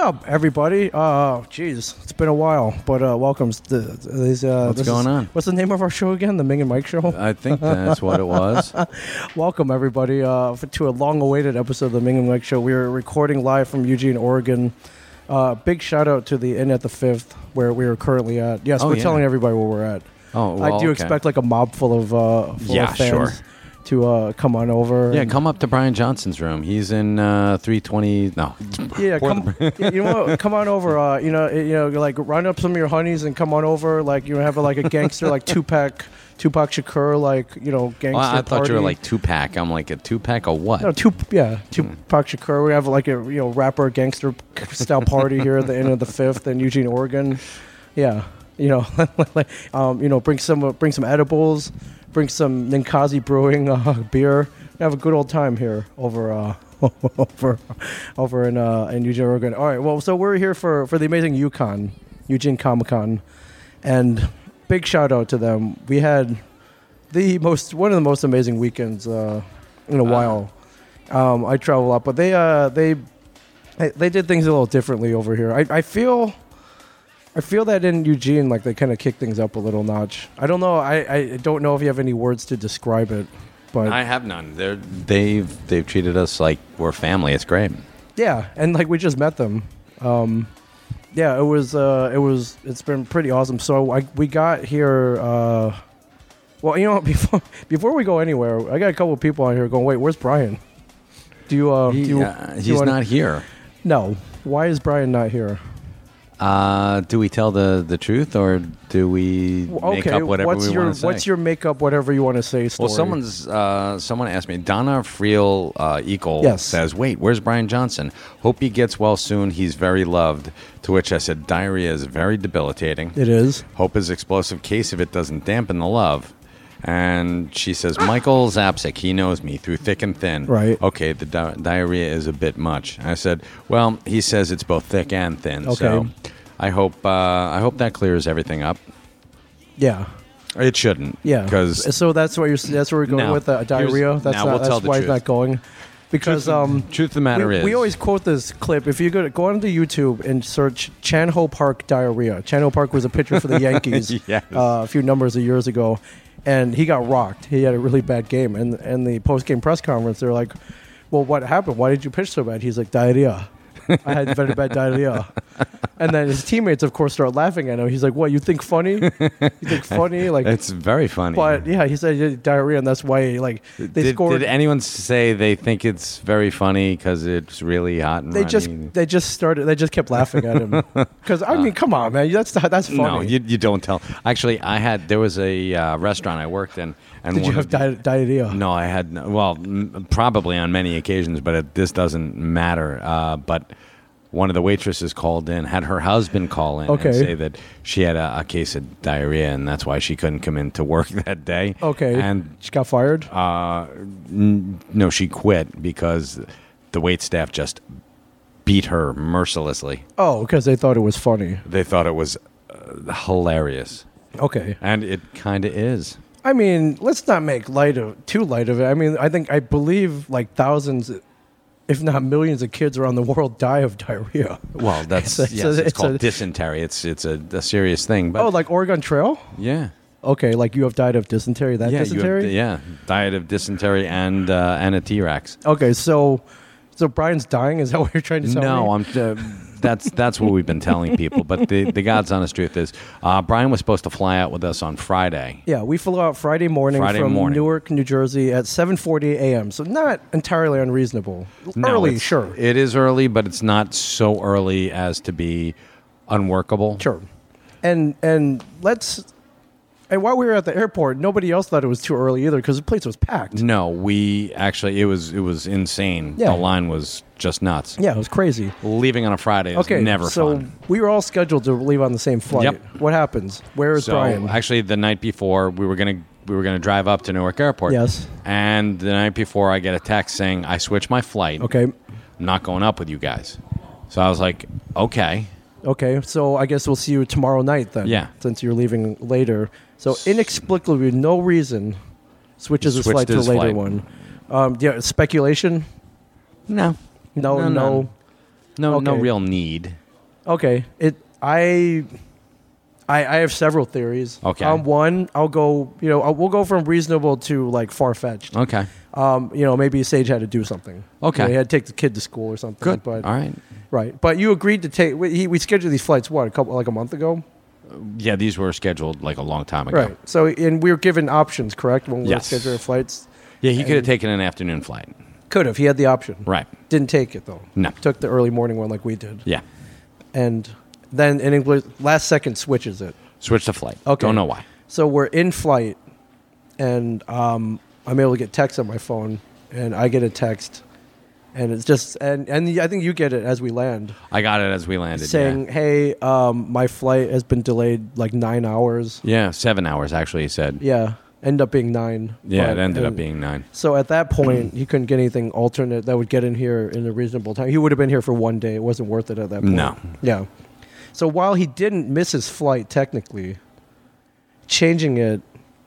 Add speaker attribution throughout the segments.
Speaker 1: up, everybody? Uh, jeez, it's been a while, but uh, welcome. To these, uh,
Speaker 2: What's
Speaker 1: this
Speaker 2: going
Speaker 1: is-
Speaker 2: on? Uh,
Speaker 1: What's the name of our show again? The Ming and Mike Show.
Speaker 2: I think that's what it was.
Speaker 1: welcome, everybody, uh, f- to a long-awaited episode of the Ming and Mike Show. We are recording live from Eugene, Oregon. Uh, big shout out to the Inn at the Fifth, where we are currently at. Yes,
Speaker 2: Oh,
Speaker 1: we're
Speaker 2: yeah.
Speaker 1: telling everybody where we're at.
Speaker 2: Oh, well,
Speaker 1: I do
Speaker 2: okay.
Speaker 1: expect like a mob full of uh, full
Speaker 2: Yeah,
Speaker 1: of fans
Speaker 2: sure.
Speaker 1: to uh, come on over.
Speaker 2: Yeah,
Speaker 1: and-
Speaker 2: come up to Brian Johnson's room. He's in uh, 320. No,
Speaker 1: Yeah,
Speaker 2: Pour
Speaker 1: come, yeah, you know what? Come on over. Uh, you know, you know, like round up some of your honeys and come on over. Like you have like a gangster, like Tupac, Tupac Shakur, like you know, gangster.
Speaker 2: Well, Oh, I thought you were
Speaker 1: party.
Speaker 2: like two pack. I'm like a two pack of what?
Speaker 1: No, two, yeah, Tupac Shakur. We have like a you know rapper gangster style party here at the end of the fifth in Eugene, Oregon. Yeah, you know, like, um, you know, bring some bring some edibles, bring some Ninkazi Brewing uh, beer, and have a good old time here over. Uh, over, over in uh, in Eugene, Oregon. All right. Well, so we're here for for the amazing Yukon, Eugene Comic Con, and big shout out to them. We had the most one of the most amazing weekends uh, in a while. Um, I travel a lot, but they uh, they they- they did things a little differently over here. I, I feel I feel that in Eugene, like they kind of kick things up a little notch. I don't know. I, I don't know if you have any words to describe it, but
Speaker 2: I have none. They're, they've they've treated us like we're family. It's great.
Speaker 1: yeah, and like we just met them. Um, yeah, it was uh, it was it's been pretty awesome. So I, we got here. Uh, well, you know, before before we go anywhere, I got a couple of people out here going, "Wait, where's Brian? Do you? Uh, do you
Speaker 2: Yeah,
Speaker 1: do you
Speaker 2: he's
Speaker 1: wanna-
Speaker 2: not here.
Speaker 1: No. Why is Brian not here?
Speaker 2: Uh, do we tell the, the truth or do we
Speaker 1: Well,
Speaker 2: make up whatever
Speaker 1: what's
Speaker 2: we
Speaker 1: your
Speaker 2: want to say?
Speaker 1: what's your makeup, whatever you want to say story?
Speaker 2: Well, someone's uh, someone asked me. Donna Friel uh, Eagle
Speaker 1: Yes.
Speaker 2: says, "Wait, where's Brian Johnson? Hope he gets well soon. He's very loved." To which I said, "Diarrhea is very debilitating.
Speaker 1: it is.
Speaker 2: Hope his explosive case of it doesn't dampen the love." And she says, "Michael Zapsik, he knows me through thick and thin.
Speaker 1: Right.
Speaker 2: Okay, the di- diarrhea is a bit much." I said, "Well, he says it's both thick and thin. So
Speaker 1: Okay.
Speaker 2: I hope uh, I hope that clears everything up.
Speaker 1: Yeah.
Speaker 2: It shouldn't.
Speaker 1: Yeah.
Speaker 2: because."
Speaker 1: so that's what you're that's where we're going
Speaker 2: No.
Speaker 1: with uh, diarrhea.
Speaker 2: Here's-
Speaker 1: That's
Speaker 2: now
Speaker 1: not,
Speaker 2: we'll
Speaker 1: that's
Speaker 2: tell the
Speaker 1: why it's
Speaker 2: truth.
Speaker 1: not going. Because um
Speaker 2: Truth of the matter
Speaker 1: we,
Speaker 2: is,
Speaker 1: we always quote this clip. If you go to, go onto YouTube and search Chanho Park diarrhea. Chanho Park was a pitcher for the Yankees
Speaker 2: Yes.
Speaker 1: uh, a few numbers of years ago, and he got rocked. He had a really bad game, and and the post game press conference, they're like, "Well, what happened? Why did you pitch so bad?" He's like, "Diarrhea." I had very bad diarrhea, and then his teammates, of course, start laughing at him. He's like, "What? You think funny? You think funny?" Like,
Speaker 2: It's very funny.
Speaker 1: but yeah, he said he had diarrhea, and that's why like they
Speaker 2: did,
Speaker 1: scored.
Speaker 2: did anyone say they think it's very funny because it's really hot and
Speaker 1: they just
Speaker 2: runny?
Speaker 1: they just started. They just kept laughing at him because I mean, come on, man, that's that's funny.
Speaker 2: no, you, you don't tell. Actually, I had there was a uh, restaurant I worked in, and
Speaker 1: Did you
Speaker 2: one
Speaker 1: have
Speaker 2: of the-
Speaker 1: di- diarrhea?
Speaker 2: No, I had no- well, m- probably on many occasions, but it, this doesn't matter. Uh, but one of the waitresses called in, had her husband call in
Speaker 1: Okay.
Speaker 2: and say that she had a, a case of diarrhea, and that's why she couldn't come in to work that day.
Speaker 1: Okay,
Speaker 2: and
Speaker 1: she got fired.
Speaker 2: Uh, n- no, she quit because the wait staff just beat her mercilessly.
Speaker 1: oh, because they thought it was funny.
Speaker 2: They thought it was uh, hilarious,
Speaker 1: Okay,
Speaker 2: and it kind of is.
Speaker 1: I mean, let's not make light of too light of it. I mean, I think I believe like thousands, if not millions, of kids around the world die of diarrhea.
Speaker 2: Well, that's
Speaker 1: It's a-
Speaker 2: yes, it's
Speaker 1: it's
Speaker 2: called
Speaker 1: a-
Speaker 2: dysentery. It's it's a, a serious thing, but
Speaker 1: Oh, like Oregon Trail.
Speaker 2: yeah,
Speaker 1: Okay, like you have died of dysentery. That
Speaker 2: yeah, you have-
Speaker 1: dysentery.
Speaker 2: yeah, diet of dysentery and uh, and a T Rex.
Speaker 1: Okay, so so Brian's dying. Is that what you're trying to tell me?
Speaker 2: No, I'm. Uh, that's that's what we've been telling people. But the, the God's honest truth is, uh, Brian was supposed to fly out with us on Friday.
Speaker 1: Yeah, we flew out Friday morning
Speaker 2: Friday
Speaker 1: from
Speaker 2: morning.
Speaker 1: Newark, New Jersey at 7:40 a.m. So not entirely unreasonable.
Speaker 2: No,
Speaker 1: Early,
Speaker 2: it's-
Speaker 1: sure.
Speaker 2: It is early, but it's not so early as to be unworkable.
Speaker 1: Sure. And and let's and while we were at the airport, nobody else thought it was too early either because the place was packed.
Speaker 2: No, we actually it was it was insane.
Speaker 1: Yeah.
Speaker 2: The line was just nuts.
Speaker 1: Yeah, it was crazy.
Speaker 2: Leaving on a Friday is
Speaker 1: Okay,
Speaker 2: never
Speaker 1: so
Speaker 2: fun.
Speaker 1: we were all scheduled to leave on the same flight.
Speaker 2: Yep.
Speaker 1: What happens? Where is
Speaker 2: So
Speaker 1: Brian?
Speaker 2: actually the night before we were gonna we were gonna drive up to Newark Airport.
Speaker 1: Yes.
Speaker 2: And the night before I get a text saying I switched my flight.
Speaker 1: okay,
Speaker 2: I'm not going up with you guys. So I was like, Okay.
Speaker 1: okay. So I guess we'll see you tomorrow night then.
Speaker 2: Yeah.
Speaker 1: since you're leaving later. So inexplicably, with no reason, switches his
Speaker 2: Switched
Speaker 1: flight to a
Speaker 2: his
Speaker 1: later
Speaker 2: flight.
Speaker 1: one. Um, yeah, speculation.
Speaker 2: No.
Speaker 1: No, no.
Speaker 2: No, no. No, no
Speaker 1: Okay.
Speaker 2: real need.
Speaker 1: Okay. It I I I have several theories.
Speaker 2: Okay.
Speaker 1: Um, one, I'll go. You know, i we'll go from reasonable to like far fetched.
Speaker 2: Okay.
Speaker 1: Um, you know, maybe Sage had to do something.
Speaker 2: Okay.
Speaker 1: You know, he had to take the kid to school or something.
Speaker 2: Good.
Speaker 1: But
Speaker 2: All right.
Speaker 1: right. But you agreed to take. We, he, we scheduled these flights. What a couple like a month ago.
Speaker 2: Yeah, these were scheduled like a long time ago.
Speaker 1: Right. So and we were given options, correct? When we
Speaker 2: Yes.
Speaker 1: were scheduling flights,
Speaker 2: Yeah, he could have taken an afternoon flight.
Speaker 1: could have. He had the option.
Speaker 2: Right.
Speaker 1: Didn't take it though.
Speaker 2: No.
Speaker 1: Took the early morning one like we did.
Speaker 2: Yeah.
Speaker 1: And then in English, last second switches it.
Speaker 2: Switch to flight.
Speaker 1: Okay.
Speaker 2: Don't know why.
Speaker 1: So we're in flight, and um, I'm able to get text on my phone, and I get a text, and it's just and and I think you get it as we land,
Speaker 2: I got it as we landed.
Speaker 1: saying,
Speaker 2: yeah.
Speaker 1: "Hey, um, my flight has been delayed like nine hours."
Speaker 2: Yeah, seven hours actually. He said. Yeah,
Speaker 1: Yeah, end up being nine. but- uh,
Speaker 2: it ended up
Speaker 1: and-
Speaker 2: being nine.
Speaker 1: So at that point, he couldn't get anything alternate that would get in here in a reasonable time. He would have been here for one day. It wasn't worth it at that point.
Speaker 2: No.
Speaker 1: Yeah. So while he didn't miss his flight technically, changing it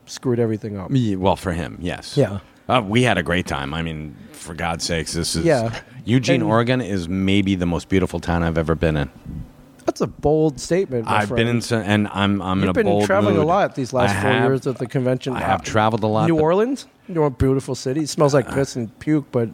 Speaker 1: screwed everything up.
Speaker 2: Yeah, well, for him, yes.
Speaker 1: Yeah.
Speaker 2: Uh, we had a great time. I mean, for God's sakes, this is
Speaker 1: Yeah.
Speaker 2: Eugene,
Speaker 1: And-
Speaker 2: Oregon is maybe the most beautiful town I've ever been in.
Speaker 1: That's a bold statement. my
Speaker 2: I've been
Speaker 1: friend.
Speaker 2: in, so- and I'm I'm in a
Speaker 1: You've been
Speaker 2: bold
Speaker 1: traveling
Speaker 2: mood.
Speaker 1: a lot these last
Speaker 2: I
Speaker 1: four
Speaker 2: have-
Speaker 1: years at the convention.
Speaker 2: I have
Speaker 1: Uh,
Speaker 2: traveled a lot.
Speaker 1: New
Speaker 2: but- Uh,
Speaker 1: Orleans, New Orleans, beautiful city. It smells like piss and puke, but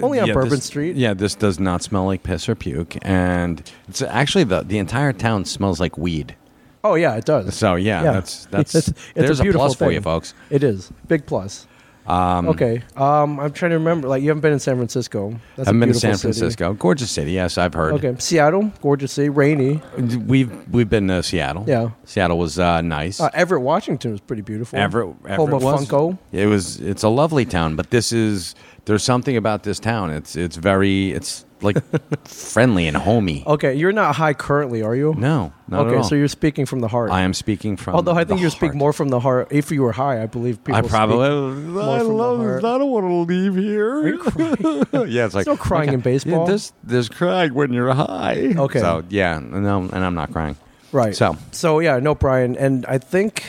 Speaker 1: only on
Speaker 2: Yeah,
Speaker 1: Bourbon
Speaker 2: this-
Speaker 1: Street.
Speaker 2: Yeah, this does not smell like piss or puke, and it's actually the the entire town smells like weed.
Speaker 1: Oh yeah, it does.
Speaker 2: So yeah, that's that's
Speaker 1: It's- it's
Speaker 2: there's a,
Speaker 1: beautiful
Speaker 2: plus for you,
Speaker 1: thing.
Speaker 2: folks.
Speaker 1: It is big plus.
Speaker 2: Um,
Speaker 1: Okay, um, I'm trying to remember. Like you haven't been in San Francisco. That's
Speaker 2: I've
Speaker 1: a
Speaker 2: been to
Speaker 1: beautiful
Speaker 2: San
Speaker 1: city.
Speaker 2: Francisco, gorgeous city. Yes, I've heard.
Speaker 1: Okay, Seattle, gorgeous city, rainy.
Speaker 2: We've we've been to Seattle.
Speaker 1: Yeah.
Speaker 2: Seattle was uh, nice.
Speaker 1: Uh, Everett, Washington is pretty beautiful.
Speaker 2: Everett,
Speaker 1: home
Speaker 2: Everett
Speaker 1: of
Speaker 2: was-
Speaker 1: Funko.
Speaker 2: It was. It's a lovely town, but this is. There's something about this town. It's. It's very. It's like friendly and homey.
Speaker 1: Okay, you're not high currently, are you?
Speaker 2: No, not
Speaker 1: Oh. Okay,
Speaker 2: at all.
Speaker 1: so you're speaking from the heart.
Speaker 2: I am speaking from.
Speaker 1: Although I think
Speaker 2: the
Speaker 1: you speak
Speaker 2: heart.
Speaker 1: more from the heart. If you were high, I believe people.
Speaker 2: I
Speaker 1: speak-
Speaker 2: probably.
Speaker 1: more
Speaker 2: I
Speaker 1: from the
Speaker 2: love.
Speaker 1: heart.
Speaker 2: I don't want to leave here. yeah, it's like
Speaker 1: no crying in baseball.
Speaker 2: Yeah, there's there's crying when you're high.
Speaker 1: Okay.
Speaker 2: So yeah, no, and I'm not crying.
Speaker 1: Right.
Speaker 2: So.
Speaker 1: so yeah, no, Brian, and I think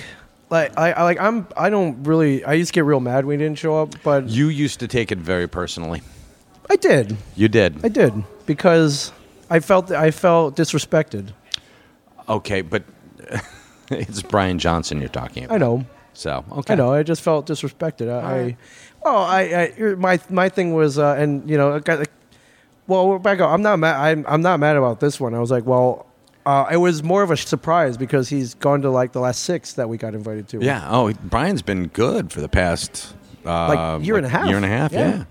Speaker 1: like I, I like I'm I don't really I used to get real mad when he didn't show up, but
Speaker 2: You used to take it very personally.
Speaker 1: I did,
Speaker 2: You did.
Speaker 1: I did because I felt I felt disrespected.
Speaker 2: Okay, but it's Brian Johnson you're talking about.
Speaker 1: I know,
Speaker 2: So okay.
Speaker 1: I know, I just felt disrespected. I,
Speaker 2: right.
Speaker 1: I well, I, I my my thing was, uh, and you know, I got, well, we're back up. I'm not mad. I'm I'm not mad about this one. I was like, well. Uh, it was more of a surprise because he's gone to like the last six that we got invited to.
Speaker 2: Yeah. Oh, Brian's been good for the past uh,
Speaker 1: Like, year and a half.
Speaker 2: Year and a half.
Speaker 1: Yeah.
Speaker 2: Yeah.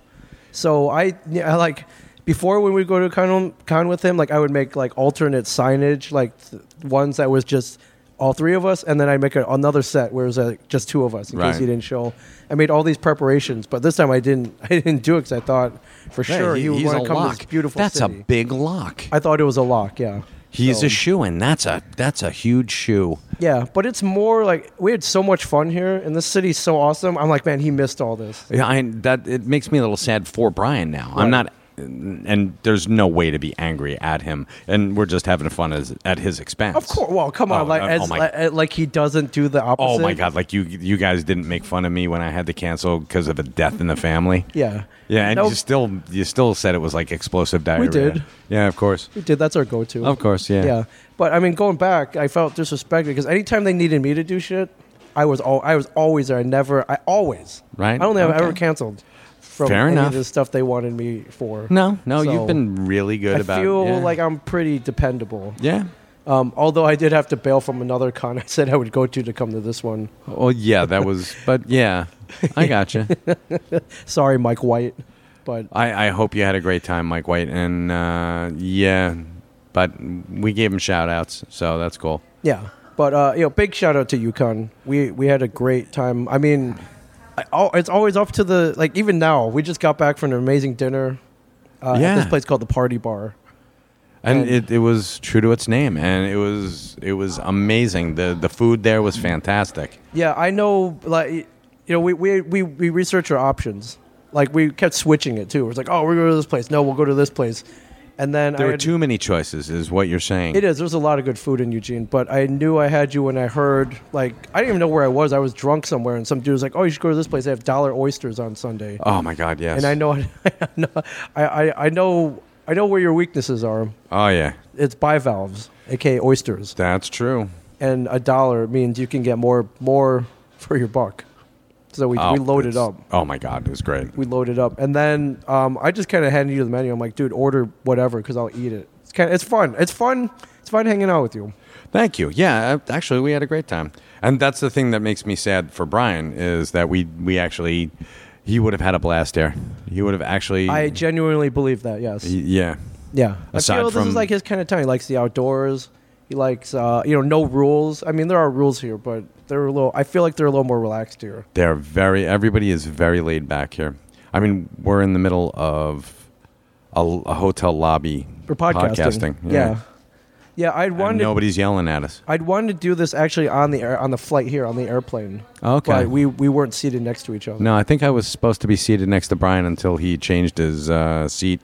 Speaker 1: So I, yeah, I like before when we go to a con, con with him, like I would make like alternate signage, like th- ones that was just all three of us, and then I make a, another set where it was like, just two of us in case
Speaker 2: Right.
Speaker 1: he didn't show. I made all these preparations, but this time I didn't. I didn't do it because I thought for sure
Speaker 2: Yeah,
Speaker 1: he, would
Speaker 2: he's
Speaker 1: want
Speaker 2: a
Speaker 1: to come
Speaker 2: lock.
Speaker 1: to this beautiful
Speaker 2: That's
Speaker 1: city.
Speaker 2: a big lock.
Speaker 1: I thought it was a lock. Yeah.
Speaker 2: He's
Speaker 1: So-
Speaker 2: a shoe in. That's a that's a huge shoe.
Speaker 1: yeah, but it's more like we had so much fun here, and this city's so awesome. I'm like, man, he missed all this.
Speaker 2: Yeah, I, that it makes me a little sad for Brian now.
Speaker 1: Right.
Speaker 2: I'm not, and there's no way to be angry at him. And we're just having fun as, at his expense.
Speaker 1: Of course. Well, come on,
Speaker 2: Oh,
Speaker 1: like
Speaker 2: uh,
Speaker 1: as,
Speaker 2: oh my-
Speaker 1: like, like he doesn't do the opposite.
Speaker 2: Oh my God! Like you, you guys didn't make fun of me when I had to cancel because of a death in the family.
Speaker 1: Yeah.
Speaker 2: Yeah, and
Speaker 1: No,
Speaker 2: you still you still said it was like explosive diarrhea.
Speaker 1: did.
Speaker 2: Yeah, of course.
Speaker 1: We did. That's our go-to.
Speaker 2: Of course, yeah.
Speaker 1: Yeah, but I mean, going back, I felt disrespected because anytime they needed me to do shit, I was all I was always there. I never, I always
Speaker 2: Right,
Speaker 1: I don't think I've
Speaker 2: okay.
Speaker 1: ever canceled from
Speaker 2: Fair
Speaker 1: any
Speaker 2: enough.
Speaker 1: of the stuff they wanted me for.
Speaker 2: No, no,
Speaker 1: So,
Speaker 2: you've been really good
Speaker 1: I
Speaker 2: about
Speaker 1: feel
Speaker 2: yeah.
Speaker 1: like I'm pretty dependable.
Speaker 2: Yeah.
Speaker 1: Um, although I did have to bail from another con I said I would go to to come to this one.
Speaker 2: Oh yeah, that was but yeah. I gotcha.
Speaker 1: Sorry, Mike White, but
Speaker 2: I, I hope you had a great time, Mike White. And uh, yeah. But we gave him shout outs, so that's cool.
Speaker 1: Yeah, but uh, you know, big shout out to UConn. We we had a great time. I mean, I, al- it's always up to the like. Even now, we just got back from an amazing dinner. Uh, at
Speaker 2: Yeah.
Speaker 1: this place called the Party Bar.
Speaker 2: And
Speaker 1: And-
Speaker 2: it, it was true to its name and it was it was amazing. The the food there was fantastic.
Speaker 1: Yeah, I know. Like, you know, we we we, we research our options. Like, we kept switching it too. It was like, oh, we're going to this place. No, we'll go to this place. And then
Speaker 2: There
Speaker 1: I
Speaker 2: were
Speaker 1: had-
Speaker 2: too many choices is what you're saying.
Speaker 1: It is. There's a lot of good food in Eugene, but I knew I had you when I heard. Like, I didn't even know where I was. I was drunk somewhere, and some dude was like, "Oh, you should go to this place. They have dollar oysters on Sunday."
Speaker 2: Oh my god, yes.
Speaker 1: and I know, I know, I, I, I know I know where your weaknesses are.
Speaker 2: Oh yeah,
Speaker 1: It's bivalves, aka oysters,
Speaker 2: that's true.
Speaker 1: and a dollar means you can get more more for your buck. So we,
Speaker 2: Oh,
Speaker 1: we loaded
Speaker 2: it's-
Speaker 1: up.
Speaker 2: Oh my god, it was great.
Speaker 1: We loaded up, and then um, I just kind of handed you the menu. I'm like, dude, order whatever because I'll eat it. It's kind of it's fun. It's fun. It's fun hanging out with you.
Speaker 2: Thank you. Yeah, uh, actually, we had a great time, and that's the thing that makes me sad for Brian is that we we actually he would have had a blast there. He would have actually.
Speaker 1: I genuinely believe that. Yes.
Speaker 2: he- yeah,
Speaker 1: Yeah.
Speaker 2: Aside
Speaker 1: I feel this
Speaker 2: from-
Speaker 1: is like his kind of time. He likes the outdoors. He likes, uh, you know, no rules. I mean, there are rules here, but they're a little. I feel like they're a little more relaxed here.
Speaker 2: they're very. Everybody is very laid back here. I mean, we're in the middle of a, a hotel lobby
Speaker 1: Or podcasting.
Speaker 2: Yeah.
Speaker 1: Yeah. Yeah, I'd
Speaker 2: And
Speaker 1: wanted.
Speaker 2: nobody's yelling at us.
Speaker 1: I'd wanted to do this actually on the air, on the flight here on the airplane.
Speaker 2: Okay.
Speaker 1: But we we weren't seated next to each other.
Speaker 2: No, I think I was supposed to be seated next to Brian until he changed his uh, seat.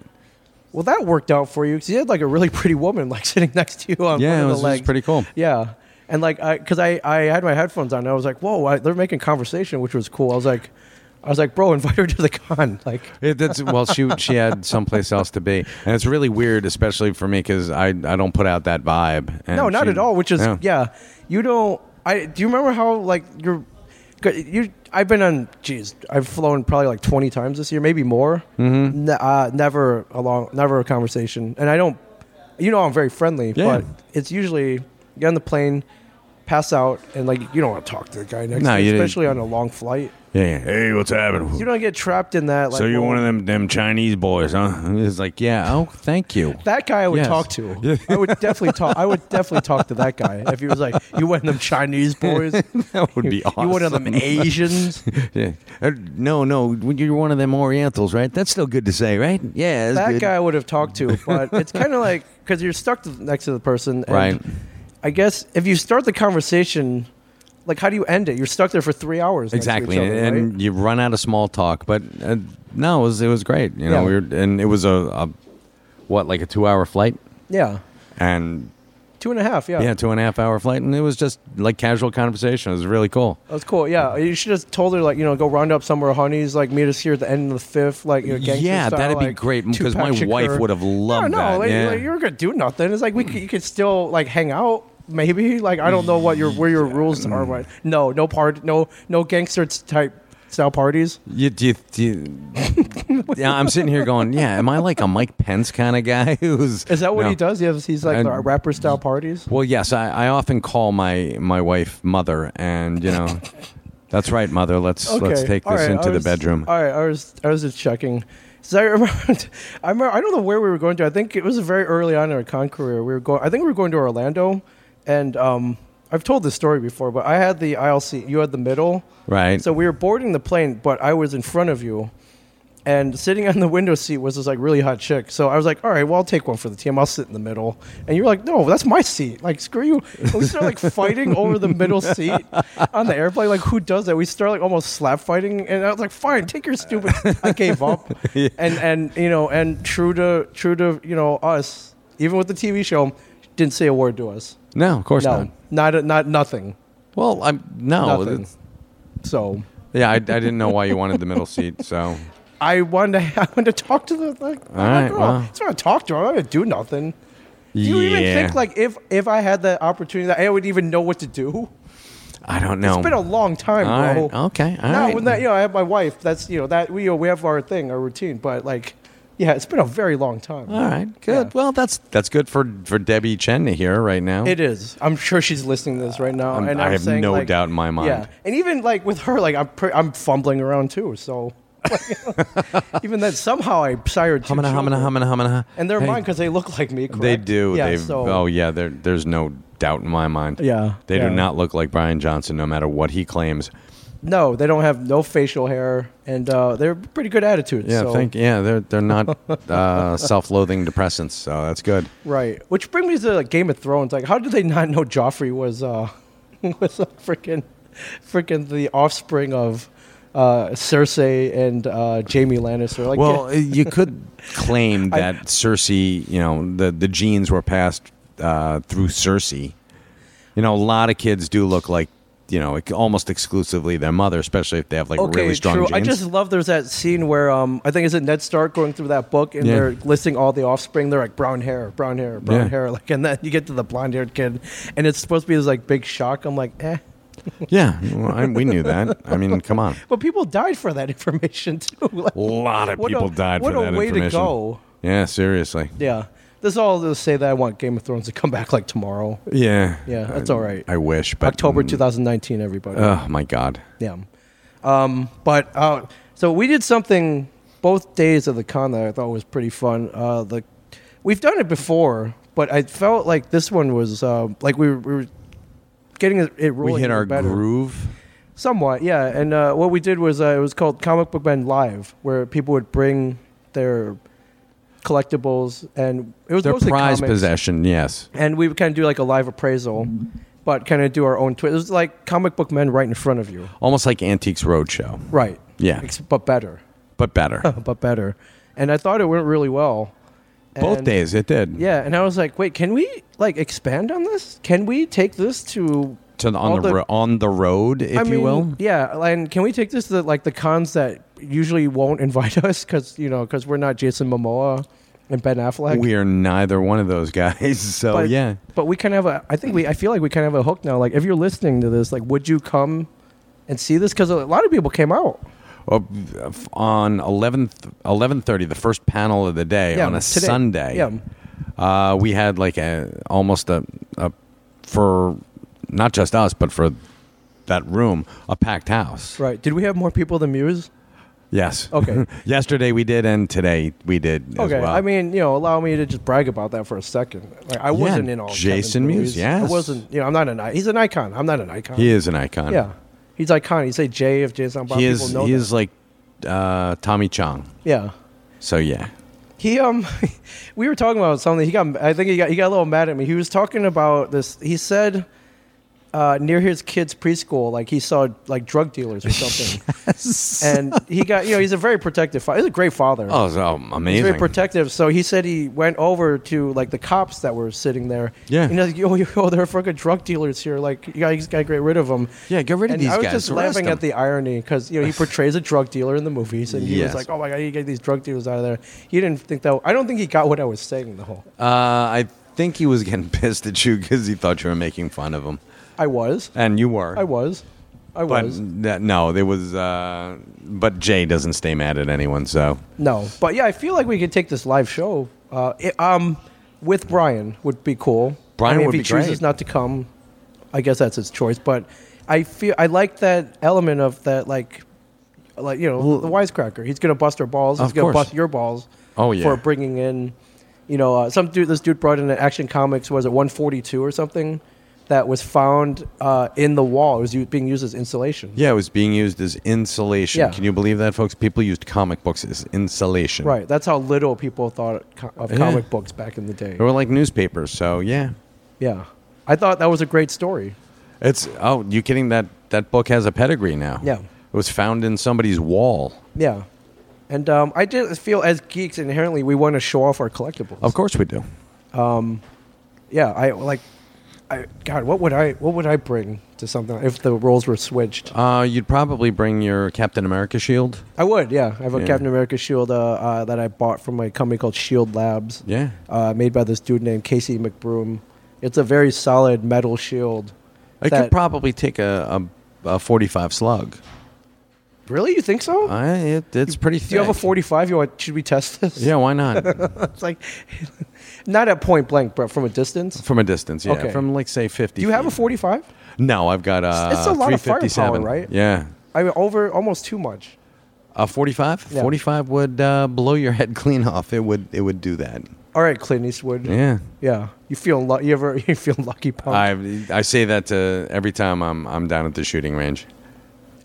Speaker 1: Well, that worked out for you because you had like a really pretty woman like sitting next to you on one
Speaker 2: yeah, it
Speaker 1: of
Speaker 2: was,
Speaker 1: the
Speaker 2: it was
Speaker 1: legs.
Speaker 2: pretty cool.
Speaker 1: Yeah. And like, I, cause I, I had my headphones on and I was like, whoa, I, they're making conversation, which was cool. I was like, I was like, bro, invite her to the con. Like,
Speaker 2: It, that's well, she she had someplace else to be, and it's really weird, especially for me because I I don't put out that vibe. And
Speaker 1: no, not
Speaker 2: she-
Speaker 1: at all. Which is
Speaker 2: yeah.
Speaker 1: yeah. You don't. I do you remember how like you're. 'cause You, I've been on. Geez, I've flown probably like twenty times this year, maybe more. Mm-hmm. uh, never a long, never a conversation, and I don't. You know, I'm very friendly,
Speaker 2: Yeah.
Speaker 1: but it's usually get on the plane, pass out, and like you don't want to talk to the guy next.
Speaker 2: No,
Speaker 1: to
Speaker 2: you
Speaker 1: you,
Speaker 2: didn't-
Speaker 1: especially on a long flight.
Speaker 2: Yeah, yeah. Hey, what's happening?
Speaker 1: You don't get trapped in that. Like,
Speaker 2: so you're
Speaker 1: well,
Speaker 2: one of them them Chinese boys, huh? And It's like, yeah. Oh, thank you.
Speaker 1: That guy I would
Speaker 2: Yes.
Speaker 1: talk to. I would definitely talk. I would definitely talk to that guy if he was like, "You one of them Chinese boys."
Speaker 2: That would be awesome.
Speaker 1: You one of them Asians.
Speaker 2: yeah. Uh, No, no. You're one of them Orientals, right? That's still good to say, right? Yeah. that's
Speaker 1: that
Speaker 2: good.
Speaker 1: guy I would have talked to, but it's kind of like because you're stuck to, next to the person. And
Speaker 2: Right.
Speaker 1: I guess if you start the conversation, like how do you end it? You're stuck there for three hours. next to each
Speaker 2: exactly
Speaker 1: other,
Speaker 2: and,
Speaker 1: right?
Speaker 2: and you run out of small talk but uh, no it was it was great you
Speaker 1: Yeah.
Speaker 2: know we were, and it was a, a what like a two hour flight
Speaker 1: yeah,
Speaker 2: and
Speaker 1: two and a half. Yeah.
Speaker 2: yeah two and a half hour flight and it was just like casual conversation it was really cool
Speaker 1: That's cool. Yeah, you should have told her like you know go round up somewhere, honeys. Like meet us here at the end of the fifth. Like you know, gangster
Speaker 2: yeah
Speaker 1: style,
Speaker 2: that'd be
Speaker 1: like,
Speaker 2: great because my
Speaker 1: Tupac
Speaker 2: wife
Speaker 1: Shakur.
Speaker 2: would have loved
Speaker 1: no, no,
Speaker 2: that
Speaker 1: Like,
Speaker 2: yeah.
Speaker 1: like, you're gonna do nothing. It's like we could, you could still like hang out, maybe. Like I don't know what your where your rules are. But
Speaker 2: Mm.
Speaker 1: no, no part, no no gangster type style parties.
Speaker 2: You- do you- do you- yeah, I'm sitting here going, yeah. Am I like a Mike Pence kind of guy? Who's
Speaker 1: Is that what
Speaker 2: No.
Speaker 1: he does? He has, he's like
Speaker 2: And-
Speaker 1: the rapper style parties.
Speaker 2: Well, yes, I, I often call my my wife mother, and you know, that's right, mother. Let's let's take
Speaker 1: all
Speaker 2: this
Speaker 1: right,
Speaker 2: into
Speaker 1: I was-
Speaker 2: the bedroom.
Speaker 1: All right, I was I was just checking. So I remember, I remember, I don't know where we were going to. I think it was very early on in our con career. We were going. I think we were going to Orlando, and um, I've told this story before, but I had the aisle seat. You had the middle.
Speaker 2: Right.
Speaker 1: So we were boarding the plane, but I was in front of you. And sitting on the window seat was this like really hot chick. So I was like, all right, well, I'll take one for the team. I'll sit in the middle. And you were like, no, that's my seat. Like, screw you. And we started like fighting over the middle seat on the airplane. Like, who does that? We started like almost slap fighting. And I was like, fine, take your stupid. I gave up. And, and, you know, and true to, true to, you know, us, even with the TV show, didn't say a word to us.
Speaker 2: no, of course
Speaker 1: No,
Speaker 2: not.
Speaker 1: not, a, not nothing.
Speaker 2: Oh, Well, I'm no.
Speaker 1: Nothing.
Speaker 2: it's-
Speaker 1: So
Speaker 2: Yeah, I, I didn't know why you wanted the middle seat. So
Speaker 1: I wanted to, I wanted to talk to the like.
Speaker 2: All right,
Speaker 1: girl.
Speaker 2: well.
Speaker 1: It's not to talk to her. I'm not gonna do nothing. Do you even think like if if I had that opportunity that I would even know what to do?
Speaker 2: I don't know.
Speaker 1: It's been a long time,
Speaker 2: All right,
Speaker 1: bro.
Speaker 2: okay, all
Speaker 1: Now,
Speaker 2: right.
Speaker 1: when that you know I have my wife. That's you know that we you know, we have our thing, our routine. But like, yeah, it's been a very long time.
Speaker 2: all right, good.
Speaker 1: Yeah.
Speaker 2: Well, that's that's good for for Debbie Chen to hear right now.
Speaker 1: It is. I'm sure she's listening to this right now,
Speaker 2: I'm-
Speaker 1: and
Speaker 2: I
Speaker 1: I'm
Speaker 2: have
Speaker 1: saying,
Speaker 2: no
Speaker 1: like-
Speaker 2: doubt in my mind.
Speaker 1: Yeah, and even like with her, like I'm pr- I'm fumbling around too. So even then, somehow I sired two
Speaker 2: Humana, humana,
Speaker 1: children.
Speaker 2: humana, humana.
Speaker 1: and they're
Speaker 2: Hey,
Speaker 1: mine because they look like me. Correct?
Speaker 2: They do.
Speaker 1: Yeah.
Speaker 2: they
Speaker 1: so
Speaker 2: oh yeah. there- There's no doubt in my mind.
Speaker 1: Yeah,
Speaker 2: They
Speaker 1: yeah.
Speaker 2: do not look like Brian Johnson, no matter what he claims.
Speaker 1: no, they don't have no facial hair, and uh, they're pretty good attitudes.
Speaker 2: Yeah,
Speaker 1: so,
Speaker 2: thank. Yeah, they're they're not uh, self-loathing depressants, so that's good.
Speaker 1: Right, which brings me to like, Game of Thrones. Like, how did they not know Joffrey was uh, was a freaking freaking the offspring of uh, Cersei and uh, Jamie Lannister? Like,
Speaker 2: Well, uh, you could claim that Cersei, you know, the the genes were passed uh, through Cersei. You know, a lot of kids do look like you know like, almost exclusively their mother, especially if they have like
Speaker 1: Okay,
Speaker 2: really strong
Speaker 1: true.
Speaker 2: genes.
Speaker 1: I just love there's that scene where um, I think it's Ned Stark going through that book and
Speaker 2: Yeah.
Speaker 1: they're listing all the offspring. They're like brown hair, brown hair, brown
Speaker 2: Yeah.
Speaker 1: hair, like, and then you get to the blonde haired kid, and it's supposed to be this like big shock. I'm like, eh.
Speaker 2: yeah, well, I, we knew that. I mean, come on,
Speaker 1: But people died for that information too. like,
Speaker 2: a lot of
Speaker 1: What a-
Speaker 2: people died
Speaker 1: what
Speaker 2: for
Speaker 1: a
Speaker 2: that
Speaker 1: way to
Speaker 2: information.
Speaker 1: go.
Speaker 2: Yeah, seriously.
Speaker 1: yeah, this all to say that I want Game of Thrones to come back like tomorrow,
Speaker 2: Yeah,
Speaker 1: Yeah, that's
Speaker 2: I-
Speaker 1: all right.
Speaker 2: I wish, but
Speaker 1: October
Speaker 2: mm,
Speaker 1: 2019. Everybody.
Speaker 2: Oh my god.
Speaker 1: Yeah. Um, but uh, so we did something both days of the con that I thought was pretty fun. Uh, the we've done it before, but I felt like this one was uh, like we were, we were getting it it rolling.
Speaker 2: We hit our
Speaker 1: better.
Speaker 2: groove.
Speaker 1: Somewhat, yeah. And uh, what we did was uh, it was called Comic Book Men Live, where people would bring their collectibles and it was
Speaker 2: Their
Speaker 1: mostly
Speaker 2: prize
Speaker 1: comics
Speaker 2: possession, yes.
Speaker 1: and we would kind of do like a live appraisal, but kind of do our own twist. It was like comic book men right in front of you,
Speaker 2: Almost like Antiques Roadshow,
Speaker 1: right?
Speaker 2: Yeah.
Speaker 1: Ex- but better,
Speaker 2: but better.
Speaker 1: but better. And I thought it went really well.
Speaker 2: Both
Speaker 1: And-
Speaker 2: days it did.
Speaker 1: yeah. And I was like, wait, can we like expand on this? Can we take this to?
Speaker 2: To the,
Speaker 1: all
Speaker 2: on the,
Speaker 1: the-
Speaker 2: ro- on the road, if
Speaker 1: I mean,
Speaker 2: you will.
Speaker 1: yeah, and can we take this to like the cons that usually won't invite us because you know because we're not Jason Momoa and Ben Affleck.
Speaker 2: we are neither one of those guys. So
Speaker 1: but,
Speaker 2: yeah,
Speaker 1: But we kind of have a. I think we. I feel like we kind of have a hook now. Like if you're listening to this, like would you come and see this? Because a lot of people came out.
Speaker 2: Oh, on eleventh eleven thirty, the first panel of the day
Speaker 1: Yeah,
Speaker 2: on a
Speaker 1: today.
Speaker 2: Sunday.
Speaker 1: Yeah.
Speaker 2: uh, we had like a almost a, a for not just us, but for that room, a packed house.
Speaker 1: Right? Did we have more people than Muse?
Speaker 2: Yes.
Speaker 1: Okay.
Speaker 2: Yesterday we did, and today we did as
Speaker 1: Okay.
Speaker 2: well.
Speaker 1: I mean, you know, allow me to just brag about that for a second. Like, I wasn't in all
Speaker 2: Jason
Speaker 1: Kevin's
Speaker 2: Mewes,
Speaker 1: movies. I
Speaker 2: yes.
Speaker 1: wasn't. You know, I'm not an. i- He's an icon. I'm not an icon.
Speaker 2: he is an icon.
Speaker 1: Yeah. He's iconic. You say Jay if Jay's not about
Speaker 2: He
Speaker 1: people
Speaker 2: is.
Speaker 1: know
Speaker 2: He
Speaker 1: that.
Speaker 2: is like uh, Tommy Chong.
Speaker 1: Yeah.
Speaker 2: So yeah.
Speaker 1: He um, we were talking about something. He got, I think he got, he got a little mad at me. He was talking about this. He said, uh, near his kid's preschool, like he saw like drug dealers or something, and he got, you know, he's a very protective father. He's a great father.
Speaker 2: Oh, so
Speaker 1: He's
Speaker 2: amazing.
Speaker 1: very protective, so he said he went over to like the cops that were sitting there.
Speaker 2: Yeah.
Speaker 1: and he's like, yo, yo, yo, there are fucking drug dealers here. Like, you guys got to get rid of them.
Speaker 2: Yeah, get rid of
Speaker 1: And
Speaker 2: these
Speaker 1: I was
Speaker 2: guys.
Speaker 1: just
Speaker 2: Arrest
Speaker 1: laughing
Speaker 2: them.
Speaker 1: at the irony because you know he portrays a drug dealer in the movies, and he
Speaker 2: Yes.
Speaker 1: was like, "Oh my god, you get these drug dealers out of there." He didn't think that. I don't think he got what I was saying. The whole
Speaker 2: Uh, I think he was getting pissed at you because he thought you were making fun of him,
Speaker 1: I was,
Speaker 2: and you were.
Speaker 1: I was, I
Speaker 2: But
Speaker 1: was.
Speaker 2: that- no, there was. Uh, but Jay doesn't stay mad at anyone, so
Speaker 1: No, but yeah, I feel like we could take this live show. Uh, it, um, with Brian would be cool.
Speaker 2: Brian
Speaker 1: I mean,
Speaker 2: would
Speaker 1: if
Speaker 2: be
Speaker 1: he chooses
Speaker 2: great.
Speaker 1: not to come, I guess that's his choice. But I feel I like that element of that, like, like you know, the wisecracker. He's gonna bust our balls. He's
Speaker 2: Of
Speaker 1: gonna
Speaker 2: course.
Speaker 1: bust your balls.
Speaker 2: Oh, yeah.
Speaker 1: for bringing in, you know, uh, some dude. This dude brought in an Action Comics was it 142 or something that was found uh, in the wall. It was u- being used as insulation.
Speaker 2: yeah, it was being used as insulation.
Speaker 1: Yeah.
Speaker 2: Can you believe that, folks? People used comic books as insulation.
Speaker 1: Right. That's how little people thought co- of comic books back in the day.
Speaker 2: They were like newspapers. So yeah,
Speaker 1: Yeah. I thought that was a great story.
Speaker 2: it's. Oh, you kidding? That that book has a pedigree now.
Speaker 1: Yeah.
Speaker 2: It was found in somebody's wall.
Speaker 1: Yeah. And um, I just feel as geeks inherently we want to show off our collectibles.
Speaker 2: Of course we do.
Speaker 1: Yeah, I like I god, what would I what would I bring to something if the roles were switched?
Speaker 2: Uh, you'd probably bring your Captain America shield.
Speaker 1: I would, yeah. I have a
Speaker 2: Yeah.
Speaker 1: Captain America shield uh, uh, that I bought from a company called Shield Labs.
Speaker 2: Yeah.
Speaker 1: Uh, made by this dude named Casey McBroom. It's a very solid metal shield.
Speaker 2: I could
Speaker 1: that-
Speaker 2: probably take a, a, a 45 slug.
Speaker 1: Really? You think so?
Speaker 2: I, Uh, it, it's pretty thick.
Speaker 1: Do you have a 45? You want, should we test this?
Speaker 2: Yeah, why not?
Speaker 1: it's like not at point blank, but from a distance.
Speaker 2: From a distance, yeah.
Speaker 1: Okay.
Speaker 2: From like say 50.
Speaker 1: Do you have a
Speaker 2: feet.
Speaker 1: 45?
Speaker 2: No, I've got a
Speaker 1: It's a lot of firepower,
Speaker 2: 357.
Speaker 1: right?
Speaker 2: Yeah.
Speaker 1: I mean, over almost too much.
Speaker 2: A 45?
Speaker 1: Yeah.
Speaker 2: 45 would uh, blow your head clean off. It would it would do that.
Speaker 1: All right, Clint Eastwood.
Speaker 2: Yeah.
Speaker 1: Yeah. You feel lu- you ever you feel lucky punk
Speaker 2: I I say that to every time I'm I'm down at the shooting range.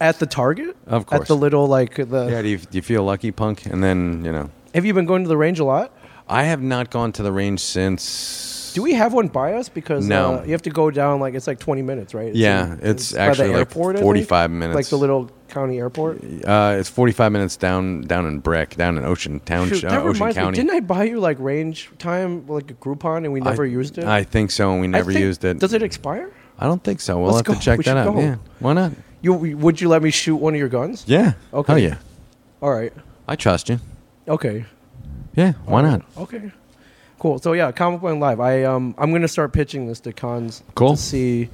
Speaker 1: at the Target?
Speaker 2: Of
Speaker 1: At
Speaker 2: course.
Speaker 1: the little like the.
Speaker 2: Yeah, do you, do you feel lucky, punk? And then, you know,
Speaker 1: Have you been going to the range a lot?
Speaker 2: I have not gone to the range since
Speaker 1: Do we have one by us? Because
Speaker 2: No.
Speaker 1: uh, you have to go down like it's like 20 minutes, right? It's
Speaker 2: Yeah,
Speaker 1: in-
Speaker 2: it's
Speaker 1: by the
Speaker 2: actually, like,
Speaker 1: I think?
Speaker 2: 45 minutes.
Speaker 1: Like the little county airport.
Speaker 2: Uh, it's 45 minutes down down in Breck, down in Ocean Town,
Speaker 1: Shoot,
Speaker 2: uh,
Speaker 1: that
Speaker 2: Ocean
Speaker 1: reminds me.
Speaker 2: County.
Speaker 1: Didn't I buy you like range time like a Groupon and we never used it?
Speaker 2: I think so, and we
Speaker 1: I
Speaker 2: never
Speaker 1: think-
Speaker 2: used it.
Speaker 1: Does it expire?
Speaker 2: I don't think so. We'll
Speaker 1: Let's go.
Speaker 2: have to check
Speaker 1: We
Speaker 2: that
Speaker 1: should
Speaker 2: out.
Speaker 1: go.
Speaker 2: Yeah. Why not?
Speaker 1: You would you let me shoot one of your guns?
Speaker 2: Yeah.
Speaker 1: Okay.
Speaker 2: Hell yeah.
Speaker 1: All right.
Speaker 2: I trust you.
Speaker 1: Okay.
Speaker 2: Yeah. Why not?
Speaker 1: Okay. Cool. So yeah, Comic Book Live. I um I'm gonna start pitching this to cons.
Speaker 2: Cool.
Speaker 1: To see,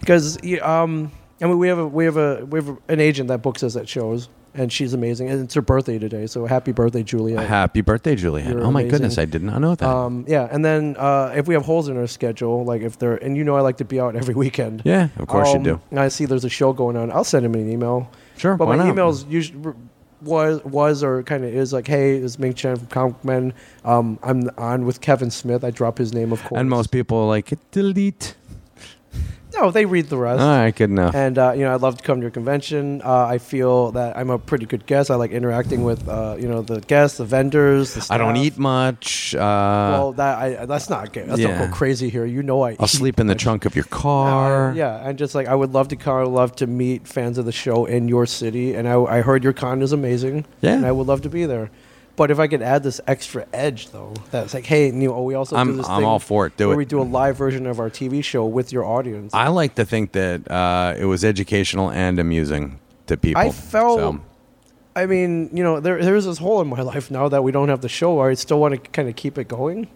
Speaker 1: because um I mean we have a we have a we have an agent that books us at shows and she's amazing and it's her birthday today so happy birthday Julia.
Speaker 2: Happy birthday, Juliet.
Speaker 1: You're
Speaker 2: Oh my
Speaker 1: amazing.
Speaker 2: goodness, I did not know that.
Speaker 1: Um, yeah, and then uh, if we have holes in our schedule, like if they're, and you know, I like to be out every weekend.
Speaker 2: yeah, of course
Speaker 1: Um,
Speaker 2: you do.
Speaker 1: And I see there's a show going on. I'll send him an email.
Speaker 2: Sure,
Speaker 1: But
Speaker 2: why
Speaker 1: my
Speaker 2: not?
Speaker 1: emails usually was was or kind of is like, hey, it's Ming Chen from Comic Men. Um, I'm on with Kevin Smith. I drop his name, of course.
Speaker 2: And most people are like delete.
Speaker 1: no, they read the rest.
Speaker 2: All right, good enough.
Speaker 1: And uh, you know, I'd love to come to your convention. Uh, I feel that I'm a pretty good guest. I like interacting with uh, you know the guests, the vendors. The
Speaker 2: I don't
Speaker 1: staff.
Speaker 2: eat much. Uh,
Speaker 1: Well, that I, that's not good. That's
Speaker 2: Yeah.
Speaker 1: not go crazy here. You know, I
Speaker 2: I'll
Speaker 1: eat.
Speaker 2: sleep in the trunk of your car.
Speaker 1: Uh, yeah, and just like I would love to come, I would love to meet fans of the show in your city, and I, I heard your con is amazing.
Speaker 2: Yeah.
Speaker 1: and I would love to be there. But if I could add this extra edge, though, that's like, hey, you know, we also do
Speaker 2: I'm-
Speaker 1: this
Speaker 2: I'm
Speaker 1: thing
Speaker 2: all for it. Do
Speaker 1: where
Speaker 2: it.
Speaker 1: we do a live version of our TV show with your audience.
Speaker 2: I like to think that uh, it was educational and amusing to people.
Speaker 1: I felt-
Speaker 2: So,
Speaker 1: I mean, you know, there there's this hole in my life now that we don't have the show. I still want to kind of keep it going.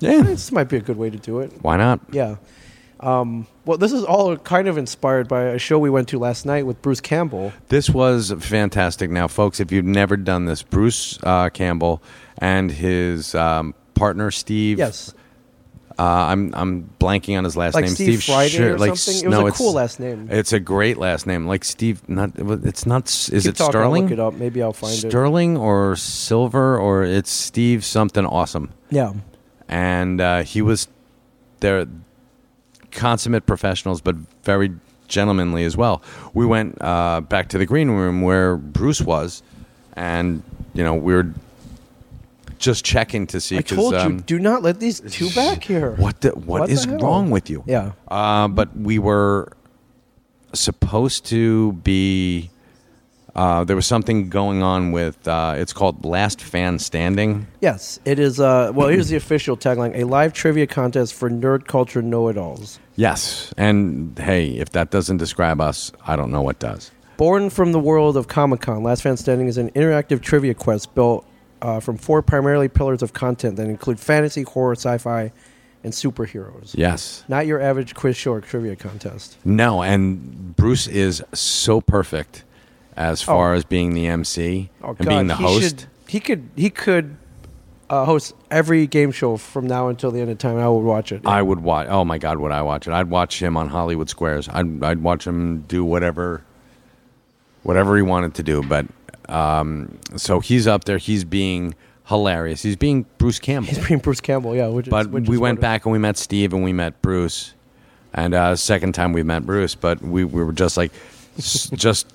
Speaker 2: yeah.
Speaker 1: This might be a good way to do it.
Speaker 2: Why not?
Speaker 1: Yeah. Um, well, this is all kind of inspired by a show we went to last night with Bruce Campbell.
Speaker 2: This was fantastic. Now, folks, if you've never done this, Bruce uh, Campbell and his um, partner Steve.
Speaker 1: Yes,
Speaker 2: Uh, I'm I'm blanking on his last
Speaker 1: like
Speaker 2: name.
Speaker 1: Steve, Friday
Speaker 2: Scher-
Speaker 1: or
Speaker 2: like,
Speaker 1: something. It was
Speaker 2: no,
Speaker 1: a
Speaker 2: it's-
Speaker 1: cool last name.
Speaker 2: It's a great last name. Like Steve. Not. It's not. Is
Speaker 1: Keep
Speaker 2: it
Speaker 1: talking, I'll
Speaker 2: Sterling?
Speaker 1: Look it up. Maybe I'll find it.
Speaker 2: Sterling or Silver or it's Steve something awesome.
Speaker 1: Yeah.
Speaker 2: and uh, he was they're consummate professionals but very gentlemanly as well we went uh, back to the green room where bruce was and you know we were just checking to see
Speaker 1: I
Speaker 2: 'cause,
Speaker 1: told
Speaker 2: um,
Speaker 1: you, do not let these two back here.
Speaker 2: what, the, what
Speaker 1: What the
Speaker 2: is
Speaker 1: hell?
Speaker 2: wrong with you
Speaker 1: Yeah.
Speaker 2: uh, but we were supposed to be uh, there was something going on with uh, it's called last fan standing
Speaker 1: Yes, it is. Uh, well, here's the official tagline: a live trivia contest for nerd culture know-it-alls.
Speaker 2: Yes. And hey, if that doesn't describe us, I don't know what does.
Speaker 1: Born from the world of Comic Con, Last Fan Standing is an interactive trivia quest built uh, from four primarily pillars of content that include fantasy, horror, sci-fi, and superheroes.
Speaker 2: Yes.
Speaker 1: Not your average quiz show or trivia contest.
Speaker 2: No, and Bruce is so perfect as far as being the MC
Speaker 1: Oh
Speaker 2: and
Speaker 1: God,
Speaker 2: being the
Speaker 1: he
Speaker 2: host.
Speaker 1: Should, he could he could uh, host every game show from now until the end of time. I would watch it.
Speaker 2: I would watch. Oh my God, would I watch it? I'd watch him on Hollywood Squares. I'd, I'd watch him do whatever, whatever he wanted to do. But um, so he's up there. He's being hilarious. He's being Bruce Campbell.
Speaker 1: Being Bruce Campbell, yeah. Which
Speaker 2: But
Speaker 1: is, which
Speaker 2: we
Speaker 1: is
Speaker 2: went
Speaker 1: what it-
Speaker 2: back and we met Steve and we met Bruce, and uh, second time we met Bruce, but we, we were just like, s- just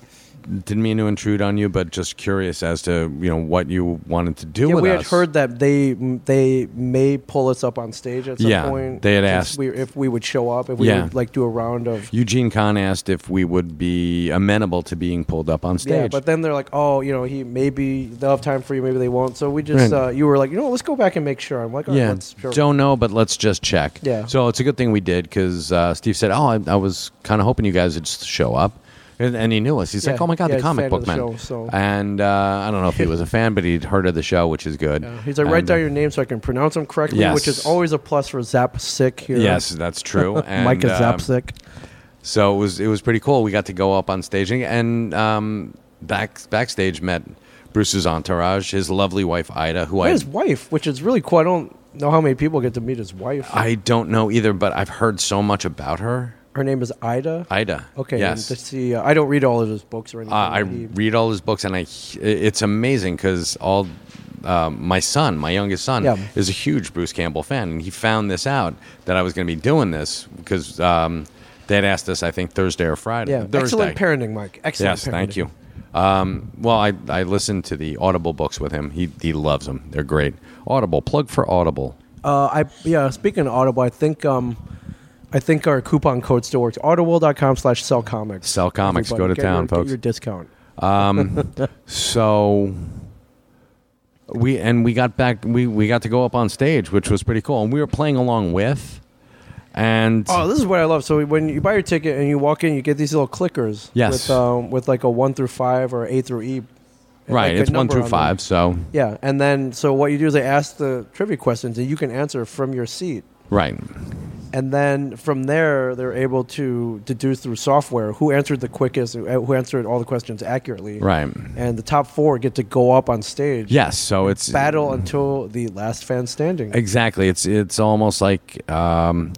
Speaker 2: didn't mean to intrude on you, but just curious as to you know what you wanted to do
Speaker 1: Yeah,
Speaker 2: with
Speaker 1: we
Speaker 2: us.
Speaker 1: had heard that they they may pull us up on stage at some
Speaker 2: Yeah,
Speaker 1: point.
Speaker 2: they had
Speaker 1: if
Speaker 2: asked.
Speaker 1: we, if we would show up, if we
Speaker 2: Yeah.
Speaker 1: would like do a round of.
Speaker 2: Eugene Kahn asked if we would be amenable to being pulled up on stage.
Speaker 1: Yeah, but then they're like, oh, you know, he maybe they'll have time for you, maybe they won't. So we just,
Speaker 2: Right.
Speaker 1: uh, you were like, you know, what, let's go back and make sure. I'm like, all right,
Speaker 2: Yeah,
Speaker 1: let's, sure.
Speaker 2: don't know, but let's just check.
Speaker 1: Yeah.
Speaker 2: So it's a good thing we did because uh, Steve said, "Oh, I, I was kind of hoping you guys would just show up," and, and he knew us. He's
Speaker 1: Yeah.
Speaker 2: like, "Oh my god,
Speaker 1: Yeah,
Speaker 2: the
Speaker 1: he's a
Speaker 2: comic
Speaker 1: fan of
Speaker 2: book
Speaker 1: the
Speaker 2: man!"
Speaker 1: show, so-
Speaker 2: And uh, I don't know if he was a fan, but he'd heard of the show, which is good.
Speaker 1: Yeah. He's like, write
Speaker 2: And-
Speaker 1: down your name so I can pronounce them correctly,
Speaker 2: Yes.
Speaker 1: which is always a plus for Zap Sick here.
Speaker 2: Yes, that's true. And,
Speaker 1: Micah
Speaker 2: uh,
Speaker 1: Zapsik.
Speaker 2: So it was it was pretty cool. We got to go up on staging and um, back backstage met Bruce's entourage, his lovely wife Ida, who I
Speaker 1: his wife, which is really cool. I don't know how many people get to meet his wife.
Speaker 2: I don't know either, but I've heard so much about her.
Speaker 1: Her name is Ida.
Speaker 2: Ida.
Speaker 1: okay,
Speaker 2: Yes.
Speaker 1: and to see, uh, I don't read all of his books or anything.
Speaker 2: uh, I
Speaker 1: He-
Speaker 2: read all his books, and I he- it's amazing because all um, my son, my youngest son,
Speaker 1: Yeah.
Speaker 2: is a huge Bruce Campbell fan, and he found this out that I was going to be doing this because um, they had asked us, I think Thursday or Friday.
Speaker 1: yeah,
Speaker 2: Thursday.
Speaker 1: excellent parenting, Mike. Excellent.
Speaker 2: Yes,
Speaker 1: parenting.
Speaker 2: thank you. Um, well, I, I listened to the Audible books with him. He he loves them. They're great. Audible plug for Audible.
Speaker 1: Uh, I yeah. Speaking of Audible, I think um, I think our coupon code still works. Audible.com slash sell comics.
Speaker 2: Sell comics. Go to
Speaker 1: get
Speaker 2: town,
Speaker 1: your,
Speaker 2: folks.
Speaker 1: Get your discount.
Speaker 2: So we and we got back we, we got to go up on stage, which was pretty cool. And we were playing along with And
Speaker 1: Oh, this is what I love. So when you buy your ticket and you walk in, you get these little clickers.
Speaker 2: Yes.
Speaker 1: With, um, with like a one through five or eight through E.
Speaker 2: right,
Speaker 1: like a
Speaker 2: it's one
Speaker 1: number
Speaker 2: through
Speaker 1: on them.
Speaker 2: five. So
Speaker 1: Yeah, and then so what you do is they ask the trivia questions and you can answer from your seat,
Speaker 2: right,
Speaker 1: and then from there they're able to deduce through software who answered the quickest, who who answered all the questions accurately,
Speaker 2: right.
Speaker 1: and the top four get to go up on stage,
Speaker 2: Yes. So it's
Speaker 1: battle until the last fan standing.
Speaker 2: Exactly. It's it's almost like um,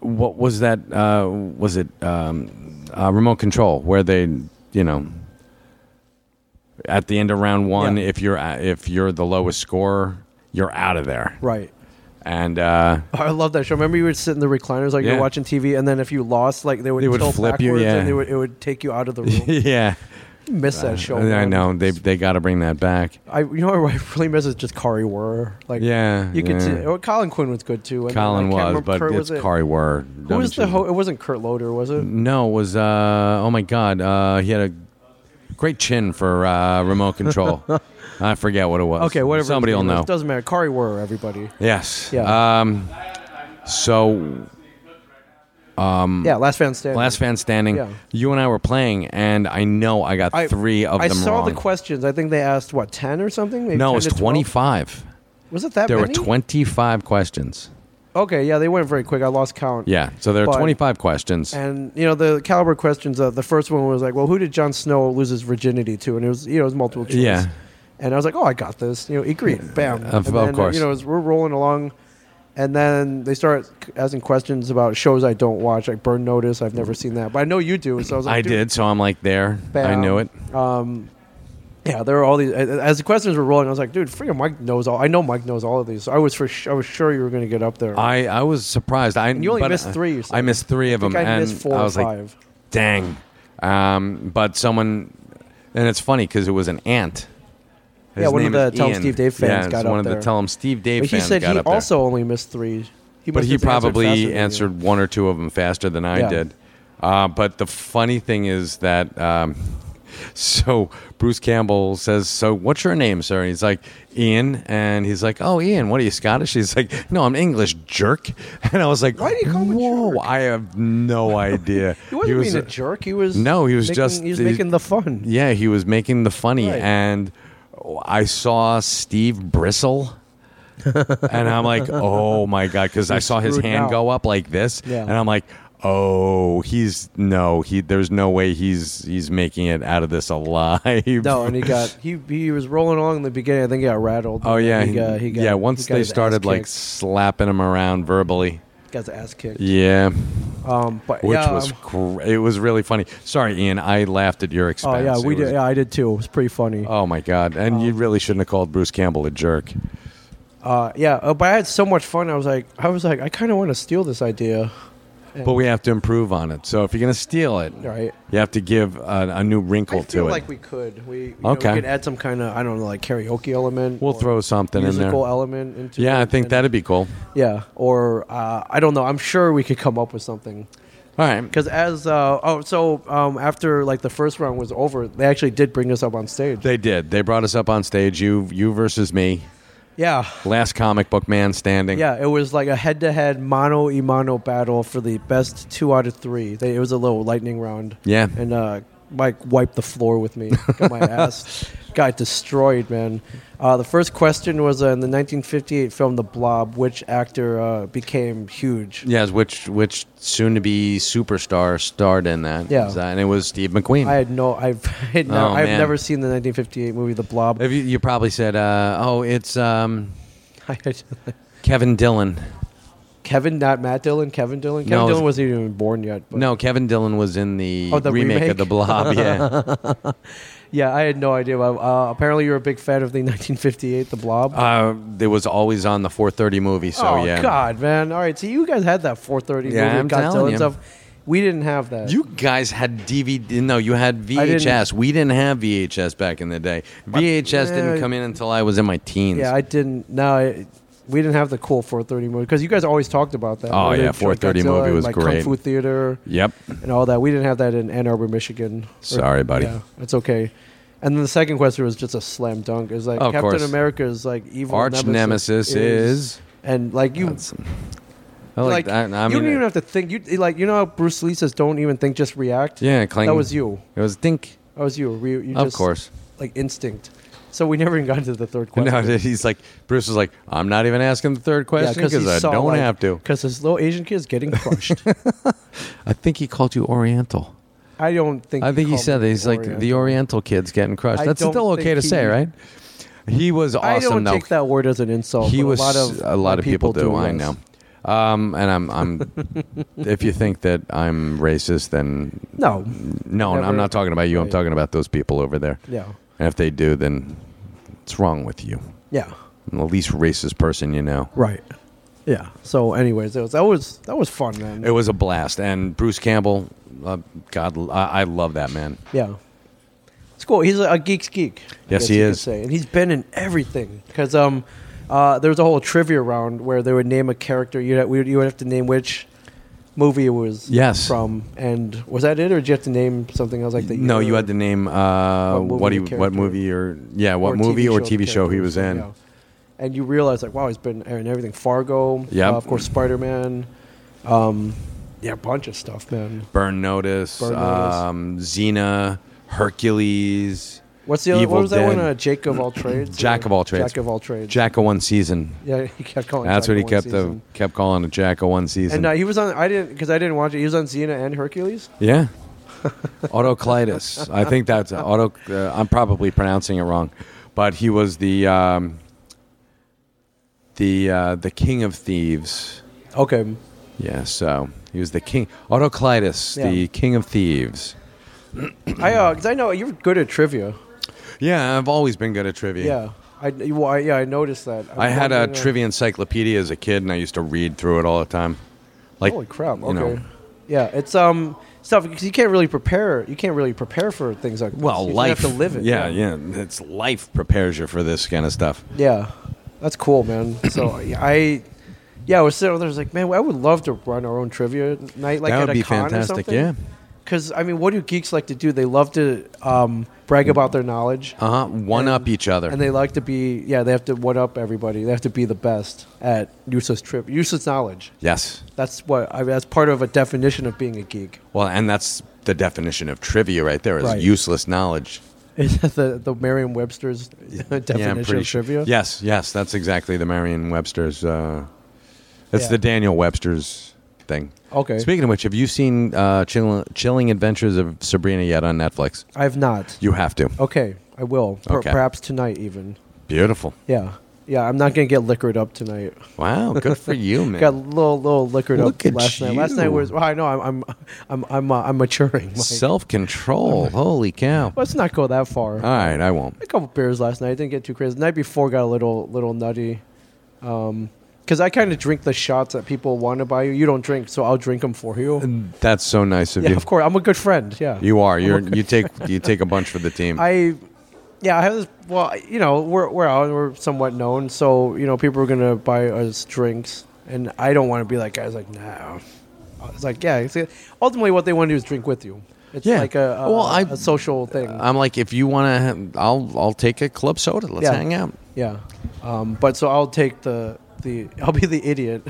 Speaker 2: what was that? Uh, was it um, uh, remote control where they you know at the end of round one
Speaker 1: Yeah.
Speaker 2: if you're a- if you're the lowest scorer you're out of there
Speaker 1: right.
Speaker 2: and uh,
Speaker 1: I love that show. Remember, you would sit in the recliners like
Speaker 2: Yeah.
Speaker 1: you're watching TV, and then if you lost, like they would,
Speaker 2: They would
Speaker 1: tilt
Speaker 2: flip you,
Speaker 1: backwards
Speaker 2: yeah.
Speaker 1: and they would, it would take you out of the room.
Speaker 2: yeah
Speaker 1: miss that show.
Speaker 2: I
Speaker 1: man.
Speaker 2: know they they got to bring that back
Speaker 1: I you know what I really miss is just Kari Wurr. Like
Speaker 2: yeah
Speaker 1: you could
Speaker 2: yeah.
Speaker 1: see. Or Colin Quinn was good too. And
Speaker 2: Colin
Speaker 1: I can't
Speaker 2: was
Speaker 1: remember-
Speaker 2: but
Speaker 1: Kurt,
Speaker 2: it's
Speaker 1: was it-
Speaker 2: Kari Mm, were
Speaker 1: Who was the ho- It wasn't Kurt Loder, was it?
Speaker 2: No, it was uh oh my god, uh he had a great chin for uh remote control. I forget what it was.
Speaker 1: Okay, whatever. his
Speaker 2: Somebody
Speaker 1: name
Speaker 2: will
Speaker 1: was.
Speaker 2: know.
Speaker 1: Doesn't matter. Kari Wurr, everybody.
Speaker 2: Yes.
Speaker 1: Yeah.
Speaker 2: Um so
Speaker 1: yeah, Last Fan Standing.
Speaker 2: Mm. last fan standing,
Speaker 1: Yeah.
Speaker 2: you and I were playing and I know I got
Speaker 1: I-
Speaker 2: 3 of
Speaker 1: I
Speaker 2: them
Speaker 1: saw
Speaker 2: wrong.
Speaker 1: the questions. I think they asked what ten or something. Maybe
Speaker 2: no,
Speaker 1: 10
Speaker 2: it was
Speaker 1: to 12?
Speaker 2: 25.
Speaker 1: Was it that
Speaker 2: There were
Speaker 1: many?
Speaker 2: 25 questions.
Speaker 1: Okay, yeah, they went very quick. I lost count.
Speaker 2: Yeah, so there are
Speaker 1: But-
Speaker 2: 25 questions.
Speaker 1: And you know the caliber questions. Uh, the first one was like, "Well, who did Jon Snow lose his virginity to?" And it was you know it was multiple choice.
Speaker 2: Yeah.
Speaker 1: And I was like, "Oh, I got this." You know, eat green, bam.
Speaker 2: Of-
Speaker 1: and
Speaker 2: of
Speaker 1: then, uh,
Speaker 2: course.
Speaker 1: You know, as we're rolling along, and then they start c- asking questions about shows I don't watch, like Burn Notice. I've never seen that, but I know you do. So I was like,
Speaker 2: I
Speaker 1: "Dude,
Speaker 2: did, so I'm like there. I
Speaker 1: bam."
Speaker 2: knew it.
Speaker 1: Um, yeah, there were all these. As the questions were rolling, I was like, "Dude, freaking Mike knows all." I know Mike knows all of these. So I was for sh- I was sure you were going to get up there.
Speaker 2: I, I was surprised. I
Speaker 1: you only
Speaker 2: but
Speaker 1: missed three, you said.
Speaker 2: I missed three of
Speaker 1: I think
Speaker 2: them,
Speaker 1: I
Speaker 2: and
Speaker 1: missed four
Speaker 2: I
Speaker 1: or
Speaker 2: was like,
Speaker 1: five.
Speaker 2: dang. Um, but someone, and it's funny because it was an ant. His
Speaker 1: Yeah, one of
Speaker 2: name is
Speaker 1: the Tell 'em
Speaker 2: Ian.
Speaker 1: Steve Dave fans
Speaker 2: yeah, it's
Speaker 1: got
Speaker 2: one
Speaker 1: up
Speaker 2: of the
Speaker 1: there.
Speaker 2: Tell 'em Steve Dave
Speaker 1: But he
Speaker 2: fans
Speaker 1: said
Speaker 2: got
Speaker 1: he
Speaker 2: up there.
Speaker 1: also only missed three. He
Speaker 2: but
Speaker 1: must
Speaker 2: he
Speaker 1: have answered
Speaker 2: probably
Speaker 1: faster than
Speaker 2: answered,
Speaker 1: you.
Speaker 2: one or two of them faster than I
Speaker 1: Yeah.
Speaker 2: did. Uh, but the funny thing is that um, so Bruce Campbell says, "So what's your name, sir?" And he's like, "Ian," and he's like, "Oh, Ian, what are you Scottish?" He's like, "No, I'm English, jerk." And I was like,
Speaker 1: Why do you call him a
Speaker 2: Whoa,
Speaker 1: jerk?"
Speaker 2: I have no idea."
Speaker 1: He wasn't being a jerk. He was
Speaker 2: No, he was
Speaker 1: making,
Speaker 2: just-
Speaker 1: he was
Speaker 2: he-
Speaker 1: making the fun.
Speaker 2: Yeah, he was making the funny,
Speaker 1: Right.
Speaker 2: and I saw Steve Bristle, and I'm like, oh my god, because I saw his
Speaker 1: screwed
Speaker 2: hand
Speaker 1: now.
Speaker 2: go up like this,
Speaker 1: Yeah.
Speaker 2: and I'm like, oh, he's no, he. There's no way he's he's making it out of this alive.
Speaker 1: No, and he got he he was rolling along in the beginning. I think he got rattled.
Speaker 2: Oh
Speaker 1: And
Speaker 2: yeah,
Speaker 1: then he got, he got,
Speaker 2: yeah. Once
Speaker 1: he got
Speaker 2: they
Speaker 1: his ass
Speaker 2: started like
Speaker 1: kicked.
Speaker 2: slapping him around verbally,
Speaker 1: got his ass kicked.
Speaker 2: yeah,
Speaker 1: Um, but
Speaker 2: which
Speaker 1: yeah,
Speaker 2: was
Speaker 1: um,
Speaker 2: cr- it was really funny. Sorry, Ian, I laughed at your
Speaker 1: oh
Speaker 2: expense.
Speaker 1: yeah,
Speaker 2: It
Speaker 1: we
Speaker 2: was-
Speaker 1: did. Yeah, Um, I did too. It was pretty funny.
Speaker 2: Oh my god, and you really shouldn't have called Bruce Campbell a jerk.
Speaker 1: Uh, yeah, uh, but I had so much fun. I was like, I was like, I kind of want to steal this idea,
Speaker 2: But we have to improve on it. So if you're going to steal it,
Speaker 1: right?
Speaker 2: you have to give a, a new wrinkle
Speaker 1: I feel
Speaker 2: to it.
Speaker 1: like we could. We you
Speaker 2: Okay.
Speaker 1: know, we could add some kind of I don't know like karaoke element.
Speaker 2: we'll
Speaker 1: or
Speaker 2: throw something in there.
Speaker 1: musical element into.
Speaker 2: Yeah,
Speaker 1: it
Speaker 2: I think
Speaker 1: and-
Speaker 2: that'd be cool.
Speaker 1: Yeah, or uh, I don't know. I'm sure we could come up with something.
Speaker 2: All right.
Speaker 1: Because as uh, oh, so um, after like the first round was over, they actually did bring us up on stage.
Speaker 2: They did. They brought us up on stage. You, you versus me.
Speaker 1: Yeah,
Speaker 2: Last comic book man standing.
Speaker 1: yeah. It was like a head-to-head mono e mono battle for the best two out of three. They, it was a little lightning round.
Speaker 2: Yeah.
Speaker 1: and uh, Mike wiped the floor with me. Got my ass got destroyed, man. Uh, the first question was uh, in the 1958 film The Blob, which actor uh, became huge?
Speaker 2: Yes, which which soon to be superstar starred in that.
Speaker 1: Yeah.
Speaker 2: and it was Steve McQueen.
Speaker 1: I had no, I've, I had no,
Speaker 2: Oh,
Speaker 1: I've
Speaker 2: man.
Speaker 1: never seen the 1958 movie The Blob.
Speaker 2: If you, you probably said, uh, "Oh, it's um,
Speaker 1: I had-
Speaker 2: Kevin Dillon."
Speaker 1: Kevin, not Matt Dillon. Kevin Dillon. Kevin
Speaker 2: No,
Speaker 1: Dillon
Speaker 2: it's-
Speaker 1: wasn't even born yet. But
Speaker 2: No, Kevin Dillon was in the,
Speaker 1: Oh, the
Speaker 2: of
Speaker 1: remake?
Speaker 2: The Blob. Yeah,
Speaker 1: Yeah, I had no idea. Uh, apparently, you're a big fan of the 1958 The Blob.
Speaker 2: uh, it was always on the 4:30 movie. So
Speaker 1: oh
Speaker 2: yeah,
Speaker 1: God, man! All right, so you guys had that 4:30
Speaker 2: Yeah,
Speaker 1: movie,
Speaker 2: I'm
Speaker 1: Godzilla
Speaker 2: telling
Speaker 1: and
Speaker 2: you.
Speaker 1: stuff. We didn't have that.
Speaker 2: You guys had DVD. No, you had
Speaker 1: didn't-
Speaker 2: VHS. We didn't have VHS back in the day. VHS
Speaker 1: Yeah,
Speaker 2: didn't
Speaker 1: I-
Speaker 2: come in until I was in my teens.
Speaker 1: yeah, I didn't. No, I, we didn't have the cool 4:30 movie because you guys always talked about that.
Speaker 2: Oh,
Speaker 1: Where they
Speaker 2: yeah,
Speaker 1: showed
Speaker 2: 4:30
Speaker 1: Godzilla
Speaker 2: movie
Speaker 1: and,
Speaker 2: was
Speaker 1: like,
Speaker 2: great.
Speaker 1: Kung Fu Theater
Speaker 2: yep.
Speaker 1: and all that. We didn't have that in Ann Arbor, Michigan. Or-
Speaker 2: Sorry, buddy.
Speaker 1: Yeah, it's okay. And then the second question was just a slam dunk. Is like
Speaker 2: Of
Speaker 1: Captain
Speaker 2: course.
Speaker 1: America's like evil
Speaker 2: Arch nemesis is.
Speaker 1: and like you
Speaker 2: That's- I like that. I
Speaker 1: you don't
Speaker 2: mean,
Speaker 1: even have to think. You like you know how Bruce Lee says, "Don't even think, just react."
Speaker 2: Yeah, clang.
Speaker 1: That was you.
Speaker 2: It was dink.
Speaker 1: That was you. You, you
Speaker 2: Of
Speaker 1: just,
Speaker 2: course.
Speaker 1: like instinct. So we never even got into the third question.
Speaker 2: No, he's like Bruce was like, I'm not even asking the third question because I don't have to.
Speaker 1: Because this little Asian kid is getting crushed.
Speaker 2: I think he called you Oriental.
Speaker 1: I don't think.
Speaker 2: I
Speaker 1: you
Speaker 2: think he
Speaker 1: call
Speaker 2: said
Speaker 1: me
Speaker 2: that he's like
Speaker 1: Orient.
Speaker 2: the Oriental kid's getting crushed.
Speaker 1: I
Speaker 2: That's
Speaker 1: don't
Speaker 2: still okay
Speaker 1: think
Speaker 2: to say,
Speaker 1: he-
Speaker 2: right? He was awesome
Speaker 1: I don't
Speaker 2: though.
Speaker 1: take that word as an insult.
Speaker 2: he
Speaker 1: but
Speaker 2: was
Speaker 1: a lot of
Speaker 2: people, do. I
Speaker 1: yes.
Speaker 2: know. Um, and I'm I'm. if you think that I'm racist, then
Speaker 1: No.
Speaker 2: no, no, I'm
Speaker 1: Never-
Speaker 2: not talking about you. I'm
Speaker 1: Right.
Speaker 2: talking about those people over there.
Speaker 1: Yeah.
Speaker 2: And if they do, then what's wrong with you?
Speaker 1: Yeah.
Speaker 2: I'm the least racist person you know.
Speaker 1: Right. Yeah. So, anyways, that was that was that was fun, man.
Speaker 2: It was a blast, and Bruce Campbell, uh, God, I, I love that man.
Speaker 1: yeah. It's cool. He's a, a geek's geek. I
Speaker 2: Yes,
Speaker 1: guess
Speaker 2: he
Speaker 1: you could
Speaker 2: is.
Speaker 1: Say. And he's been in everything because um, uh, there was a whole trivia round where they would name a character. You would you would have to name which movie it was
Speaker 2: Yes.
Speaker 1: from and was that it or did you have to name something else like that
Speaker 2: No, you had to name uh,
Speaker 1: What movie
Speaker 2: what he,
Speaker 1: the
Speaker 2: what
Speaker 1: character-
Speaker 2: movie or yeah, what movie or TV show he was in.
Speaker 1: And you realize, like, wow, he's been in everything. Fargo,
Speaker 2: Yep.
Speaker 1: uh, of course, Spider Man, um, yeah, a bunch of stuff, man.
Speaker 2: Burn Notice,
Speaker 1: Burn Notice.
Speaker 2: um, Xena, Hercules,
Speaker 1: What's the other?
Speaker 2: Evil
Speaker 1: What was that
Speaker 2: Dead.
Speaker 1: one? Uh, Jake of all trades.
Speaker 2: Jack
Speaker 1: Or-
Speaker 2: of all trades.
Speaker 1: Jack of all trades.
Speaker 2: Jack of One Season.
Speaker 1: Yeah, he kept calling.
Speaker 2: That's
Speaker 1: Jack
Speaker 2: what he
Speaker 1: of one
Speaker 2: kept
Speaker 1: season.
Speaker 2: the, kept calling a Jack of One Season.
Speaker 1: And uh, he was on. I didn't because I didn't watch it. He was on Xena and Hercules.
Speaker 2: Yeah. Autoclitus. I think that's auto. Uh, I'm probably pronouncing it wrong, but he was the um, the uh, the king of thieves.
Speaker 1: Okay.
Speaker 2: Yeah, so he was the king. Autoclitus,
Speaker 1: Yeah.
Speaker 2: the king of thieves.
Speaker 1: I uh 'cause I know you're good at trivia.
Speaker 2: Yeah, I've always been good at trivia.
Speaker 1: Yeah. I, well, I yeah I noticed that.
Speaker 2: I
Speaker 1: was
Speaker 2: had a
Speaker 1: wondering, uh,
Speaker 2: trivia encyclopedia as a kid, and I used to read through it all the time. Like,
Speaker 1: Holy crap! Okay.
Speaker 2: you know.
Speaker 1: Yeah, it's um stuff because you can't really prepare. You can't really prepare for things like this.
Speaker 2: well,
Speaker 1: you
Speaker 2: life.
Speaker 1: You have to live it.
Speaker 2: Yeah, yeah, It's life prepares you for this kind of stuff.
Speaker 1: Yeah, that's cool, man. So I, yeah, I was sitting there. I was like, man, I would love to run our own trivia night, like at
Speaker 2: That would
Speaker 1: a
Speaker 2: be
Speaker 1: con
Speaker 2: fantastic,
Speaker 1: or something.
Speaker 2: yeah.
Speaker 1: Because I mean, what do geeks like to do? They love to um, brag about their knowledge,
Speaker 2: Uh huh. One up each other.
Speaker 1: and they like to be. Yeah, they have to one up everybody. They have to be the best at useless trip, useless knowledge.
Speaker 2: yes.
Speaker 1: That's what I mean, that's part of a definition of being a geek.
Speaker 2: Well, and that's the definition of trivia right there is
Speaker 1: Right.
Speaker 2: useless knowledge.
Speaker 1: Is that the the Merriam-Webster's definition of
Speaker 2: sure.
Speaker 1: trivia?
Speaker 2: Yes, yes, that's exactly the Merriam-Webster's. Uh, it's
Speaker 1: Yeah.
Speaker 2: the Daniel Webster's thing.
Speaker 1: Okay.
Speaker 2: Speaking of which, have you seen uh, Chill- Chilling Adventures of Sabrina yet on Netflix?
Speaker 1: I have not.
Speaker 2: You have to.
Speaker 1: Okay, I will. Per-
Speaker 2: Okay.
Speaker 1: Perhaps tonight even.
Speaker 2: Beautiful.
Speaker 1: Yeah, yeah. I'm not gonna get liquored up tonight.
Speaker 2: Wow, good for you, man.
Speaker 1: Got a little, little liquored
Speaker 2: Look
Speaker 1: up
Speaker 2: at
Speaker 1: last night. Last night
Speaker 2: you.
Speaker 1: was. Well, I know. I'm, I'm, I'm, I'm, uh, I'm maturing. Like,
Speaker 2: Self-control. Holy cow. All
Speaker 1: let's not go that far.
Speaker 2: right, I won't.
Speaker 1: a couple beers last night. Didn't get too crazy. The night before got a little, little nutty. Um, because I kind of drink the shots that people want to buy you. You don't drink, so I'll drink them for you.
Speaker 2: That's so nice of
Speaker 1: Yeah,
Speaker 2: you.
Speaker 1: of course. I'm a good friend. Yeah.
Speaker 2: You are. You're, you take you take a bunch for the team.
Speaker 1: I, yeah, I have this. Well, you know, we're we're out and we're somewhat known, so you know, people are gonna buy us drinks, and I don't want to be like guys like nah. It's like yeah, it's, ultimately what they want to do is drink with you. It's
Speaker 2: Yeah.
Speaker 1: like a, a,
Speaker 2: Well, I-
Speaker 1: a social thing.
Speaker 2: I'm like, if you want to, I'll I'll take a club soda. Let's
Speaker 1: Yeah.
Speaker 2: hang out.
Speaker 1: yeah, um, but so I'll take the the I'll be the idiot.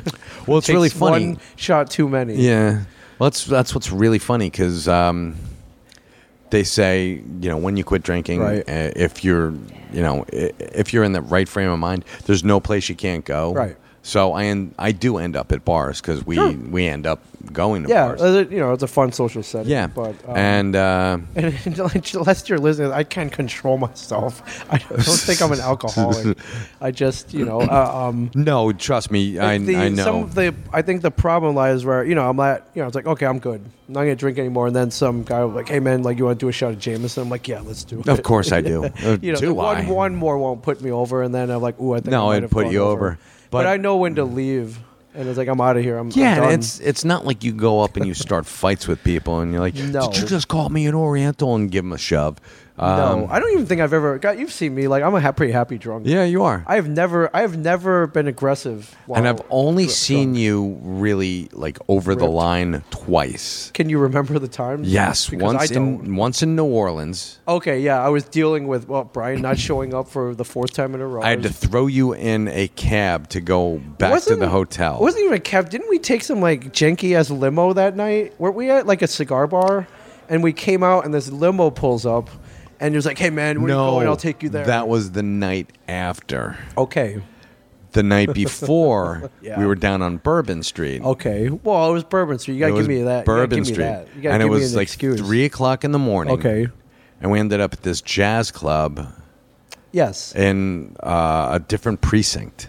Speaker 2: Well, it's
Speaker 1: Takes
Speaker 2: really funny.
Speaker 1: One shot too many.
Speaker 2: Yeah. Well, that's that's what's really funny because um, they say you know when you quit drinking,
Speaker 1: Right.
Speaker 2: uh, if you're you know i- if you're in the right frame of mind, there's no place you can't go.
Speaker 1: Right.
Speaker 2: So I end, I do end up at bars because we
Speaker 1: Sure.
Speaker 2: we end up going to
Speaker 1: yeah.
Speaker 2: bars.
Speaker 1: uh, You know, it's a fun social setting.
Speaker 2: yeah.
Speaker 1: but um,
Speaker 2: and uh,
Speaker 1: And unless you're listening, I can't control myself. I don't think I'm an alcoholic. I just, you know, uh, um,
Speaker 2: no, trust me, I,
Speaker 1: the,
Speaker 2: I know.
Speaker 1: Some of the, I think the problem lies where you know I'm not, you know, it's like okay, I'm good. I'm not gonna drink anymore. And then some guy was like, hey man, like you want to do a shot of Jameson? I'm like, yeah, let's do it.
Speaker 2: of course I do. Uh,
Speaker 1: you know,
Speaker 2: do
Speaker 1: the one,
Speaker 2: I?
Speaker 1: one more won't put me over, and then I'm like, ooh, I think
Speaker 2: No,
Speaker 1: I might
Speaker 2: it'd
Speaker 1: have
Speaker 2: put
Speaker 1: gone
Speaker 2: you
Speaker 1: over.
Speaker 2: over.
Speaker 1: But,
Speaker 2: But-
Speaker 1: I know when to leave, and it's like I'm out of here. I'm I'm
Speaker 2: Yeah,
Speaker 1: done.
Speaker 2: and it's it's not like you go up and you start fights with people and you're like,
Speaker 1: No.
Speaker 2: did you just call me an Oriental and give them a shove? Um,
Speaker 1: no, I don't even think I've ever. God, you've seen me. Like I'm a ha- pretty happy drunk.
Speaker 2: Yeah, you are.
Speaker 1: I have never. I have never been aggressive. While
Speaker 2: and I've only
Speaker 1: dr-
Speaker 2: seen
Speaker 1: drunk.
Speaker 2: you really like over the
Speaker 1: Ripped.
Speaker 2: line twice.
Speaker 1: Can you remember the times?
Speaker 2: Yes,
Speaker 1: Because I
Speaker 2: once
Speaker 1: don't.
Speaker 2: in once in New Orleans,
Speaker 1: Okay, yeah, I was dealing with well, Brian not showing up for the fourth time in a row.
Speaker 2: I had to throw you in a cab to go back
Speaker 1: Wasn't-
Speaker 2: to the hotel.
Speaker 1: It wasn't even a cab. Didn't we take some like janky ass limo that night? Weren't we at like a cigar bar? And we came out and this limo pulls up and it was like, Hey man, where
Speaker 2: no,
Speaker 1: you going? I'll take you there.
Speaker 2: That was the night after.
Speaker 1: okay.
Speaker 2: The night before,
Speaker 1: Yeah.
Speaker 2: we were down on Bourbon Street.
Speaker 1: Okay. Well, it was Bourbon Street. You gotta
Speaker 2: It
Speaker 1: give
Speaker 2: was
Speaker 1: me that.
Speaker 2: Bourbon
Speaker 1: you gotta give
Speaker 2: Street,
Speaker 1: Me that. You gotta
Speaker 2: and
Speaker 1: give
Speaker 2: it was
Speaker 1: me an
Speaker 2: like
Speaker 1: excuse.
Speaker 2: three o'clock in the morning.
Speaker 1: Okay.
Speaker 2: and we ended up at this jazz club
Speaker 1: Yes.
Speaker 2: in uh, a different precinct.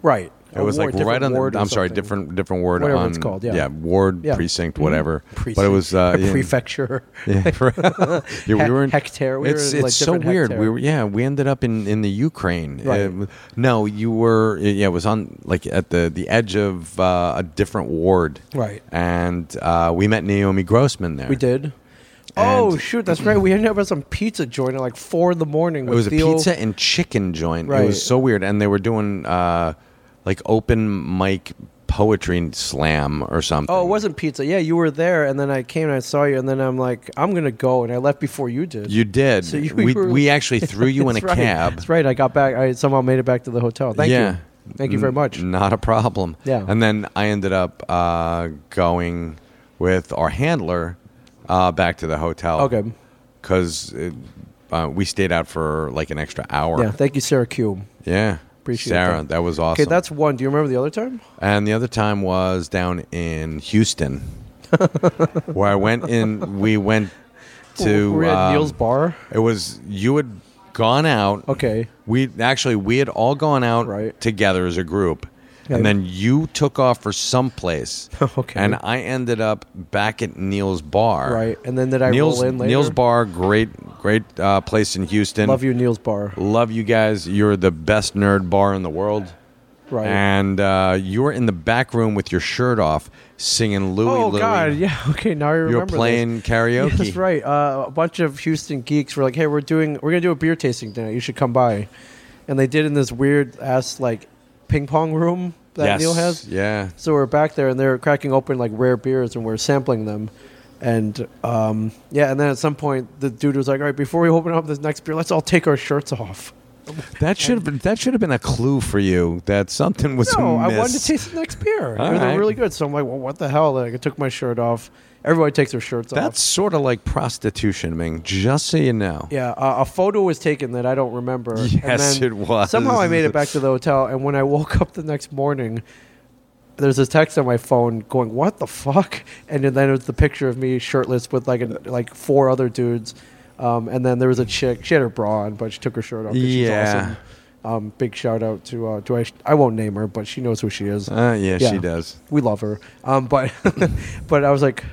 Speaker 1: right.
Speaker 2: It
Speaker 1: A
Speaker 2: was
Speaker 1: ward-
Speaker 2: like
Speaker 1: different
Speaker 2: right on.
Speaker 1: ward
Speaker 2: The,
Speaker 1: or
Speaker 2: I'm sorry,
Speaker 1: something.
Speaker 2: different different word
Speaker 1: Whatever
Speaker 2: on
Speaker 1: it's called, yeah.
Speaker 2: ward
Speaker 1: Yeah. Mm-hmm.
Speaker 2: precinct whatever. But it
Speaker 1: Precinct.
Speaker 2: was uh, yeah.
Speaker 1: prefecture.
Speaker 2: Yeah, for- yeah, we
Speaker 1: Hec-
Speaker 2: were in
Speaker 1: hectare. We were
Speaker 2: it's
Speaker 1: in, like,
Speaker 2: it's so
Speaker 1: different
Speaker 2: weird. We
Speaker 1: hectare.
Speaker 2: were yeah. We ended up in in the Ukraine.
Speaker 1: Right.
Speaker 2: Uh, no, you were yeah. It was on like at the the edge of uh, a different ward.
Speaker 1: Right.
Speaker 2: And uh, we met Naomi Grossman there.
Speaker 1: We did. oh
Speaker 2: And-
Speaker 1: shoot, that's right. We ended up at some pizza joint at like four in the morning.
Speaker 2: It was a
Speaker 1: Theo.
Speaker 2: pizza and chicken joint. It
Speaker 1: Right.
Speaker 2: was so weird, and they were doing uh, like open mic poetry slam or something.
Speaker 1: Oh, it wasn't pizza. Yeah, you were there, and then I came and I saw you, and then I'm like, I'm gonna go, and I left before you did.
Speaker 2: You did.
Speaker 1: So you-
Speaker 2: we,
Speaker 1: you were-
Speaker 2: we actually threw you in a
Speaker 1: That's right.
Speaker 2: cab.
Speaker 1: That's right. I got back. I somehow made it back to the hotel. Thank
Speaker 2: Yeah.
Speaker 1: you. Thank you very much.
Speaker 2: Not a problem.
Speaker 1: Yeah.
Speaker 2: And then I ended up uh, going with our handler uh, back to the hotel.
Speaker 1: Okay.
Speaker 2: Because uh, we stayed out for like an extra hour.
Speaker 1: Yeah. Thank you, Sarah Q.
Speaker 2: Yeah.
Speaker 1: Appreciate
Speaker 2: Sarah,
Speaker 1: that.
Speaker 2: that was awesome.
Speaker 1: Okay, that's one. Do you remember the other time?
Speaker 2: And the other time was down in Houston, where I went in. We went to
Speaker 1: we were at
Speaker 2: um,
Speaker 1: Neil's bar.
Speaker 2: It was you had gone out.
Speaker 1: Okay.
Speaker 2: We actually we had all gone out
Speaker 1: Right.
Speaker 2: together as a group,
Speaker 1: Okay.
Speaker 2: and then you took off for someplace.
Speaker 1: Okay.
Speaker 2: And I ended up back at Neil's bar.
Speaker 1: Right. And then did I
Speaker 2: Neil's
Speaker 1: roll in later?
Speaker 2: Neil's bar, great great uh, place in Houston.
Speaker 1: Love you, Neil's bar.
Speaker 2: Love you guys. You're the best nerd bar in the world.
Speaker 1: Right.
Speaker 2: And uh, you were in the back room with your shirt off, singing Louie.
Speaker 1: oh
Speaker 2: Louie.
Speaker 1: God. Yeah. Okay. Now I remember.
Speaker 2: You were
Speaker 1: this.
Speaker 2: playing karaoke.
Speaker 1: Yeah, that's right. Uh, a bunch of Houston geeks were like, "Hey, we're doing, we're gonna do a beer tasting tonight. You should come by." And they did in this weird ass like ping pong room that
Speaker 2: Yes.
Speaker 1: Neil has.
Speaker 2: Yeah.
Speaker 1: So we're back there, and they're cracking open like rare beers, and we're sampling them. And um, yeah, and then at some point, the dude was like, "All right, before we open up this next beer, let's all take our shirts off."
Speaker 2: That should have been that should have been a clue for you that something was
Speaker 1: No,
Speaker 2: amiss.
Speaker 1: I wanted to taste the next beer.
Speaker 2: All
Speaker 1: and
Speaker 2: right.
Speaker 1: They're really good, so I'm like, "Well, what the hell?" Like, I took my shirt off. Everybody takes their shirts off.
Speaker 2: That's sort of like prostitution, Ming. Just so you know.
Speaker 1: Yeah, uh, a photo was taken that I don't remember. And
Speaker 2: Yes,
Speaker 1: then
Speaker 2: it was.
Speaker 1: Somehow I made it back to the hotel, and when I woke up the next morning, there's this text on my phone going, "What the fuck?" And then it was the picture of me shirtless with like an, like four other dudes, um, and then there was a chick. She had her bra on, but she took her shirt off. 'cause she's
Speaker 2: Yeah.
Speaker 1: awesome. Um, big shout out to uh, do I? I won't name her, but she knows who she is.
Speaker 2: Uh, yeah,
Speaker 1: Yeah.
Speaker 2: she does.
Speaker 1: We love her. Um, but but I was like,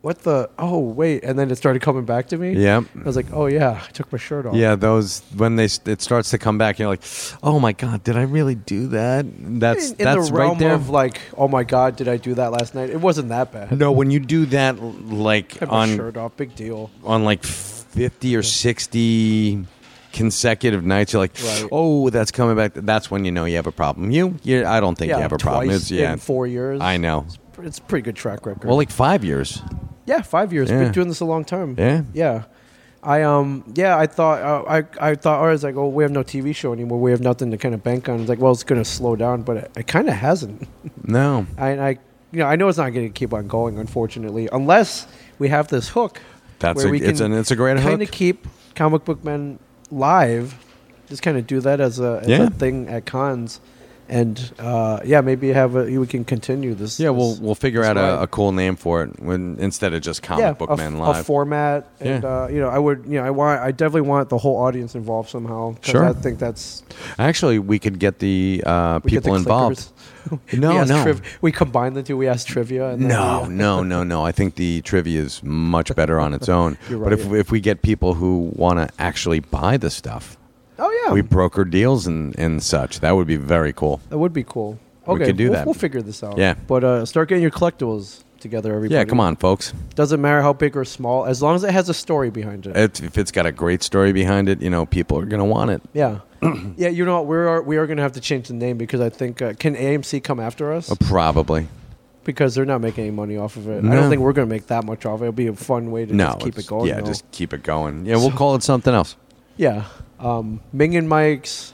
Speaker 1: what the? Oh wait! And then it started coming back to me.
Speaker 2: Yep.
Speaker 1: I was like, oh yeah, I took my shirt off.
Speaker 2: Yeah, those when they s- it starts to come back, you're like, oh my god, did I really do that? That's
Speaker 1: In, in
Speaker 2: that's
Speaker 1: the realm
Speaker 2: right there.
Speaker 1: of like, oh my god, did I do that last night? It wasn't that bad.
Speaker 2: no, when you do that, l- like
Speaker 1: I took my
Speaker 2: on
Speaker 1: shirt off, big deal.
Speaker 2: on like fifty or sixty consecutive nights, you're like,
Speaker 1: Right.
Speaker 2: oh, that's coming back. That's when you know you have a problem. You, you I don't think you have a problem.
Speaker 1: twice
Speaker 2: It's yeah,
Speaker 1: in four years.
Speaker 2: I know.
Speaker 1: It's a pretty good track record.
Speaker 2: Well, like five years.
Speaker 1: yeah, five years.
Speaker 2: Yeah.
Speaker 1: Been doing this a long time.
Speaker 2: Yeah.
Speaker 1: yeah. I um yeah I thought uh, I I thought I was like oh we have no TV show anymore we have nothing to kind of bank on it's like well it's gonna slow down but it, it kind of hasn't
Speaker 2: No.
Speaker 1: I, I you know I know it's not going to keep on going, unfortunately, unless we have this hook.
Speaker 2: That's a- it's an- it's a great
Speaker 1: Kind
Speaker 2: hook.
Speaker 1: of keep comic book men live. Just kind of do that as a, as
Speaker 2: Yeah.
Speaker 1: a thing at cons, and uh, yeah, maybe have a, we can continue this.
Speaker 2: Yeah, we'll
Speaker 1: this-
Speaker 2: we'll figure
Speaker 1: this
Speaker 2: out a,
Speaker 1: ride.
Speaker 2: a cool name for it when instead of just comic
Speaker 1: yeah,
Speaker 2: book
Speaker 1: a,
Speaker 2: man
Speaker 1: f-
Speaker 2: live.
Speaker 1: a format, and
Speaker 2: Yeah.
Speaker 1: uh, you know, I would, you know, I want, I definitely want the whole audience involved somehow. 'cause
Speaker 2: Sure.
Speaker 1: I think that's
Speaker 2: Actually, we could get the uh,
Speaker 1: we get
Speaker 2: people
Speaker 1: the
Speaker 2: involved.
Speaker 1: clickers.
Speaker 2: No,
Speaker 1: we ask
Speaker 2: no.
Speaker 1: triv- we combine the two. We ask trivia. And then
Speaker 2: No,
Speaker 1: we-
Speaker 2: no, no, no. I think the trivia is much better on its own.
Speaker 1: You're
Speaker 2: But
Speaker 1: right.
Speaker 2: if if we get people who want to actually buy the stuff,
Speaker 1: oh yeah,
Speaker 2: we broker deals and and such. That would be very cool.
Speaker 1: That would be cool.
Speaker 2: we could do
Speaker 1: we'll,
Speaker 2: that.
Speaker 1: We'll figure this out.
Speaker 2: Yeah.
Speaker 1: But uh, start getting your collectibles together, everybody.
Speaker 2: yeah, come on, folks.
Speaker 1: Doesn't matter how big or small, as long as it has a story behind it.
Speaker 2: If, if it's got a great story behind it, you know, people are gonna want it.
Speaker 1: yeah. yeah, you know what? We are we are going to have to change the name because I think uh, can AMC come after us
Speaker 2: Uh, Probably.
Speaker 1: because they're not making any money off of it. I
Speaker 2: No.
Speaker 1: don't think we're going to make that much off it. It'll be a fun way to
Speaker 2: No.
Speaker 1: just keep it
Speaker 2: it's-
Speaker 1: going.
Speaker 2: Yeah,
Speaker 1: though.
Speaker 2: just keep it going. Yeah, we'll
Speaker 1: So-
Speaker 2: call it something else.
Speaker 1: yeah. Um, Ming and Mike's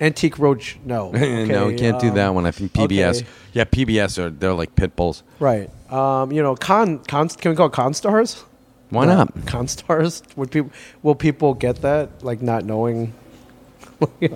Speaker 1: Antique Roach. No,
Speaker 2: no, we
Speaker 1: Okay,
Speaker 2: can't do
Speaker 1: um,
Speaker 2: that one. I think PBS.
Speaker 1: okay.
Speaker 2: Yeah, PBS are they're like pit bulls.
Speaker 1: Right. Um, you know, con, con can we call it Constars?
Speaker 2: Why
Speaker 1: Yeah,
Speaker 2: not?
Speaker 1: Constars? Would people will people get that like not knowing?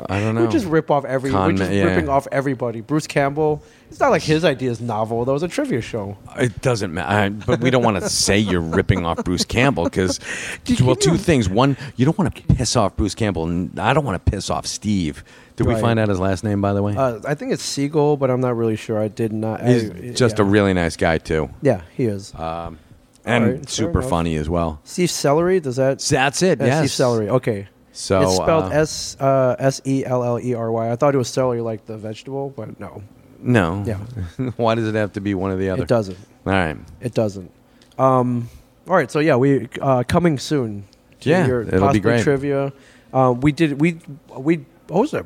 Speaker 2: I don't
Speaker 1: We
Speaker 2: know.
Speaker 1: just rip off every.
Speaker 2: Con-
Speaker 1: we're just
Speaker 2: yeah.
Speaker 1: ripping off everybody. Bruce Campbell. It's not like his idea is novel. That was a trivia show.
Speaker 2: It doesn't matter, but we don't want to say you're ripping off Bruce Campbell because,
Speaker 1: Did you
Speaker 2: well, two
Speaker 1: know-
Speaker 2: things. One, you don't want to piss off Bruce Campbell, and I don't want to piss off Steve. Did we
Speaker 1: Right.
Speaker 2: find out his last name, by the way?
Speaker 1: Uh, I think it's Siegel, but I'm not really sure. I did not.
Speaker 2: He's
Speaker 1: I-
Speaker 2: just
Speaker 1: yeah.
Speaker 2: a really nice guy too,
Speaker 1: Yeah, he is.
Speaker 2: um, and
Speaker 1: All right, fair
Speaker 2: super
Speaker 1: enough.
Speaker 2: funny as well.
Speaker 1: Steve Celery. Does that?
Speaker 2: So that's it.
Speaker 1: Yeah, Steve
Speaker 2: yes,
Speaker 1: Celery. Okay.
Speaker 2: So
Speaker 1: it's
Speaker 2: uh,
Speaker 1: spelled S uh, S E L L E R Y. I thought it was celery like the vegetable, but no,
Speaker 2: No.
Speaker 1: Yeah.
Speaker 2: Why does it have to be one or the other?
Speaker 1: it doesn't.
Speaker 2: All right.
Speaker 1: It doesn't. Um, all right, so yeah, we uh, coming soon. to
Speaker 2: Yeah, it'll be
Speaker 1: possibly
Speaker 2: great.
Speaker 1: Trivia. Um, we did we we hosted a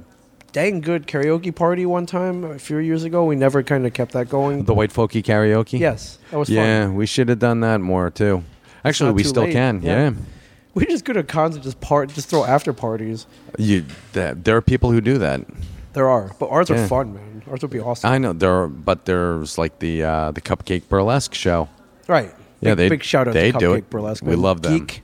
Speaker 1: dang good karaoke party one time a few years ago. We never kind of kept that going.
Speaker 2: The white folky karaoke.
Speaker 1: yes, that was
Speaker 2: Yeah,
Speaker 1: fun.
Speaker 2: we should have done that more too. Actually,
Speaker 1: not
Speaker 2: we
Speaker 1: too
Speaker 2: still
Speaker 1: late.
Speaker 2: can.
Speaker 1: Yeah.
Speaker 2: Yeah.
Speaker 1: We just go to cons and just part, just throw after parties.
Speaker 2: You. That, there are people who do that.
Speaker 1: There are, but ours
Speaker 2: Yeah.
Speaker 1: are fun, man. Ours would be awesome.
Speaker 2: I know there, are, but there's like the uh, the cupcake burlesque show.
Speaker 1: right?
Speaker 2: Yeah,
Speaker 1: big,
Speaker 2: they-
Speaker 1: big shout out
Speaker 2: they
Speaker 1: to
Speaker 2: do
Speaker 1: Cupcake
Speaker 2: it.
Speaker 1: Burlesque.
Speaker 2: We
Speaker 1: man.
Speaker 2: love them.
Speaker 1: Geek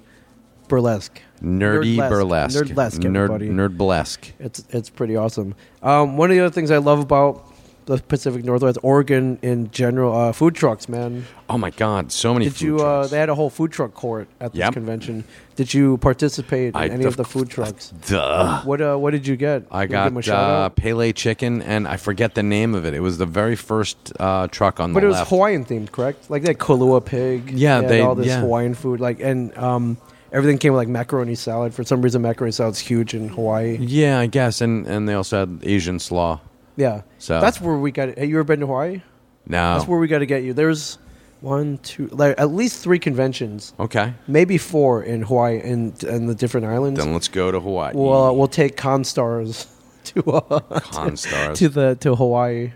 Speaker 1: Burlesque.
Speaker 2: Nerdy
Speaker 1: Nerdlesque.
Speaker 2: burlesque.
Speaker 1: Nerdlesque,
Speaker 2: Nerd
Speaker 1: everybody.
Speaker 2: nerd burlesque.
Speaker 1: It's it's pretty awesome. Um, one of the other things I love about the Pacific Northwest, Oregon in general, uh, food trucks, man.
Speaker 2: Oh my God! So many.
Speaker 1: Did
Speaker 2: food
Speaker 1: you? Uh,
Speaker 2: trucks.
Speaker 1: they had a whole food truck court at this
Speaker 2: Yep.
Speaker 1: convention. Did you participate in
Speaker 2: I-
Speaker 1: any
Speaker 2: of
Speaker 1: of the food
Speaker 2: course-
Speaker 1: trucks?
Speaker 2: Duh.
Speaker 1: What uh, What did you get?
Speaker 2: I
Speaker 1: You wanna give 'em a
Speaker 2: got
Speaker 1: shout
Speaker 2: uh,
Speaker 1: out?
Speaker 2: Pele chicken, and I forget the name of it. It was the very first uh, truck on
Speaker 1: but
Speaker 2: the
Speaker 1: it was
Speaker 2: left.
Speaker 1: Hawaiian themed, correct? Like that Kahlua pig.
Speaker 2: Yeah,
Speaker 1: had
Speaker 2: they-
Speaker 1: all this
Speaker 2: yeah.
Speaker 1: Hawaiian food, like and um, everything came with like macaroni salad. For some reason, macaroni salad's huge in Hawaii.
Speaker 2: Yeah, I guess, and and they also had Asian slaw.
Speaker 1: Yeah,
Speaker 2: So-
Speaker 1: that's where we got it. Have you ever been to Hawaii?
Speaker 2: No.
Speaker 1: That's where we got to get you. There's one, two, like, at least three conventions,
Speaker 2: okay.
Speaker 1: maybe four in Hawaii and and the different islands.
Speaker 2: Then let's go to Hawaii.
Speaker 1: We'll uh, we'll take Constars to uh,
Speaker 2: Constars.
Speaker 1: to the to Hawaii.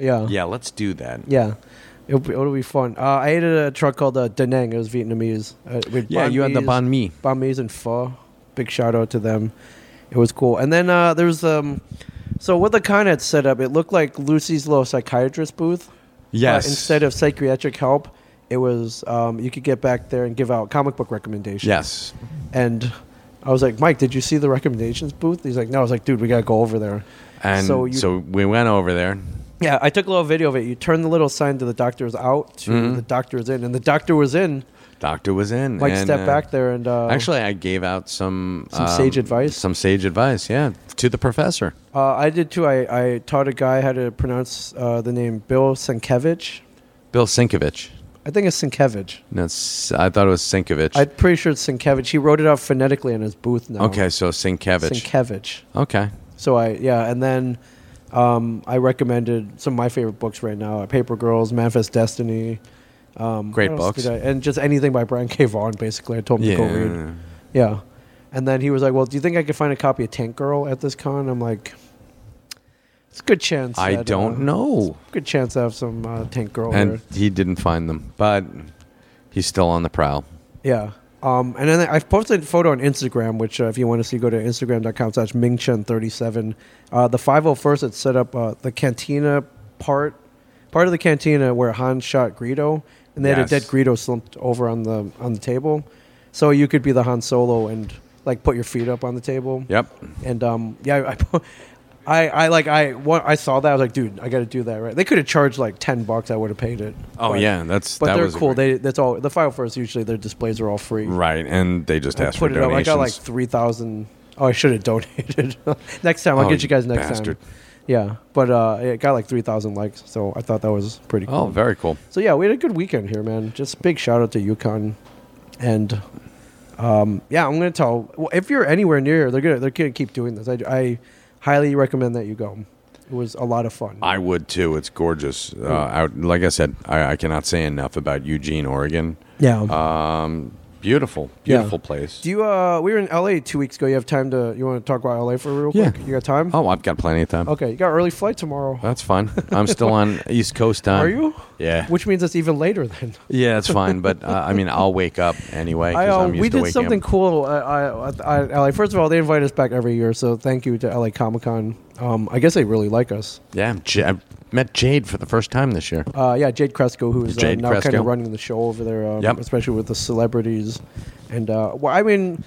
Speaker 1: Yeah,
Speaker 2: yeah, let's do that.
Speaker 1: yeah. uh, It'll be, it'll be fun. Uh, I ate at a truck called uh, Da Nang. It was Vietnamese. Uh, with
Speaker 2: Yeah,
Speaker 1: banh
Speaker 2: you had the
Speaker 1: mis,
Speaker 2: banh mi.
Speaker 1: banh mi's and pho. Big shout out to them. It was cool. And then uh, there was um, so what the con had set up. It looked like Lucy's little psychiatrist booth.
Speaker 2: Yes.
Speaker 1: But instead of psychiatric help, it was um, you could get back there and give out comic book recommendations.
Speaker 2: Yes.
Speaker 1: And I was like, Mike, did you see the recommendations booth? He's like, No. I was like, Dude, we gotta go over there.
Speaker 2: And so,
Speaker 1: So you-
Speaker 2: we went over there.
Speaker 1: Yeah, I took a little video of it. You turn the little sign to the doctor's out to
Speaker 2: Mm-hmm.
Speaker 1: the doctor's in, and the doctor was in.
Speaker 2: Doctor was in.
Speaker 1: Mike
Speaker 2: and,
Speaker 1: stepped
Speaker 2: uh,
Speaker 1: back there and uh,
Speaker 2: Actually, I gave out some um,
Speaker 1: Some sage advice?
Speaker 2: Some sage advice, yeah, to the professor.
Speaker 1: uh, I did too. I, I taught a guy how to pronounce uh, the name Bill Sienkiewicz.
Speaker 2: Bill Sinkovich.
Speaker 1: I think it's Sienkiewicz.
Speaker 2: No, it's- I thought it was Sinkovich.
Speaker 1: I'm pretty sure it's Sienkiewicz. He wrote it out phonetically in his booth now.
Speaker 2: okay, so Sinkevich.
Speaker 1: Sienkiewicz.
Speaker 2: okay.
Speaker 1: So I yeah, and then um, I recommended some of my favorite books right now: uh, Paper Girls, Manifest Destiny. Um,
Speaker 2: Great
Speaker 1: what else
Speaker 2: books.
Speaker 1: did I- and just anything by Brian K. Vaughan. Basically, I told him to go read. Yeah, and then he was like, "Well, do you think I could find a copy of Tank Girl at this con?" I'm like, "It's a good chance."
Speaker 2: I
Speaker 1: that,
Speaker 2: don't
Speaker 1: uh,
Speaker 2: know.
Speaker 1: Good chance I have some uh, Tank Girl.
Speaker 2: And
Speaker 1: there.
Speaker 2: he didn't find them, but he's still on the prowl.
Speaker 1: Yeah. Um, and then I've posted a photo on Instagram, which uh, if you want to see, go to instagram.com slash mingchen37. Uh, the 501st had set up uh, the cantina part, part of the cantina where Han shot Greedo, and they
Speaker 2: Yes.
Speaker 1: had a dead Greedo slumped over on the on the table. So you could be the Han Solo and like put your feet up on the table.
Speaker 2: Yep.
Speaker 1: And um, yeah, I, po- I, I like I what I saw that I was like, dude, I got to do that right. They could have charged like ten bucks, I would have paid it.
Speaker 2: Oh
Speaker 1: But-
Speaker 2: yeah, that's
Speaker 1: but
Speaker 2: that
Speaker 1: they're
Speaker 2: was a
Speaker 1: cool.
Speaker 2: great-
Speaker 1: They that's all the file first. Usually their displays are all free.
Speaker 2: right, and they just
Speaker 1: I
Speaker 2: asked for
Speaker 1: put it up. I
Speaker 2: donations.
Speaker 1: got like three thousand. Oh, I should have donated. next time, I'll
Speaker 2: Oh,
Speaker 1: get you guys
Speaker 2: you
Speaker 1: next
Speaker 2: bastard.
Speaker 1: time. Yeah, but uh, it got like three thousand likes, so I thought that was pretty cool.
Speaker 2: oh, very cool.
Speaker 1: So yeah, we had a good weekend here, man. Just big shout out to Yukon, and um, yeah, I'm gonna tell well, if you're anywhere near, they're gonna they're gonna keep doing this. I, I highly recommend that you go. It was a lot of fun.
Speaker 2: I would too. It's gorgeous.
Speaker 1: Hmm.
Speaker 2: Uh, out, like I said, I, I cannot say enough about Eugene, Oregon.
Speaker 1: yeah.
Speaker 2: Um, beautiful,
Speaker 1: Yeah.
Speaker 2: beautiful place.
Speaker 1: Do you? Uh, we were in LA two weeks ago. You have time to? You want to talk about LA for real
Speaker 2: Yeah.
Speaker 1: quick? You got time?
Speaker 2: oh, I've got plenty of time.
Speaker 1: Okay, you got early flight tomorrow.
Speaker 2: That's fine. I'm still on East Coast time.
Speaker 1: Are you?
Speaker 2: Uh, Yeah.
Speaker 1: Which means it's even later then.
Speaker 2: yeah, it's fine. But uh, I mean, I'll wake up anyway. 'cause
Speaker 1: I, uh,
Speaker 2: I'm used
Speaker 1: we
Speaker 2: to
Speaker 1: did
Speaker 2: waking
Speaker 1: something
Speaker 2: Up.
Speaker 1: cool uh, I, at, at LA. First of all, they invite us back every year, so thank you to LA Comic Con. Um, I guess they really like us.
Speaker 2: Yeah, J- I met Jade for the first time this year.
Speaker 1: Uh, yeah, Jade Cresco, who is uh,
Speaker 2: Jade
Speaker 1: now kind
Speaker 2: Cresco.
Speaker 1: of running the show over there, um,
Speaker 2: Yep.
Speaker 1: especially with the celebrities. And uh, well, I mean,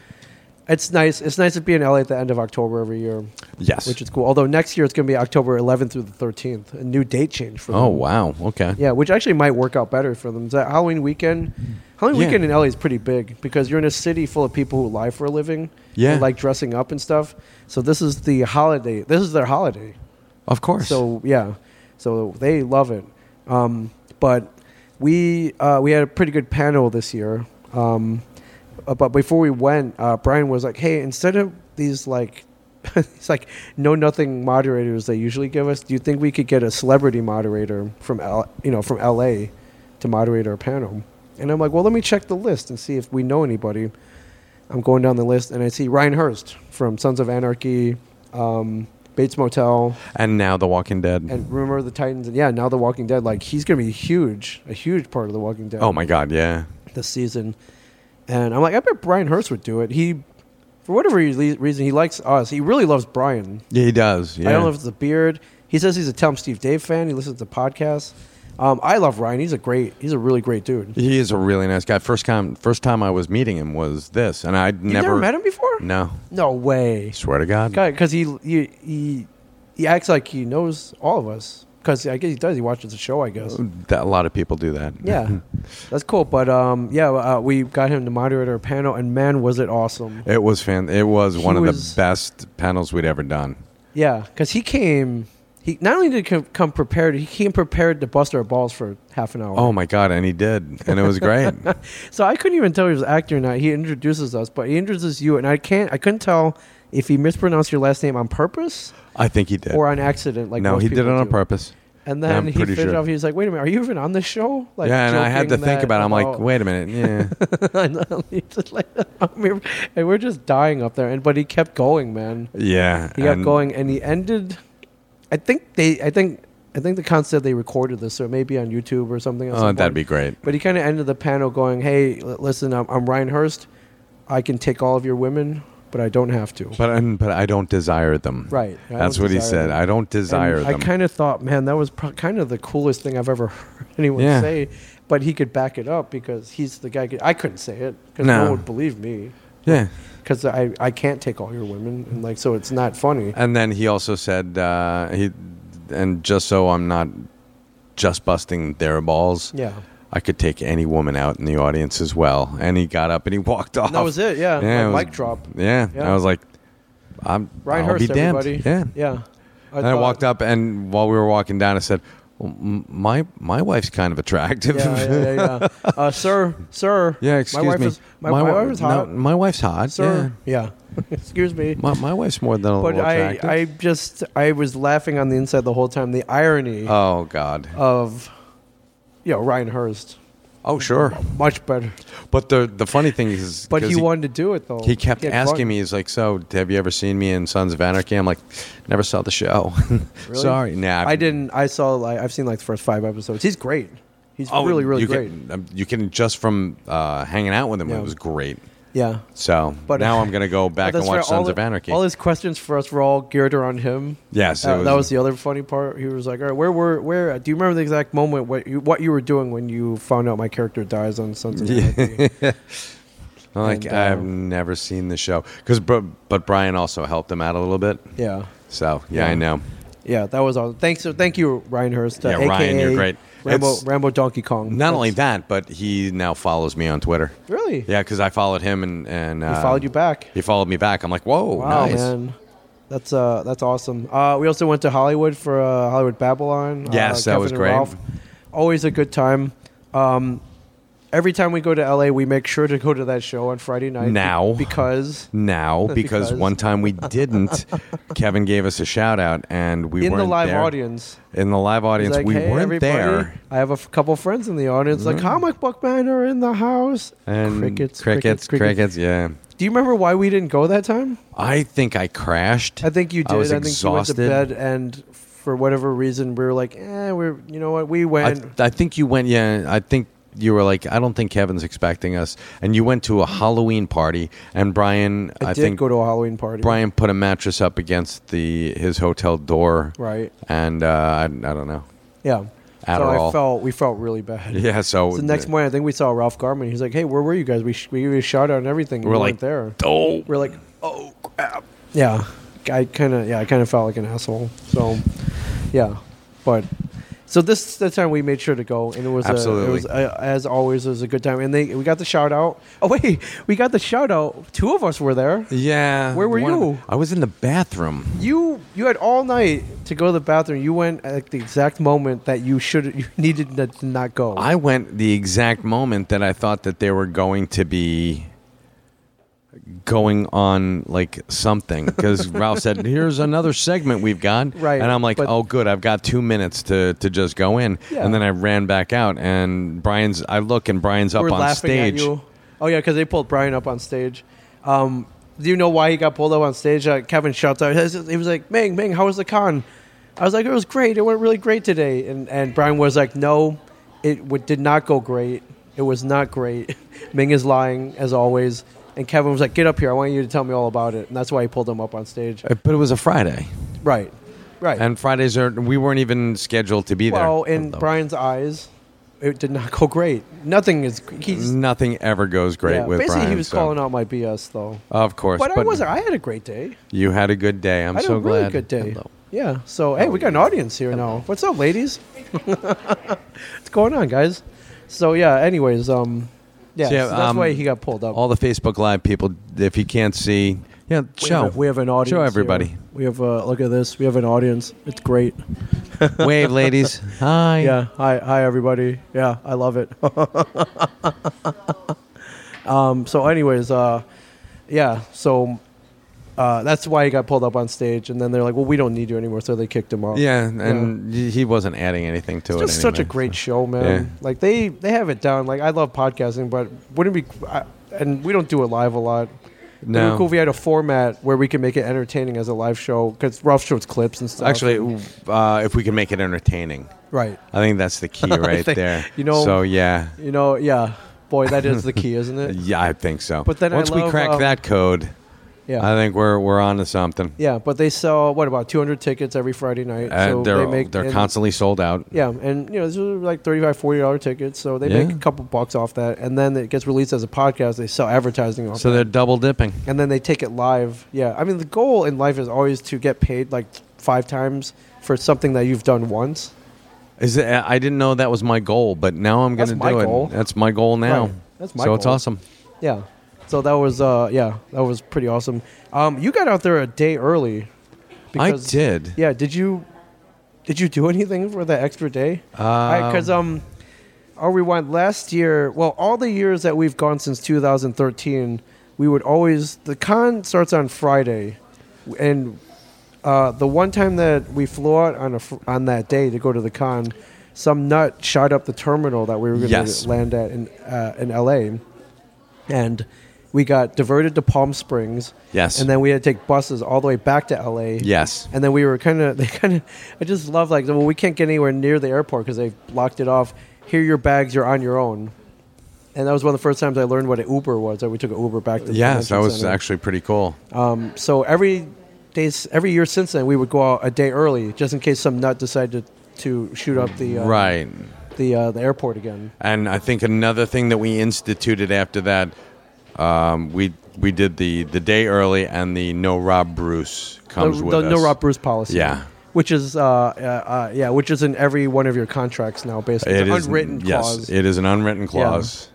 Speaker 1: it's nice. It's nice to be in LA at the end of October every year,
Speaker 2: Yes.
Speaker 1: which is cool. Although next year it's going to be October 11th through the 13th, a new date change for them.
Speaker 2: oh wow. Okay.
Speaker 1: Yeah, which actually might work out better for them. That Halloween weekend, Halloween
Speaker 2: Yeah.
Speaker 1: weekend in LA is pretty big because you're in a city full of people who lie for a living.
Speaker 2: Yeah.
Speaker 1: and like dressing up and stuff. So this is the holiday. This is their holiday.
Speaker 2: Of course.
Speaker 1: So yeah, so they love it. Um, but we uh, we had a pretty good panel this year. Um, uh, but before we went, uh, Brian was like, "Hey, instead of these like." it's like know nothing moderators they usually give us. Do you think we could get a celebrity moderator from L- you know from LA to moderate our panel? And I'm like, well, let me check the list and see if we know anybody. I'm going down the list and I see Ryan Hurst from Sons of Anarchy, um, Bates Motel,
Speaker 2: and now The Walking Dead.
Speaker 1: and remember the Titans, and yeah, now the Walking Dead. Like he's gonna be huge, a huge part of the Walking Dead.
Speaker 2: oh my God. Yeah.
Speaker 1: This season, and I'm like, I bet Brian Hurst would do it. He, for whatever re- reason, he likes us. He really loves Brian.
Speaker 2: Yeah, he does. Yeah.
Speaker 1: I don't know if it's the beard. He says he's a Tom Steve Dave fan. He listens to podcasts. Um, I love Ryan. He's a great. He's a really great dude. You
Speaker 2: he is a really nice guy. First time, first time I was meeting him was this, and I'd
Speaker 1: never,
Speaker 2: never,
Speaker 1: met him before?
Speaker 2: No,
Speaker 1: No way.
Speaker 2: swear to God.
Speaker 1: because he, he he he acts like he knows all of us. Because I guess he does. He watches the show. I guess.
Speaker 2: That, a lot of people do that.
Speaker 1: Yeah, that's cool. But um, yeah, uh, we got him to moderate our panel, and man, was it awesome!
Speaker 2: It was fan. It was
Speaker 1: He
Speaker 2: one of
Speaker 1: was-
Speaker 2: the best panels we'd ever done.
Speaker 1: Yeah, because he came. He not only did he come- come prepared, he came prepared to bust our balls for half an hour.
Speaker 2: Oh my god, and he did, and it was great.
Speaker 1: So I couldn't even tell he was an actor or not. He introduces us, but he introduces you, and I can't. I couldn't tell if he mispronounced your last name on purpose
Speaker 2: I think he did.
Speaker 1: or on accident. Like
Speaker 2: no,
Speaker 1: most
Speaker 2: he did it
Speaker 1: people
Speaker 2: on
Speaker 1: do.
Speaker 2: purpose.
Speaker 1: And
Speaker 2: I'm
Speaker 1: then he
Speaker 2: pretty
Speaker 1: finished
Speaker 2: sure.
Speaker 1: off. He was like, "Wait a minute, are you even on this show?" Like,
Speaker 2: yeah, and I had to
Speaker 1: joking
Speaker 2: think
Speaker 1: that
Speaker 2: about. it. I'm like,
Speaker 1: about-
Speaker 2: wait a minute. Yeah,
Speaker 1: and he's just like- I mean, and we're just dying up there. And but he kept going, man.
Speaker 2: yeah.
Speaker 1: He kept
Speaker 2: and-
Speaker 1: going, and he ended. I think they. I think. I think the concept they recorded this, so it may be on YouTube or something. at
Speaker 2: Oh,
Speaker 1: some
Speaker 2: that'd
Speaker 1: point.
Speaker 2: be great.
Speaker 1: But he kind of ended the panel going, "Hey, l- listen, I'm, I'm Ryan Hurst. I can take all of your women, but I don't have to."
Speaker 2: But and, but I don't desire them.
Speaker 1: Right. I
Speaker 2: That's
Speaker 1: don't
Speaker 2: what he
Speaker 1: desire
Speaker 2: said.
Speaker 1: them.
Speaker 2: I don't desire
Speaker 1: And
Speaker 2: them.
Speaker 1: I kind of thought, man, that was pro- kind of the coolest thing I've ever heard anyone
Speaker 2: Yeah.
Speaker 1: say. But he could back it up because he's the guy. could- I couldn't say it because no
Speaker 2: No.
Speaker 1: one would believe me.
Speaker 2: yeah.
Speaker 1: because I, I can't take all your women and like so it's not funny
Speaker 2: And then he also said uh, he, and just so I'm not just busting their balls.
Speaker 1: yeah
Speaker 2: I could take any woman out in the audience as well. And he got up and he walked off.
Speaker 1: and that was it yeah,
Speaker 2: Yeah,
Speaker 1: Like,
Speaker 2: it was-
Speaker 1: mic drop
Speaker 2: Yeah.
Speaker 1: Yeah.
Speaker 2: I was like, I'm
Speaker 1: Ryan
Speaker 2: I'll
Speaker 1: Hurst
Speaker 2: be damned.
Speaker 1: everybody
Speaker 2: Yeah.
Speaker 1: yeah
Speaker 2: and I walked up, and while we were walking down, I said, well, m- "My my wife's kind of attractive."
Speaker 1: yeah yeah yeah, yeah. Uh, sir sir
Speaker 2: Yeah, excuse
Speaker 1: my wife
Speaker 2: me.
Speaker 1: is, my, my
Speaker 2: wi-
Speaker 1: wife is hot
Speaker 2: No, my wife's hot.
Speaker 1: sir yeah, excuse me
Speaker 2: Yeah. My, my wife's more than a
Speaker 1: but
Speaker 2: little
Speaker 1: I
Speaker 2: attractive.
Speaker 1: I just I was laughing on the inside the whole time the irony
Speaker 2: oh God.
Speaker 1: of you know Ryan Hurst
Speaker 2: Oh sure.
Speaker 1: much better
Speaker 2: But the the funny thing is,
Speaker 1: but he,
Speaker 2: 'cause
Speaker 1: wanted to do it though
Speaker 2: He kept
Speaker 1: He had
Speaker 2: asking
Speaker 1: fun.
Speaker 2: me, he's like, "So, have you ever seen me in Sons of Anarchy?" I'm like, "Never saw the show.
Speaker 1: Really?
Speaker 2: Sorry, nah,
Speaker 1: I didn't. I saw like I've seen like the first five episodes. He's great. He's really really
Speaker 2: Oh, you
Speaker 1: great.
Speaker 2: Can, um, you can just from uh, hanging out with him,
Speaker 1: Yeah.
Speaker 2: it was great.
Speaker 1: yeah.
Speaker 2: So
Speaker 1: But-
Speaker 2: now I'm gonna go
Speaker 1: But
Speaker 2: back and
Speaker 1: that's
Speaker 2: watch
Speaker 1: fair.
Speaker 2: Sons
Speaker 1: all,
Speaker 2: of Anarchy.
Speaker 1: All his questions for us were all geared around him.
Speaker 2: yes, it
Speaker 1: Uh, that was the other funny part. He was like, "All right, where were where? Do you remember the exact moment what you what you were doing when you found out my character dies on Sons of Anarchy?"
Speaker 2: I'm like
Speaker 1: and, uh,
Speaker 2: I've never seen the show because but Brian also helped him out a little bit.
Speaker 1: yeah,
Speaker 2: So yeah,
Speaker 1: Yeah.
Speaker 2: I know.
Speaker 1: yeah, that was all. Thanks, so thank you, Ryan Hurst. uh,
Speaker 2: Yeah, Ryan,
Speaker 1: AKA
Speaker 2: you're great.
Speaker 1: Rambo,
Speaker 2: It's-
Speaker 1: Rambo Donkey Kong.
Speaker 2: Not only
Speaker 1: That's-
Speaker 2: that, but he now follows me on Twitter.
Speaker 1: really,
Speaker 2: Yeah, because I followed him and and um,
Speaker 1: he followed you back.
Speaker 2: He followed me back. I'm like, whoa,
Speaker 1: Wow,
Speaker 2: nice.
Speaker 1: man. That's uh, that's awesome. Uh, we also went to Hollywood for uh, Hollywood Babylon.
Speaker 2: Yes,
Speaker 1: uh,
Speaker 2: that was
Speaker 1: Kevin and
Speaker 2: great.
Speaker 1: Ralph. Always a good time. Um, every time we go to LA, we make sure to go to that show on Friday night. be-
Speaker 2: Now.
Speaker 1: because
Speaker 2: now because,
Speaker 1: Because-
Speaker 2: one time we didn't. Kevin gave us a shout out, and we
Speaker 1: in
Speaker 2: weren't
Speaker 1: the live
Speaker 2: there.
Speaker 1: audience,
Speaker 2: In the live
Speaker 1: he's
Speaker 2: audience,
Speaker 1: like,
Speaker 2: we
Speaker 1: "Hey,
Speaker 2: weren't
Speaker 1: everybody,
Speaker 2: there. Mm-hmm.
Speaker 1: I have a f- couple friends in the audience, like comic book man are in the house.
Speaker 2: And
Speaker 1: crickets,
Speaker 2: crickets,
Speaker 1: crickets,
Speaker 2: crickets, Yeah,
Speaker 1: Do you remember why we didn't go that time?
Speaker 2: I think I crashed.
Speaker 1: I think you did.
Speaker 2: I was
Speaker 1: think you
Speaker 2: exhausted.
Speaker 1: went to bed, and for whatever reason, we were like, eh, we're you know what, we
Speaker 2: I,
Speaker 1: went.
Speaker 2: I think you went. Yeah, I think you were like, I don't think Kevin's expecting us, and you went to a Halloween party, and Brian,
Speaker 1: I,
Speaker 2: I,
Speaker 1: did
Speaker 2: think
Speaker 1: go to a Halloween party.
Speaker 2: Brian put a mattress up against the his hotel door,
Speaker 1: right?
Speaker 2: and uh, I, I don't know.
Speaker 1: Yeah. So
Speaker 2: Adderall.
Speaker 1: I felt we felt really bad.
Speaker 2: Yeah, so,
Speaker 1: So the next morning, I think we saw Ralph Garman. He's like, "Hey, where were you guys? We sh- we gave you a shout out and everything.
Speaker 2: We're
Speaker 1: you
Speaker 2: like,
Speaker 1: weren't there.
Speaker 2: oh,
Speaker 1: We're like, oh crap. Yeah, I kind of yeah, I kind of felt like an asshole. So, yeah, but so this the time we made sure to go, and it was A,
Speaker 2: Absolutely.
Speaker 1: it was a, as always it was a good time, and they we got the shout out. Oh wait, we got the shout out. Two of us were there.
Speaker 2: yeah.
Speaker 1: Where were
Speaker 2: one of-
Speaker 1: you?
Speaker 2: I was in the bathroom.
Speaker 1: You you had all night to go to the bathroom. You went at the exact moment that you should you needed to not go.
Speaker 2: I went the exact moment that I thought that they were going to be going on like something because Ralph said, "Here's another segment we've got,"
Speaker 1: Right,
Speaker 2: and I'm like,
Speaker 1: but-
Speaker 2: "Oh, good, I've got two minutes to to just go in,"
Speaker 1: Yeah.
Speaker 2: and then I ran back out, and Brian's. I look, and Brian's up
Speaker 1: We're
Speaker 2: on
Speaker 1: laughing at
Speaker 2: stage.
Speaker 1: you. Oh yeah, because they pulled Brian up on stage. Um, do you know why he got pulled up on stage? Uh, Kevin shouts out. He was like, "Ming, Ming, how was the con?" I was like, "It was great. It went really great today." And and Brian was like, "No, it w- did not go great. It was not great. Ming is lying as always." And Kevin was like, "Get up here. I want you to tell me all about it." And that's why he pulled him up on stage.
Speaker 2: Uh, But it was a Friday,
Speaker 1: Right, right.
Speaker 2: and Fridays are we weren't even scheduled to be
Speaker 1: well,
Speaker 2: there.
Speaker 1: in
Speaker 2: Although
Speaker 1: Brian's eyes, it did not go great. Nothing is. He's
Speaker 2: nothing ever goes great
Speaker 1: yeah,
Speaker 2: with
Speaker 1: basically
Speaker 2: Brian.
Speaker 1: he was
Speaker 2: so-
Speaker 1: calling out my BS though.
Speaker 2: of course,
Speaker 1: But I was I had a great day.
Speaker 2: You had a good day. I'm
Speaker 1: I had
Speaker 2: so
Speaker 1: a really
Speaker 2: glad.
Speaker 1: good day.
Speaker 2: Hello.
Speaker 1: Yeah. So hey, we got an audience here now. What's up, ladies? What's going on, guys? So yeah. Anyways, um, yeah.
Speaker 2: So, yeah,
Speaker 1: so that's
Speaker 2: um,
Speaker 1: why he got pulled up.
Speaker 2: all the Facebook Live people, if you can't see, yeah,
Speaker 1: we
Speaker 2: show.
Speaker 1: Have a- we have an audience.
Speaker 2: Show everybody.
Speaker 1: here. We have a look at this. We have an audience. It's great.
Speaker 2: Wave, ladies. Hi.
Speaker 1: Yeah. Hi. Hi, everybody. Yeah. I love it. um. So, anyways. Uh. Yeah. So. Uh, that's why he got pulled up on stage, and then they're like, "Well, we don't need you anymore," so they kicked him off.
Speaker 2: Yeah, and y he wasn't adding anything to it.
Speaker 1: It's just such a
Speaker 2: anyway.
Speaker 1: great show, man.
Speaker 2: Yeah.
Speaker 1: Like they they have it down. Like I love podcasting, but wouldn't it be I, and we don't do it live a lot. It'd be
Speaker 2: No.
Speaker 1: cool if we had a format where we can make it entertaining as a live show because Ralph shows clips and stuff.
Speaker 2: Actually, uh, if we can make it entertaining,
Speaker 1: right?
Speaker 2: I think that's the key right
Speaker 1: think-
Speaker 2: there.
Speaker 1: you know-
Speaker 2: So yeah,
Speaker 1: You know, yeah, boy, that is the key, isn't it?
Speaker 2: yeah, I think so.
Speaker 1: But then I
Speaker 2: once we
Speaker 1: love,
Speaker 2: crack
Speaker 1: um,
Speaker 2: that code,
Speaker 1: Yeah,
Speaker 2: I think we're we're on to something.
Speaker 1: yeah. But they sell what about 200 tickets every Friday night?
Speaker 2: Uh,
Speaker 1: they
Speaker 2: they're
Speaker 1: make
Speaker 2: they're
Speaker 1: and-
Speaker 2: constantly sold out.
Speaker 1: Yeah, and you know, these are like 35 40 dollar tickets, so they
Speaker 2: Yeah.
Speaker 1: make a couple bucks off that, and then it gets released as a podcast. They sell advertising off.
Speaker 2: So they're double dipping.
Speaker 1: and then they take it live. Yeah, I mean the goal in life is always to get paid like five times for something that you've done once.
Speaker 2: Is it, I didn't know that was my goal, but now I'm going
Speaker 1: That's
Speaker 2: to do
Speaker 1: my
Speaker 2: it.
Speaker 1: goal.
Speaker 2: That's my goal now.
Speaker 1: Right. That's my
Speaker 2: so it's
Speaker 1: goal.
Speaker 2: awesome.
Speaker 1: Yeah, so that was uh yeah that was pretty awesome. Um, you got out there a day early.
Speaker 2: I did.
Speaker 1: Yeah, did you did you do anything for that extra day? Because um, I'll rewind. Last year, well, all the years that we've gone since 2013, we would always the con starts on Friday, and uh, the one time that we flew out on a fr- on that day to go to the con, some nut shot up the terminal that we were going to
Speaker 2: Yes.
Speaker 1: land at in uh, in L.A. and we got diverted to Palm Springs.
Speaker 2: Yes.
Speaker 1: and then we had to take buses all the way back to L.A.
Speaker 2: Yes.
Speaker 1: And then we were kind of, they kind of, I just love like, well, we can't get anywhere near the airport because they've blocked it off. Here, your bags, you're on your own. And that was one of the first times I learned what an Uber was. That we took an Uber back to the
Speaker 2: Yes, that
Speaker 1: convention
Speaker 2: was
Speaker 1: center.
Speaker 2: actually pretty cool.
Speaker 1: Um, so every days, every year since then, we would go out a day early just in case some nut decided to, to shoot up the uh,
Speaker 2: right.
Speaker 1: the uh, the airport again.
Speaker 2: And I think another thing that we instituted after that, um, we we did the, the day early and the no Rob Bruce
Speaker 1: The,
Speaker 2: comes with
Speaker 1: the
Speaker 2: us.
Speaker 1: no Rob Bruce policy.
Speaker 2: Yeah.
Speaker 1: Which is uh, uh, uh, yeah, which is in every one of your contracts now, basically.
Speaker 2: It
Speaker 1: It's an
Speaker 2: is-
Speaker 1: unwritten
Speaker 2: yes,
Speaker 1: clause. Um,
Speaker 2: it is an unwritten clause.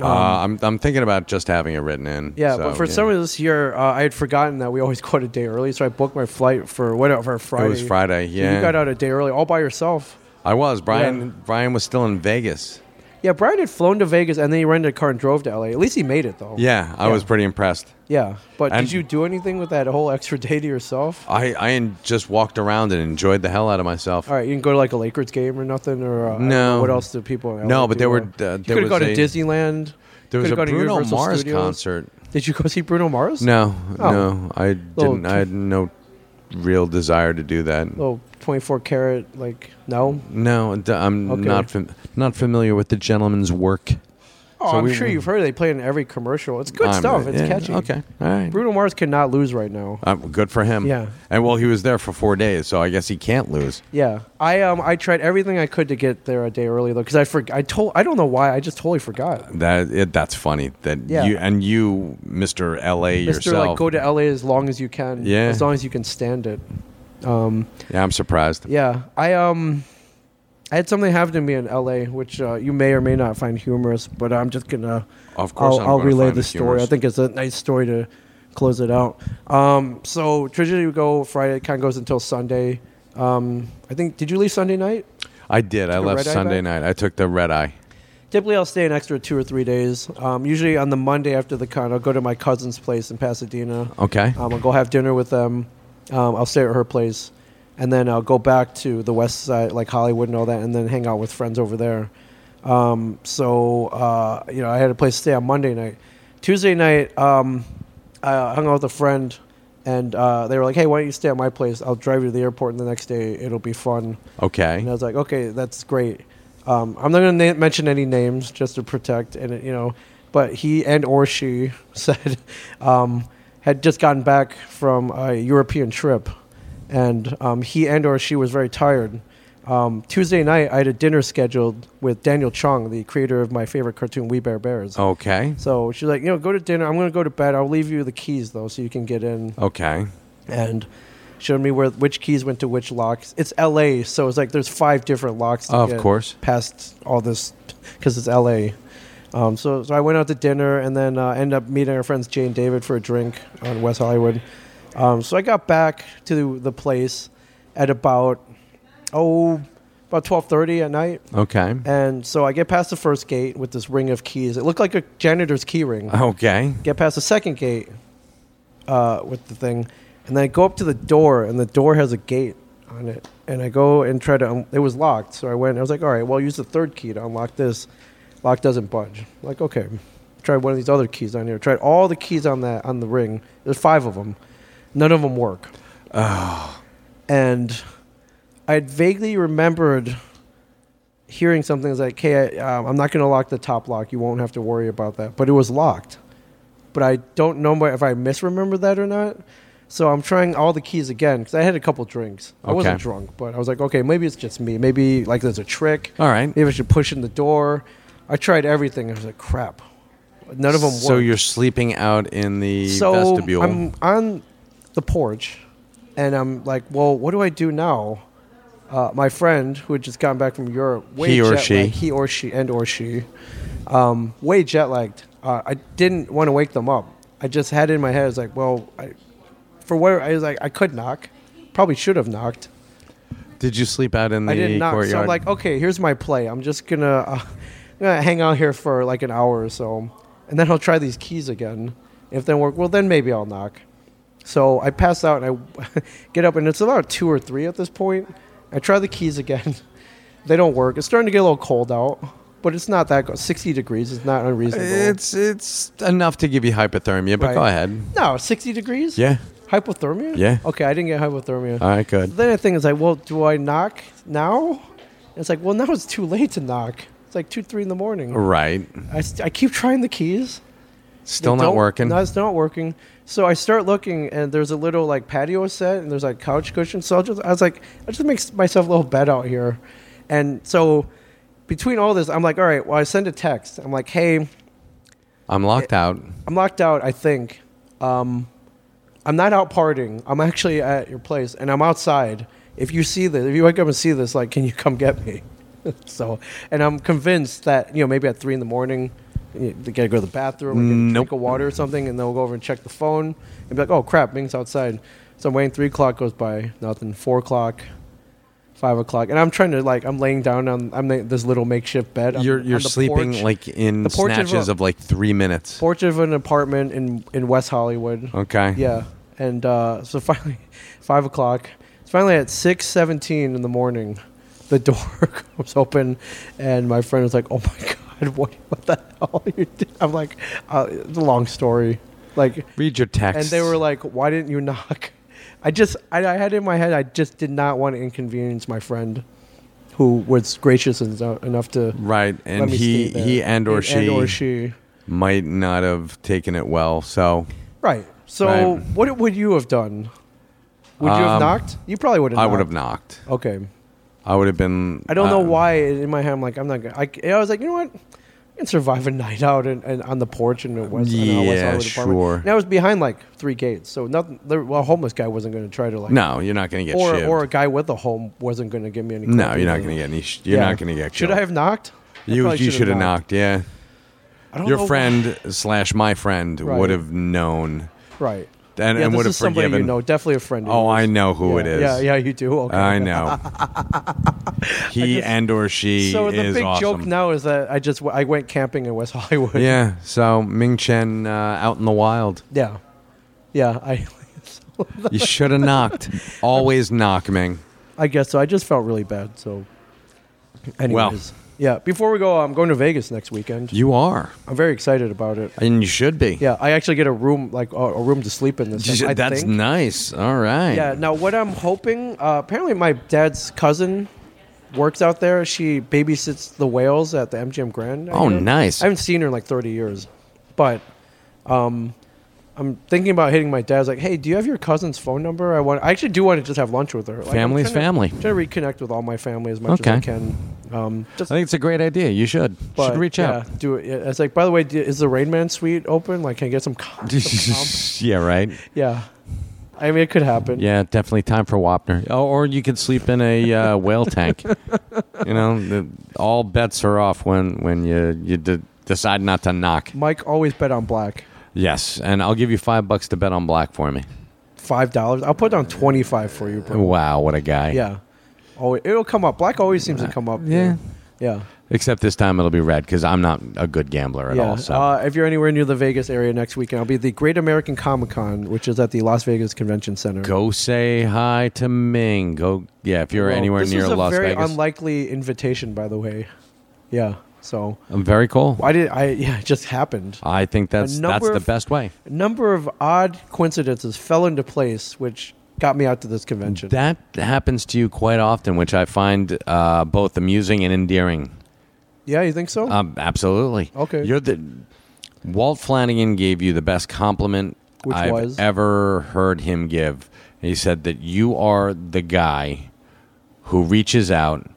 Speaker 2: uh, I'm I'm thinking about just having it written in.
Speaker 1: Yeah,
Speaker 2: so,
Speaker 1: but for some reason this year, uh, I had forgotten that we always go out a day early, so I booked my flight for whatever Friday.
Speaker 2: it was Friday.
Speaker 1: So
Speaker 2: Yeah,
Speaker 1: you got out a day early all by yourself.
Speaker 2: I was Brian.
Speaker 1: Yeah.
Speaker 2: Brian was still in Vegas.
Speaker 1: Yeah, Brian had flown to Vegas and then he rented a car and drove to LA. At least he made it though.
Speaker 2: Yeah, I
Speaker 1: Yeah.
Speaker 2: was pretty impressed.
Speaker 1: Yeah, but
Speaker 2: And-
Speaker 1: did you do anything with that whole extra day to yourself?
Speaker 2: I, I en- just walked around and enjoyed the hell out of myself.
Speaker 1: All right, you didn't go to like a Lakers game or nothing, or uh, I don't know,
Speaker 2: No.
Speaker 1: What else do people? In LA
Speaker 2: No, but
Speaker 1: do?
Speaker 2: there were, uh,
Speaker 1: you
Speaker 2: there
Speaker 1: could have
Speaker 2: was
Speaker 1: gone to
Speaker 2: a-
Speaker 1: Disneyland.
Speaker 2: There was
Speaker 1: Could've
Speaker 2: a
Speaker 1: gone to
Speaker 2: Bruno
Speaker 1: Universal
Speaker 2: Mars
Speaker 1: Studios.
Speaker 2: concert.
Speaker 1: Did you go see Bruno Mars?
Speaker 2: No,
Speaker 1: Oh.
Speaker 2: no, I
Speaker 1: Little
Speaker 2: didn't.
Speaker 1: too-
Speaker 2: I had no real desire to do that.
Speaker 1: Little twenty-four karat, like no.
Speaker 2: No, d- I'm
Speaker 1: Okay.
Speaker 2: not fam- not familiar with the gentleman's work.
Speaker 1: Oh,
Speaker 2: So
Speaker 1: I'm
Speaker 2: we-
Speaker 1: sure you've heard they play it in every commercial. It's good
Speaker 2: I'm-
Speaker 1: stuff. It's
Speaker 2: yeah,
Speaker 1: catchy.
Speaker 2: Okay, all right.
Speaker 1: Bruno Mars cannot lose right now.
Speaker 2: Um, good for him.
Speaker 1: Yeah.
Speaker 2: And well, he was there for four days, so I guess he can't lose.
Speaker 1: Yeah, I um I tried everything I could to get there a day early though because I forgot. I told I don't know why I just totally forgot.
Speaker 2: That it, that's funny. That
Speaker 1: Yeah.
Speaker 2: you and you, Mister L.A.
Speaker 1: Mister,
Speaker 2: yourself.
Speaker 1: like go to LA as long as you can.
Speaker 2: Yeah.
Speaker 1: as long as you can stand it.
Speaker 2: yeah, I'm surprised.
Speaker 1: Yeah, I um, I had something happen to me in LA, which uh, you may or may not find humorous, but I'm just gonna.
Speaker 2: Of course,
Speaker 1: I'll,
Speaker 2: I'm
Speaker 1: I'll
Speaker 2: gonna
Speaker 1: relay
Speaker 2: find
Speaker 1: the
Speaker 2: it
Speaker 1: story.
Speaker 2: humorous.
Speaker 1: I think it's a nice story to close it out. Um, so traditionally we go Friday, kind of goes until Sunday. Um, I think did you leave Sunday night?
Speaker 2: I did. I
Speaker 1: a
Speaker 2: left
Speaker 1: red eye
Speaker 2: Sunday
Speaker 1: back?
Speaker 2: night. I took the red eye.
Speaker 1: Typically, I'll stay an extra two or three days. Um, usually on the Monday after the con, I'll go to my cousin's place in Pasadena.
Speaker 2: Okay.
Speaker 1: Um, I'll go have dinner with them. Um, I'll stay at her place, and then I'll go back to the West Side, like Hollywood and all that, and then hang out with friends over there. Um, so uh, you know, I had a place to stay on Monday night. Tuesday night, um, I hung out with a friend, and uh, they were like, "Hey, why don't you stay at my place? I'll drive you to the airport, and the next day it'll be fun."
Speaker 2: okay.
Speaker 1: And I was like, okay, that's great. Um, I'm not going to na- mention any names just to protect, and it- you know, but he and or she said um, had just gotten back from a European trip, and um, he and or she was very tired. Um, Tuesday night, I had a dinner scheduled with Daniel Chung, the creator of my favorite cartoon, We Bear Bears.
Speaker 2: Oh. Okay.
Speaker 1: So she's like, you know, go to dinner. I'm going to go to bed. I'll leave you the keys though, so you can get in
Speaker 2: Okay.
Speaker 1: and showed me where which keys went to which locks. It's L.A., so it's like there's five different locks. To
Speaker 2: Oh, Of
Speaker 1: get
Speaker 2: course.
Speaker 1: past all this because it's L.A. Um, so so I went out to dinner and then uh, ended up meeting our friends Jay and David for a drink on West Hollywood. Um, so I got back to the place at about oh about twelve thirty at night.
Speaker 2: Okay.
Speaker 1: And so I get past the first gate with this ring of keys. It looked like a janitor's key ring
Speaker 2: Okay.
Speaker 1: get past the second gate uh, with the thing, and then I go up to the door, and the door has a gate on it. And I go and try to, un- it was locked, so I went, I was like, all right, well, use the third key to unlock this. Lock doesn't budge. Like, okay, try one of these other keys on here. Tried all the keys on that on the ring. There's five of them. None of them work. Oh. And I had vaguely remembered hearing something that's like, hey, I, um, I'm not going to lock the top lock. You won't have to worry about that. But it was locked. But I don't know my- if I misremembered that or not. So I'm trying all the keys again because I had a couple drinks. I wasn't
Speaker 2: Okay.
Speaker 1: drunk, but I was like, okay, maybe it's just me. Maybe like there's a trick.
Speaker 2: All right.
Speaker 1: Maybe I should push in the door. I tried everything. I was like, crap. None of them
Speaker 2: So
Speaker 1: worked
Speaker 2: you're sleeping out in the
Speaker 1: so
Speaker 2: vestibule.
Speaker 1: I'm on the porch, and I'm like, well, what do I do now? Uh, my friend who had just gotten back from Europe, way
Speaker 2: He or
Speaker 1: jet
Speaker 2: she.
Speaker 1: lagged- he or she, and or she, um, way jet lagged. Uh, I didn't want to wake them up. I just had it in my head. I was like, well, I, for where I was like, I could knock, probably should have knocked.
Speaker 2: Did you sleep out in the
Speaker 1: I did not.
Speaker 2: courtyard?
Speaker 1: So I'm like, okay, here's my play. I'm just gonna, uh, I'm gonna hang out here for like an hour or so, and then I'll try these keys again. If they work, well, then maybe I'll knock. So I pass out and I get up, and it's about two or three at this point. I try the keys again. They don't work. It's starting to get a little cold out, but it's not that cold. 60 degrees is not unreasonable.
Speaker 2: it's it's enough to give you hypothermia, but
Speaker 1: Right.
Speaker 2: go ahead.
Speaker 1: no 60 degrees.
Speaker 2: Yeah.
Speaker 1: Hypothermia.
Speaker 2: Yeah.
Speaker 1: Okay, I didn't get hypothermia.
Speaker 2: All right, good.
Speaker 1: Then the thing is like, well, do I knock now? And it's like, well, now it's too late to knock. It's like two, three in the morning.
Speaker 2: Right.
Speaker 1: I, st- I keep trying the keys. They
Speaker 2: Still not
Speaker 1: don't-
Speaker 2: working.
Speaker 1: No, it's not working. So I start looking, and there's a little like patio set, and there's like couch cushions. So I'll just, I was like, I just make s- myself a little bed out here, and so between all this, I'm like, all right. Well, I send a text. I'm like, hey,
Speaker 2: I'm locked out.
Speaker 1: I'm locked out. I think. Um, I'm not out partying. I'm actually at your place, and I'm outside. If you see this, if you wake up and see this, like, can you come get me? so, and I'm convinced that you know maybe at three in the morning, you they gotta go to the bathroom, or get a
Speaker 2: Mm, Nope.
Speaker 1: drink of water or something, and they'll go over and check the phone and be like, oh crap, Ming's outside. So I'm waiting. Three o'clock goes by, nothing. Four o'clock, five o'clock, and I'm trying to like I'm laying down on I'm laying, this little makeshift bed. on-
Speaker 2: you're
Speaker 1: on
Speaker 2: you're
Speaker 1: the
Speaker 2: sleeping
Speaker 1: porch,
Speaker 2: like in
Speaker 1: The porch of
Speaker 2: snatches
Speaker 1: a-
Speaker 2: of like three minutes.
Speaker 1: porch of an apartment in in West Hollywood.
Speaker 2: Okay.
Speaker 1: Yeah, and uh, so finally, five o'clock. It's finally at six seventeen in the morning. The door comes open, and my friend was like, "Oh my god, what, what the hell?" Are you doing?" I'm like, uh, "It's a long story." Like,
Speaker 2: Read your text.
Speaker 1: and they were like, "Why didn't you knock?" I just, I, I had in my head, I just did not want to inconvenience my friend, who was gracious en- enough to
Speaker 2: right,
Speaker 1: let
Speaker 2: and
Speaker 1: me
Speaker 2: he
Speaker 1: stay there.
Speaker 2: he and or she
Speaker 1: and or she,
Speaker 2: might not have taken it well. So
Speaker 1: right? So,
Speaker 2: Right.
Speaker 1: what would you have done? Would you
Speaker 2: Um,
Speaker 1: have knocked? You probably would have.
Speaker 2: I would
Speaker 1: knocked.
Speaker 2: have knocked.
Speaker 1: Okay.
Speaker 2: I would have been.
Speaker 1: I don't know
Speaker 2: uh,
Speaker 1: why in my head I'm like I'm not gonna. I, I was like, you know what? I can survive a night out and, and on the porch and it was
Speaker 2: Yeah, sure.
Speaker 1: And I was behind like three gates, so nothing. There, well, a homeless guy wasn't going to try to like.
Speaker 2: No, you're not going to get
Speaker 1: Or
Speaker 2: shivved.
Speaker 1: or a guy with a home wasn't going to give me any.
Speaker 2: no,
Speaker 1: crap
Speaker 2: you're not
Speaker 1: either.
Speaker 2: going to get any. sh- You're
Speaker 1: Yeah.
Speaker 2: not going to get.
Speaker 1: Should
Speaker 2: killed.
Speaker 1: I have knocked? I
Speaker 2: You
Speaker 1: probably
Speaker 2: you should have knocked. Yeah,
Speaker 1: I don't know
Speaker 2: your
Speaker 1: why-
Speaker 2: friend slash my friend
Speaker 1: Right.
Speaker 2: would have known
Speaker 1: Right.
Speaker 2: and,
Speaker 1: yeah,
Speaker 2: and
Speaker 1: this
Speaker 2: would have
Speaker 1: is somebody
Speaker 2: forgiven.
Speaker 1: you know, definitely a friend. of
Speaker 2: oh,
Speaker 1: yours.
Speaker 2: I know who it
Speaker 1: Yeah,
Speaker 2: is.
Speaker 1: Yeah, yeah, you do. Okay.
Speaker 2: I know. he
Speaker 1: just-
Speaker 2: and or she
Speaker 1: So the
Speaker 2: is
Speaker 1: big
Speaker 2: awesome.
Speaker 1: joke now is that I just I went camping in West Hollywood.
Speaker 2: Yeah, so Ming Chen uh, out in the wild.
Speaker 1: Yeah. Yeah. I
Speaker 2: You should have knocked. Always knock, Ming.
Speaker 1: I guess so. I just felt really bad. So, anyways,
Speaker 2: Well.
Speaker 1: yeah. Before we go, I'm going to Vegas next weekend.
Speaker 2: You are,
Speaker 1: I'm very excited about it.
Speaker 2: and you should be.
Speaker 1: Yeah, I actually get a room, like a, a room to sleep in this.
Speaker 2: You should-
Speaker 1: time, I
Speaker 2: that's
Speaker 1: think.
Speaker 2: nice. All right.
Speaker 1: yeah. Now, what I'm hoping, uh, apparently, my dad's cousin works out there. She babysits the whales at the MGM Grand. I
Speaker 2: Oh,
Speaker 1: hear.
Speaker 2: nice.
Speaker 1: I haven't seen her in like 30 years, but um, I'm thinking about hitting my dad's. Like, hey, do you have your cousin's phone number? I want. I actually do want to just have lunch with her. Like, I'm
Speaker 2: Family's
Speaker 1: trying to-
Speaker 2: family.
Speaker 1: trying to reconnect with all my family as much as I
Speaker 2: Okay.
Speaker 1: can. Um, just
Speaker 2: I think it's a great idea. You should
Speaker 1: but,
Speaker 2: should reach
Speaker 1: yeah,
Speaker 2: out.
Speaker 1: Do it. yeah, It's like, by the way, do- is the Rain Man suite open? Like, can I get some? Com- some comp?
Speaker 2: yeah, right.
Speaker 1: yeah, I mean, it could happen.
Speaker 2: Yeah, definitely time for Wapner. Oh, or you could sleep in a uh, whale tank. You know, the, all bets are off when when you you de- decide not to knock.
Speaker 1: Mike always bet on black.
Speaker 2: Yes, and I'll give you five bucks to bet on black for me.
Speaker 1: Five dollars. I'll put down twenty five for you, bro.
Speaker 2: Wow, what a guy.
Speaker 1: Yeah. Always, it'll come up. Black always seems to come up.
Speaker 2: Yeah.
Speaker 1: Yeah.
Speaker 2: Except this time it'll be red because I'm not a good gambler at
Speaker 1: yeah.
Speaker 2: all. So
Speaker 1: Uh, if you're anywhere near the Vegas area next weekend, I'll be at the Great American Comic Con, which is at the Las Vegas Convention Center.
Speaker 2: go say hi to Ming. Go. Yeah, if you're
Speaker 1: Well,
Speaker 2: anywhere
Speaker 1: this
Speaker 2: near
Speaker 1: is a
Speaker 2: Las
Speaker 1: very
Speaker 2: Vegas,
Speaker 1: unlikely invitation, by the way. Yeah. So
Speaker 2: I'm very cool.
Speaker 1: I did. I yeah, it just happened.
Speaker 2: I think that's that's
Speaker 1: number
Speaker 2: the
Speaker 1: of-
Speaker 2: best way.
Speaker 1: A number of odd coincidences fell into place, which got me out to this convention.
Speaker 2: That happens to you quite often, which I find uh, both amusing and endearing.
Speaker 1: yeah, you think so?
Speaker 2: Um, absolutely.
Speaker 1: Hmm. Okay.
Speaker 2: You're the Walt Flanagan gave you the best compliment
Speaker 1: Which
Speaker 2: I've
Speaker 1: was?
Speaker 2: ever heard him give. He said that you are the guy who reaches out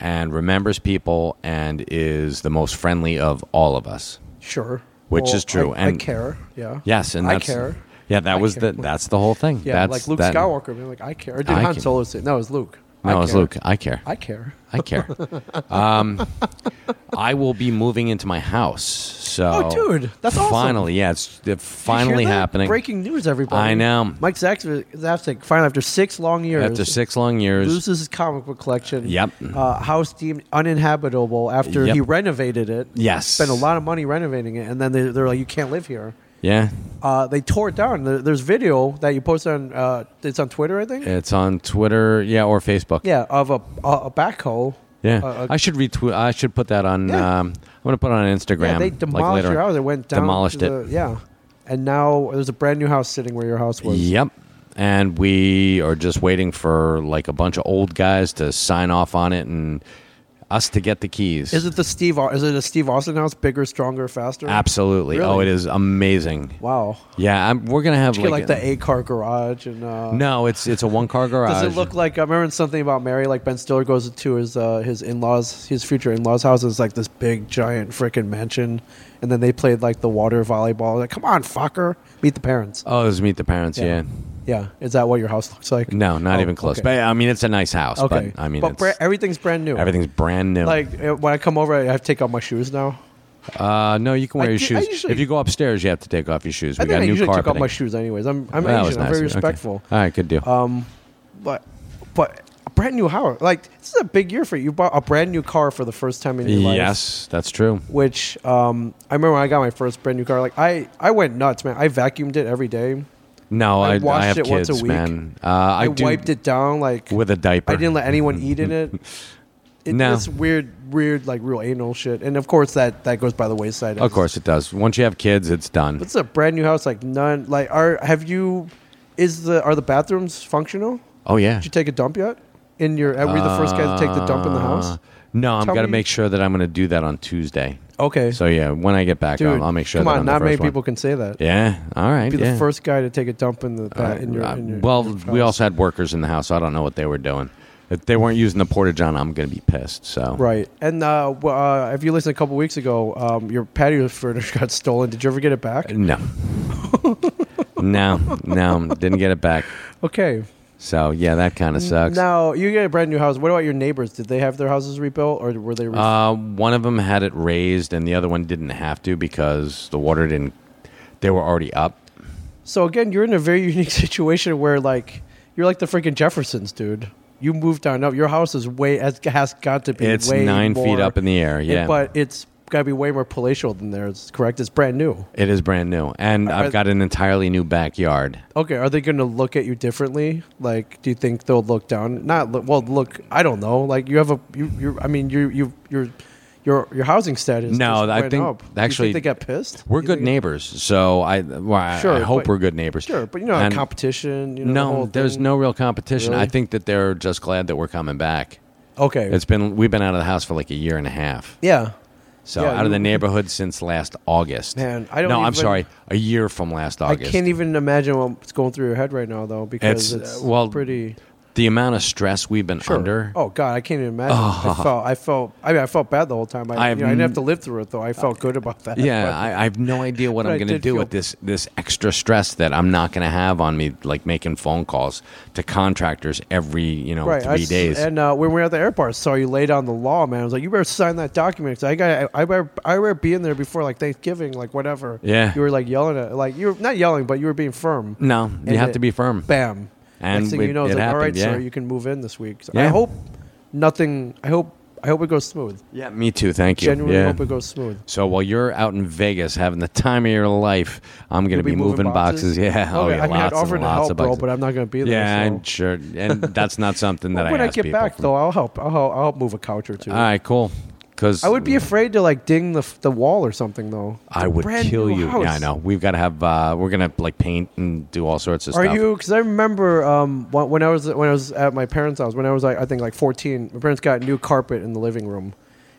Speaker 2: and remembers people and is the most friendly of all of us.
Speaker 1: sure.
Speaker 2: which is true,
Speaker 1: I, I
Speaker 2: and-
Speaker 1: care. Yeah.
Speaker 2: Yes, and
Speaker 1: I
Speaker 2: that's,
Speaker 1: care.
Speaker 2: Yeah, that
Speaker 1: I
Speaker 2: was
Speaker 1: care.
Speaker 2: the that's the whole thing.
Speaker 1: Yeah,
Speaker 2: that's,
Speaker 1: like Luke
Speaker 2: that,
Speaker 1: Skywalker. Man, like I care. Or did
Speaker 2: I
Speaker 1: Han
Speaker 2: care.
Speaker 1: Solo say? No, it was Luke.
Speaker 2: No,
Speaker 1: I
Speaker 2: it was
Speaker 1: care.
Speaker 2: Luke. I care.
Speaker 1: I care.
Speaker 2: I care. um, I will be moving into my house.
Speaker 1: Oh,
Speaker 2: So,
Speaker 1: dude, that's awesome.
Speaker 2: Finally, yeah, it's it
Speaker 1: Did you hear
Speaker 2: finally
Speaker 1: that?
Speaker 2: happening.
Speaker 1: Breaking news, everybody.
Speaker 2: I know.
Speaker 1: Mike Zaks- Zapsik, finally after six long years,
Speaker 2: after six long years.
Speaker 1: loses his comic book collection.
Speaker 2: Yep.
Speaker 1: Uh, house deemed uninhabitable after
Speaker 2: Yep.
Speaker 1: he renovated it.
Speaker 2: Yes.
Speaker 1: Spent a lot of money renovating it, and then they, they're like, "You can't live here."
Speaker 2: Yeah,
Speaker 1: Uh, they tore it down. There, there's video that you posted on. Uh, it's on Twitter, I think. Yeah,
Speaker 2: it's on Twitter. Yeah, or Facebook.
Speaker 1: of a a, a backhoe.
Speaker 2: yeah.
Speaker 1: Uh, uh,
Speaker 2: I should retweet. I should put that on.
Speaker 1: Yeah.
Speaker 2: Um, I'm gonna put it on Instagram.
Speaker 1: yeah, they
Speaker 2: like,
Speaker 1: demolished
Speaker 2: later
Speaker 1: your
Speaker 2: on.
Speaker 1: house. They went down. to
Speaker 2: Demolished it.
Speaker 1: the- Yeah, and now there's a brand new house sitting where your house was.
Speaker 2: Yep. And we are just waiting for like a bunch of old guys to sign off on it and us to get the keys.
Speaker 1: Is it the Steve? Au- Is it a Steve Austin house? Bigger, stronger, faster?
Speaker 2: Absolutely. Oh,
Speaker 1: Really?
Speaker 2: it is amazing.
Speaker 1: Wow.
Speaker 2: Yeah, I'm, we're gonna have
Speaker 1: You get
Speaker 2: like,
Speaker 1: like the eight car garage and. Uh,
Speaker 2: no. It's it's a one car garage.
Speaker 1: Does it look like I remember in something about Mary? Like Ben Stiller goes to his uh, his in laws, his future in laws' house. It's like this big, giant freaking mansion, and then they played like the water volleyball. Like, come on, fucker, meet the parents.
Speaker 2: Oh, it was Meet the Parents. Yeah.
Speaker 1: yeah. Is that what your house looks like?
Speaker 2: No, not
Speaker 1: Oh,
Speaker 2: even close.
Speaker 1: okay.
Speaker 2: But I mean, it's a nice house.
Speaker 1: okay.
Speaker 2: But I mean,
Speaker 1: but
Speaker 2: it's-
Speaker 1: bra- everything's brand new.
Speaker 2: everything's brand new.
Speaker 1: Like uh, when I come over, I have to take off my shoes now.
Speaker 2: uh, no, you can wear
Speaker 1: I
Speaker 2: your
Speaker 1: do- I
Speaker 2: shoes.
Speaker 1: usually-
Speaker 2: if you go upstairs, you have to take off your shoes.
Speaker 1: I
Speaker 2: We
Speaker 1: think
Speaker 2: got
Speaker 1: I
Speaker 2: new
Speaker 1: usually
Speaker 2: carpeting.
Speaker 1: took off my shoes anyways. I'm I'm
Speaker 2: That was
Speaker 1: Asian. I'm very
Speaker 2: nice
Speaker 1: Um,
Speaker 2: of you. Okay.
Speaker 1: respectful.
Speaker 2: All right, good deal.
Speaker 1: Um, but but a brand new house. Like this is a big year for you. You bought a brand new car for the first time in your life.
Speaker 2: Yes, that's true.
Speaker 1: Which um, I remember when I got my first brand new car. Like I, I went nuts, man. I vacuumed it every day.
Speaker 2: No,
Speaker 1: I
Speaker 2: I, I,
Speaker 1: washed
Speaker 2: have
Speaker 1: it once
Speaker 2: kids,
Speaker 1: a week.
Speaker 2: man. Uh, I,
Speaker 1: I,
Speaker 2: do
Speaker 1: wiped it down. Like
Speaker 2: with a diaper.
Speaker 1: I didn't let anyone eat in it. It-
Speaker 2: No.
Speaker 1: It's weird, weird, like real anal shit. And of course that that goes by the wayside.
Speaker 2: Of course it does. Once you have kids, it's done.
Speaker 1: it's a brand new house. Like none. Like are have you? Is the are the bathrooms functional?
Speaker 2: Oh yeah.
Speaker 1: Did you take a dump yet? In your were you the first guy to take the dump in the
Speaker 2: Uh,
Speaker 1: house?
Speaker 2: No, I'm
Speaker 1: Tell
Speaker 2: gonna
Speaker 1: me-
Speaker 2: make sure that I'm gonna do that on Tuesday.
Speaker 1: Okay,
Speaker 2: So yeah, when I get back,
Speaker 1: dude,
Speaker 2: I'll, I'll make sure
Speaker 1: Come
Speaker 2: that
Speaker 1: on,
Speaker 2: I'm
Speaker 1: not
Speaker 2: the
Speaker 1: many
Speaker 2: first one.
Speaker 1: people can say that.
Speaker 2: Yeah. All right.
Speaker 1: Be
Speaker 2: yeah.
Speaker 1: the first guy to take a dump in the
Speaker 2: All
Speaker 1: that
Speaker 2: right,
Speaker 1: in your,
Speaker 2: uh,
Speaker 1: in your
Speaker 2: well,
Speaker 1: in your
Speaker 2: we
Speaker 1: house.
Speaker 2: also had workers in the house. So I don't know what they were doing. If they weren't using the porta john, I'm gonna be pissed. So
Speaker 1: right. And uh, w- uh, if you listened a couple weeks ago, um, your patio furniture got stolen. Did you ever get it back?
Speaker 2: no, no, no, didn't get it back.
Speaker 1: Okay.
Speaker 2: So yeah, that kind of sucks.
Speaker 1: Now you get a brand new house. What about your neighbors? Did they have their houses rebuilt, or were they? Re-
Speaker 2: Uh, one of them had it raised, and the other one didn't have to because the water didn't. They were already up.
Speaker 1: so again, you're in a very unique situation where like you're like the freaking Jeffersons, dude. You moved down. No, your house is way has, has got to be.
Speaker 2: It's
Speaker 1: way
Speaker 2: nine feet
Speaker 1: more-
Speaker 2: up in the air.
Speaker 1: it-
Speaker 2: Yeah,
Speaker 1: but it's got to be way more palatial than theirs. Correct? It's brand new.
Speaker 2: it is brand new, and
Speaker 1: I-
Speaker 2: I've got an entirely new backyard.
Speaker 1: Okay, are they going to look at you differently? Like, do you think they'll look down? Not look, well. Look, I don't know. Like, you have a you. you I mean, you you your your your housing status.
Speaker 2: No,
Speaker 1: just
Speaker 2: I
Speaker 1: went
Speaker 2: think-
Speaker 1: up. You
Speaker 2: actually,
Speaker 1: they got pissed.
Speaker 2: We're
Speaker 1: You
Speaker 2: good
Speaker 1: think-
Speaker 2: neighbors, so I well, I,
Speaker 1: Sure,
Speaker 2: I hope
Speaker 1: but-
Speaker 2: we're good neighbors.
Speaker 1: Sure, but you know,
Speaker 2: And-
Speaker 1: competition. You know, the
Speaker 2: no,
Speaker 1: whole
Speaker 2: there's
Speaker 1: thing.
Speaker 2: no real competition. I
Speaker 1: Really?
Speaker 2: think that they're just glad that we're coming back.
Speaker 1: Okay.
Speaker 2: It's been we've been out of the house for like a year and a half.
Speaker 1: yeah.
Speaker 2: So
Speaker 1: Yeah,
Speaker 2: out of
Speaker 1: you-
Speaker 2: the neighborhood since last August.
Speaker 1: Man, I don't
Speaker 2: No, I'm
Speaker 1: even-
Speaker 2: sorry, a year from last
Speaker 1: I
Speaker 2: August.
Speaker 1: can't even imagine what's going through your head right now, though, because
Speaker 2: It's,
Speaker 1: it's,
Speaker 2: uh, well,
Speaker 1: pretty.
Speaker 2: the amount of stress we've been
Speaker 1: Sure.
Speaker 2: under.
Speaker 1: Oh God, I can't even imagine.
Speaker 2: Oh.
Speaker 1: I felt, I felt. I mean, I felt bad the whole time. I,
Speaker 2: I've
Speaker 1: you know, I didn't
Speaker 2: n-
Speaker 1: have to live through it, though. I felt good about that.
Speaker 2: Yeah,
Speaker 1: but-
Speaker 2: I, I have no idea what
Speaker 1: But
Speaker 2: I'm
Speaker 1: I
Speaker 2: going to
Speaker 1: did
Speaker 2: do
Speaker 1: feel-
Speaker 2: with this this extra stress that I'm not going to have on me, like making phone calls to contractors every you know
Speaker 1: Right, I
Speaker 2: three
Speaker 1: s-
Speaker 2: days.
Speaker 1: And uh, when we were at the airport, I saw you lay down the law, man. I was like, you better sign that document. 'cause I got, I, I better, I better be in there before like Thanksgiving, like whatever.
Speaker 2: Yeah.
Speaker 1: You were like yelling at, like you were not yelling, but you were being firm.
Speaker 2: no, you
Speaker 1: And
Speaker 2: have
Speaker 1: it-
Speaker 2: to be firm.
Speaker 1: Bam.
Speaker 2: And
Speaker 1: Next thing
Speaker 2: we-
Speaker 1: you know, it's
Speaker 2: it
Speaker 1: like, all right,
Speaker 2: happened, yeah.
Speaker 1: sir, you can move in this week. So I
Speaker 2: Yeah.
Speaker 1: hope nothing. I hope, I hope it goes smooth.
Speaker 2: Yeah, me too. Thank you.
Speaker 1: Genuinely
Speaker 2: yeah.
Speaker 1: hope it goes smooth.
Speaker 2: So while you're out in Vegas having the time of your life, I'm going to
Speaker 1: You'll
Speaker 2: be, moving, boxes. Yeah, oh
Speaker 1: Okay,
Speaker 2: yeah,
Speaker 1: I mean,
Speaker 2: lots
Speaker 1: I'd offer
Speaker 2: and
Speaker 1: to
Speaker 2: lots
Speaker 1: help,
Speaker 2: of
Speaker 1: bro,
Speaker 2: boxes.
Speaker 1: but I'm not going to be there.
Speaker 2: yeah,
Speaker 1: so.
Speaker 2: and sure, and that's not something that I
Speaker 1: when I
Speaker 2: ask
Speaker 1: get
Speaker 2: people
Speaker 1: back,
Speaker 2: for.
Speaker 1: though, I'll help. I'll help. I'll help move a couch or two.
Speaker 2: All right, cool. Because
Speaker 1: I would be afraid to like ding the the wall or something though. It's
Speaker 2: I
Speaker 1: a
Speaker 2: would
Speaker 1: brand
Speaker 2: kill
Speaker 1: new
Speaker 2: you.
Speaker 1: house.
Speaker 2: Yeah, I know. We've got to have. Uh, we're gonna like paint and do all sorts of
Speaker 1: Are
Speaker 2: stuff.
Speaker 1: you? Because I remember um, when, when I was when I was at my parents' house when I was like I think like fourteen. My parents got new carpet in the living room,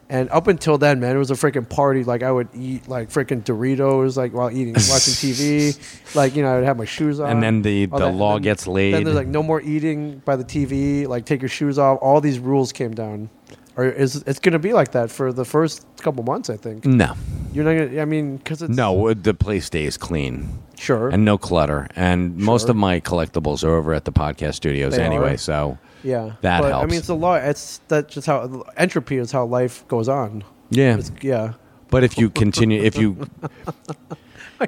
Speaker 1: and up until then, man, it was a freaking party. Like I would eat like freaking Doritos like while eating watching TV. Like you know, I would have my shoes on.
Speaker 2: And then the
Speaker 1: all
Speaker 2: the
Speaker 1: that.
Speaker 2: law
Speaker 1: Then-
Speaker 2: gets laid.
Speaker 1: Then there's like no more eating by the TV. Like take your shoes off. All these rules came down. Or is it's going to be like that for the first couple months? I think
Speaker 2: no,
Speaker 1: you're not going. to I mean, because it's
Speaker 2: Mm. no. The place stays clean
Speaker 1: sure
Speaker 2: and no clutter. And most
Speaker 1: Sure.
Speaker 2: of my collectibles are over at the podcast studios
Speaker 1: They
Speaker 2: anyway.
Speaker 1: are.
Speaker 2: So
Speaker 1: Yeah,
Speaker 2: That
Speaker 1: but, I
Speaker 2: helps.
Speaker 1: mean, it's the law. It's that's just how entropy is how life goes on.
Speaker 2: yeah.
Speaker 1: It's, yeah,
Speaker 2: But if you continue, if you.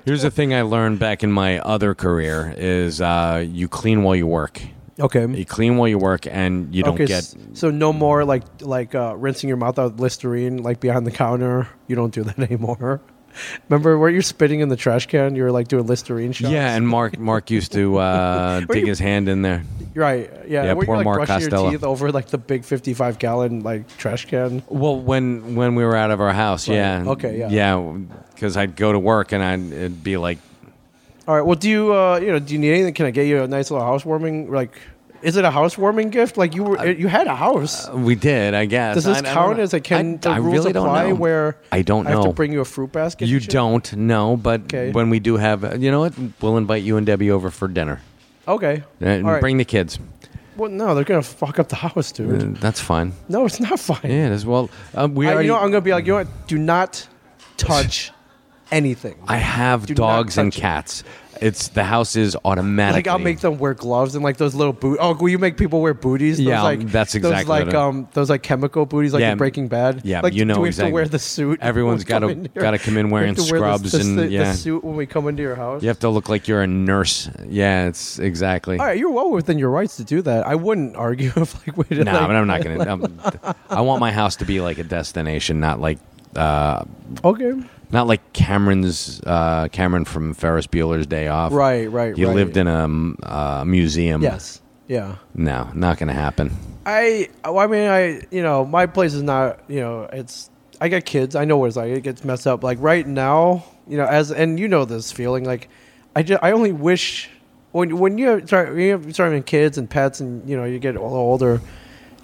Speaker 2: Here's the thing I learned back in my other career is uh, you clean while you work.
Speaker 1: okay.
Speaker 2: You clean while you work, and you don't
Speaker 1: okay,
Speaker 2: get
Speaker 1: s- so no more like like uh, rinsing your mouth out with Listerine like behind the counter. You don't do that anymore. Remember where you're spitting in the trash can? You were like doing Listerine shots.
Speaker 2: Yeah, and Mark Mark used to uh, dig
Speaker 1: you-
Speaker 2: his hand in there.
Speaker 1: You're right. Yeah,
Speaker 2: Yeah,
Speaker 1: were
Speaker 2: poor
Speaker 1: you, like,
Speaker 2: Mark
Speaker 1: brushing
Speaker 2: Costello.
Speaker 1: your teeth over like the big 55 gallon like trash can.
Speaker 2: Well, when when we were out of our house,
Speaker 1: Right.
Speaker 2: yeah,
Speaker 1: Okay, yeah.
Speaker 2: yeah, because I'd go to work and I'd it'd be like,
Speaker 1: All right. Well, do you uh, you know do you need anything? Can I get you a nice little housewarming? Like, is it a housewarming gift? Like you were you had a house.
Speaker 2: we did, I guess.
Speaker 1: Does
Speaker 2: I-
Speaker 1: this
Speaker 2: I don't
Speaker 1: count
Speaker 2: know.
Speaker 1: as a can
Speaker 2: I-
Speaker 1: the
Speaker 2: I
Speaker 1: rules
Speaker 2: really don't
Speaker 1: apply
Speaker 2: know.
Speaker 1: where
Speaker 2: I don't
Speaker 1: have
Speaker 2: know.
Speaker 1: to bring you a fruit basket?
Speaker 2: you
Speaker 1: and shit?
Speaker 2: don't know, but
Speaker 1: Okay.
Speaker 2: when we do have, you know what, we'll invite you and Debbie over for dinner.
Speaker 1: Okay.
Speaker 2: And
Speaker 1: All right.
Speaker 2: Bring the kids.
Speaker 1: Well, no, they're gonna fuck up the house,
Speaker 2: Uh,
Speaker 1: dude.
Speaker 2: That's fine.
Speaker 1: No, it's not fine.
Speaker 2: Yeah, it is. Well, um, we
Speaker 1: I,
Speaker 2: already.
Speaker 1: you know, I'm gonna be like, you know what? Do not touch anything.
Speaker 2: I have
Speaker 1: Do not
Speaker 2: dogs and
Speaker 1: touch it.
Speaker 2: cats. It's the house is automatically.
Speaker 1: Like I'll make them wear gloves and like those little boot. Oh, will you make people wear booties? Those,
Speaker 2: Yeah,
Speaker 1: like,
Speaker 2: that's exactly
Speaker 1: those like
Speaker 2: what I-
Speaker 1: um those like chemical booties, like
Speaker 2: Yeah,
Speaker 1: in Breaking Bad.
Speaker 2: yeah,
Speaker 1: like,
Speaker 2: you know
Speaker 1: do we have
Speaker 2: exactly.
Speaker 1: to wear the suit. when
Speaker 2: Everyone's
Speaker 1: we
Speaker 2: gotta-
Speaker 1: come in here?
Speaker 2: gotta come in
Speaker 1: We have
Speaker 2: wearing
Speaker 1: to wear the-
Speaker 2: scrubs
Speaker 1: the,
Speaker 2: and-
Speaker 1: the,
Speaker 2: yeah.
Speaker 1: the suit when we come into your house.
Speaker 2: You have to look like you're a nurse. Yeah, it's exactly.
Speaker 1: All right, you're well within your rights to do that. I wouldn't argue if like we did.
Speaker 2: No,
Speaker 1: like,
Speaker 2: but I'm not gonna. I'm, I want my house to be like a destination, not like uh,
Speaker 1: Okay.
Speaker 2: not like Cameron's uh, Cameron from Ferris Bueller's Day Off.
Speaker 1: Right, right.
Speaker 2: He
Speaker 1: right.
Speaker 2: lived in a um, uh, museum.
Speaker 1: Yes. Yeah.
Speaker 2: No, not gonna happen.
Speaker 1: I oh, I mean I you know my place is not you know it's I got kids I know what it's like it gets messed up like right now you know as and you know this feeling like I just I only wish when when you start when you start having kids and pets and you know you get a little older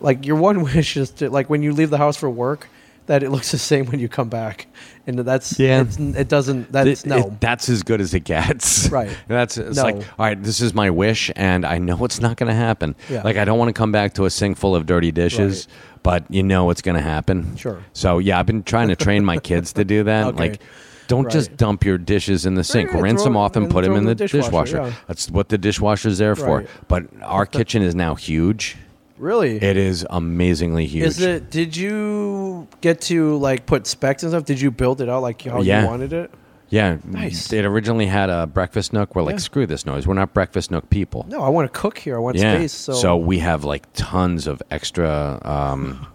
Speaker 1: like your one wish is to like when you leave the house for work that it looks the same when you come back and that's
Speaker 2: Yeah.
Speaker 1: it's, it doesn't that's
Speaker 2: Th-
Speaker 1: no
Speaker 2: it- that's as good as it gets.
Speaker 1: Right.
Speaker 2: That's it's
Speaker 1: No.
Speaker 2: like, all right, this is my wish, and I know it's not going to happen.
Speaker 1: Yeah.
Speaker 2: Like, I don't want to come back to a sink full of dirty dishes, but you know it's going to happen.
Speaker 1: Sure.
Speaker 2: So yeah, I've been trying to train my kids to do that.
Speaker 1: Okay.
Speaker 2: Like, don't just
Speaker 1: Right.
Speaker 2: dump your dishes in the sink.
Speaker 1: Right,
Speaker 2: Rinse
Speaker 1: throw
Speaker 2: them
Speaker 1: it-
Speaker 2: off and,
Speaker 1: and
Speaker 2: put them
Speaker 1: throw
Speaker 2: in the dishwasher.
Speaker 1: yeah.
Speaker 2: That's what the dishwasher's there for.
Speaker 1: Right.
Speaker 2: But our kitchen is now huge.
Speaker 1: really
Speaker 2: It is amazingly huge.
Speaker 1: Is it? Did you get to like put specs and stuff? Did you build it out like how
Speaker 2: Yeah.
Speaker 1: you wanted it?
Speaker 2: Yeah.
Speaker 1: Nice.
Speaker 2: It originally had a breakfast nook. We're like,
Speaker 1: Yeah.
Speaker 2: screw this noise. We're not breakfast nook people.
Speaker 1: No, I want to cook here. I want space. So,
Speaker 2: we have like tons of extra. Um,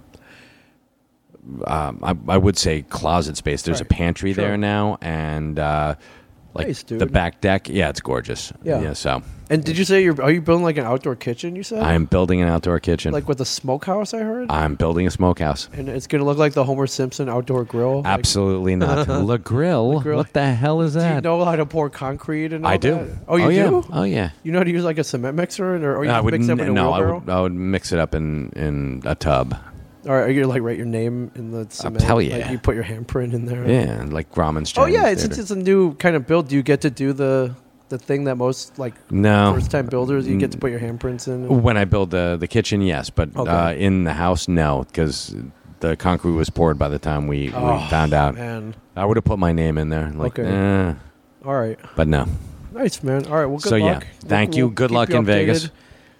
Speaker 2: um, I, I would say closet space. There's a
Speaker 1: Right.
Speaker 2: pantry
Speaker 1: Sure.
Speaker 2: there now, and uh, like
Speaker 1: Nice, dude.
Speaker 2: the back deck. Yeah, it's gorgeous.
Speaker 1: Yeah.
Speaker 2: so
Speaker 1: and did you say you're? Are you building like an outdoor kitchen? You said
Speaker 2: I'm building an outdoor kitchen.
Speaker 1: like with a smokehouse. I heard,
Speaker 2: I'm building a smokehouse.
Speaker 1: and it's gonna look like the Homer Simpson outdoor grill. Like,
Speaker 2: Absolutely not. La grill.
Speaker 1: Grill.
Speaker 2: What the hell is
Speaker 1: do you
Speaker 2: that?
Speaker 1: know how to pour concrete and all
Speaker 2: I do.
Speaker 1: that? Oh, you
Speaker 2: yeah.
Speaker 1: do.
Speaker 2: Oh yeah.
Speaker 1: You know how to use like a cement mixer and or, or you
Speaker 2: I
Speaker 1: just
Speaker 2: would
Speaker 1: mix it up in a
Speaker 2: n- no. I
Speaker 1: wheelbarrow.
Speaker 2: would, I would mix it up in in a tub.
Speaker 1: Or are you like write your name in the cement?
Speaker 2: tell
Speaker 1: Like,
Speaker 2: ya.
Speaker 1: you put your handprint in there.
Speaker 2: Yeah, and like Grauman's.
Speaker 1: Oh
Speaker 2: Chinese
Speaker 1: yeah, since
Speaker 2: Theater.
Speaker 1: it's a new kind of build, do you get to do the the thing that most like
Speaker 2: no
Speaker 1: first time builders you
Speaker 2: Mm.
Speaker 1: get to put your handprints in?
Speaker 2: When I build the the kitchen, yes, but uh,
Speaker 1: Okay.
Speaker 2: in the house, no, because the concrete was poured by the time we, we
Speaker 1: Oh,
Speaker 2: found out.
Speaker 1: Man,
Speaker 2: I would have put my name in there, like,
Speaker 1: Okay.
Speaker 2: eh,
Speaker 1: all right,
Speaker 2: but no.
Speaker 1: nice man. All right, well, good
Speaker 2: So, yeah.
Speaker 1: luck.
Speaker 2: Thank you. Good
Speaker 1: keep
Speaker 2: luck in Vegas.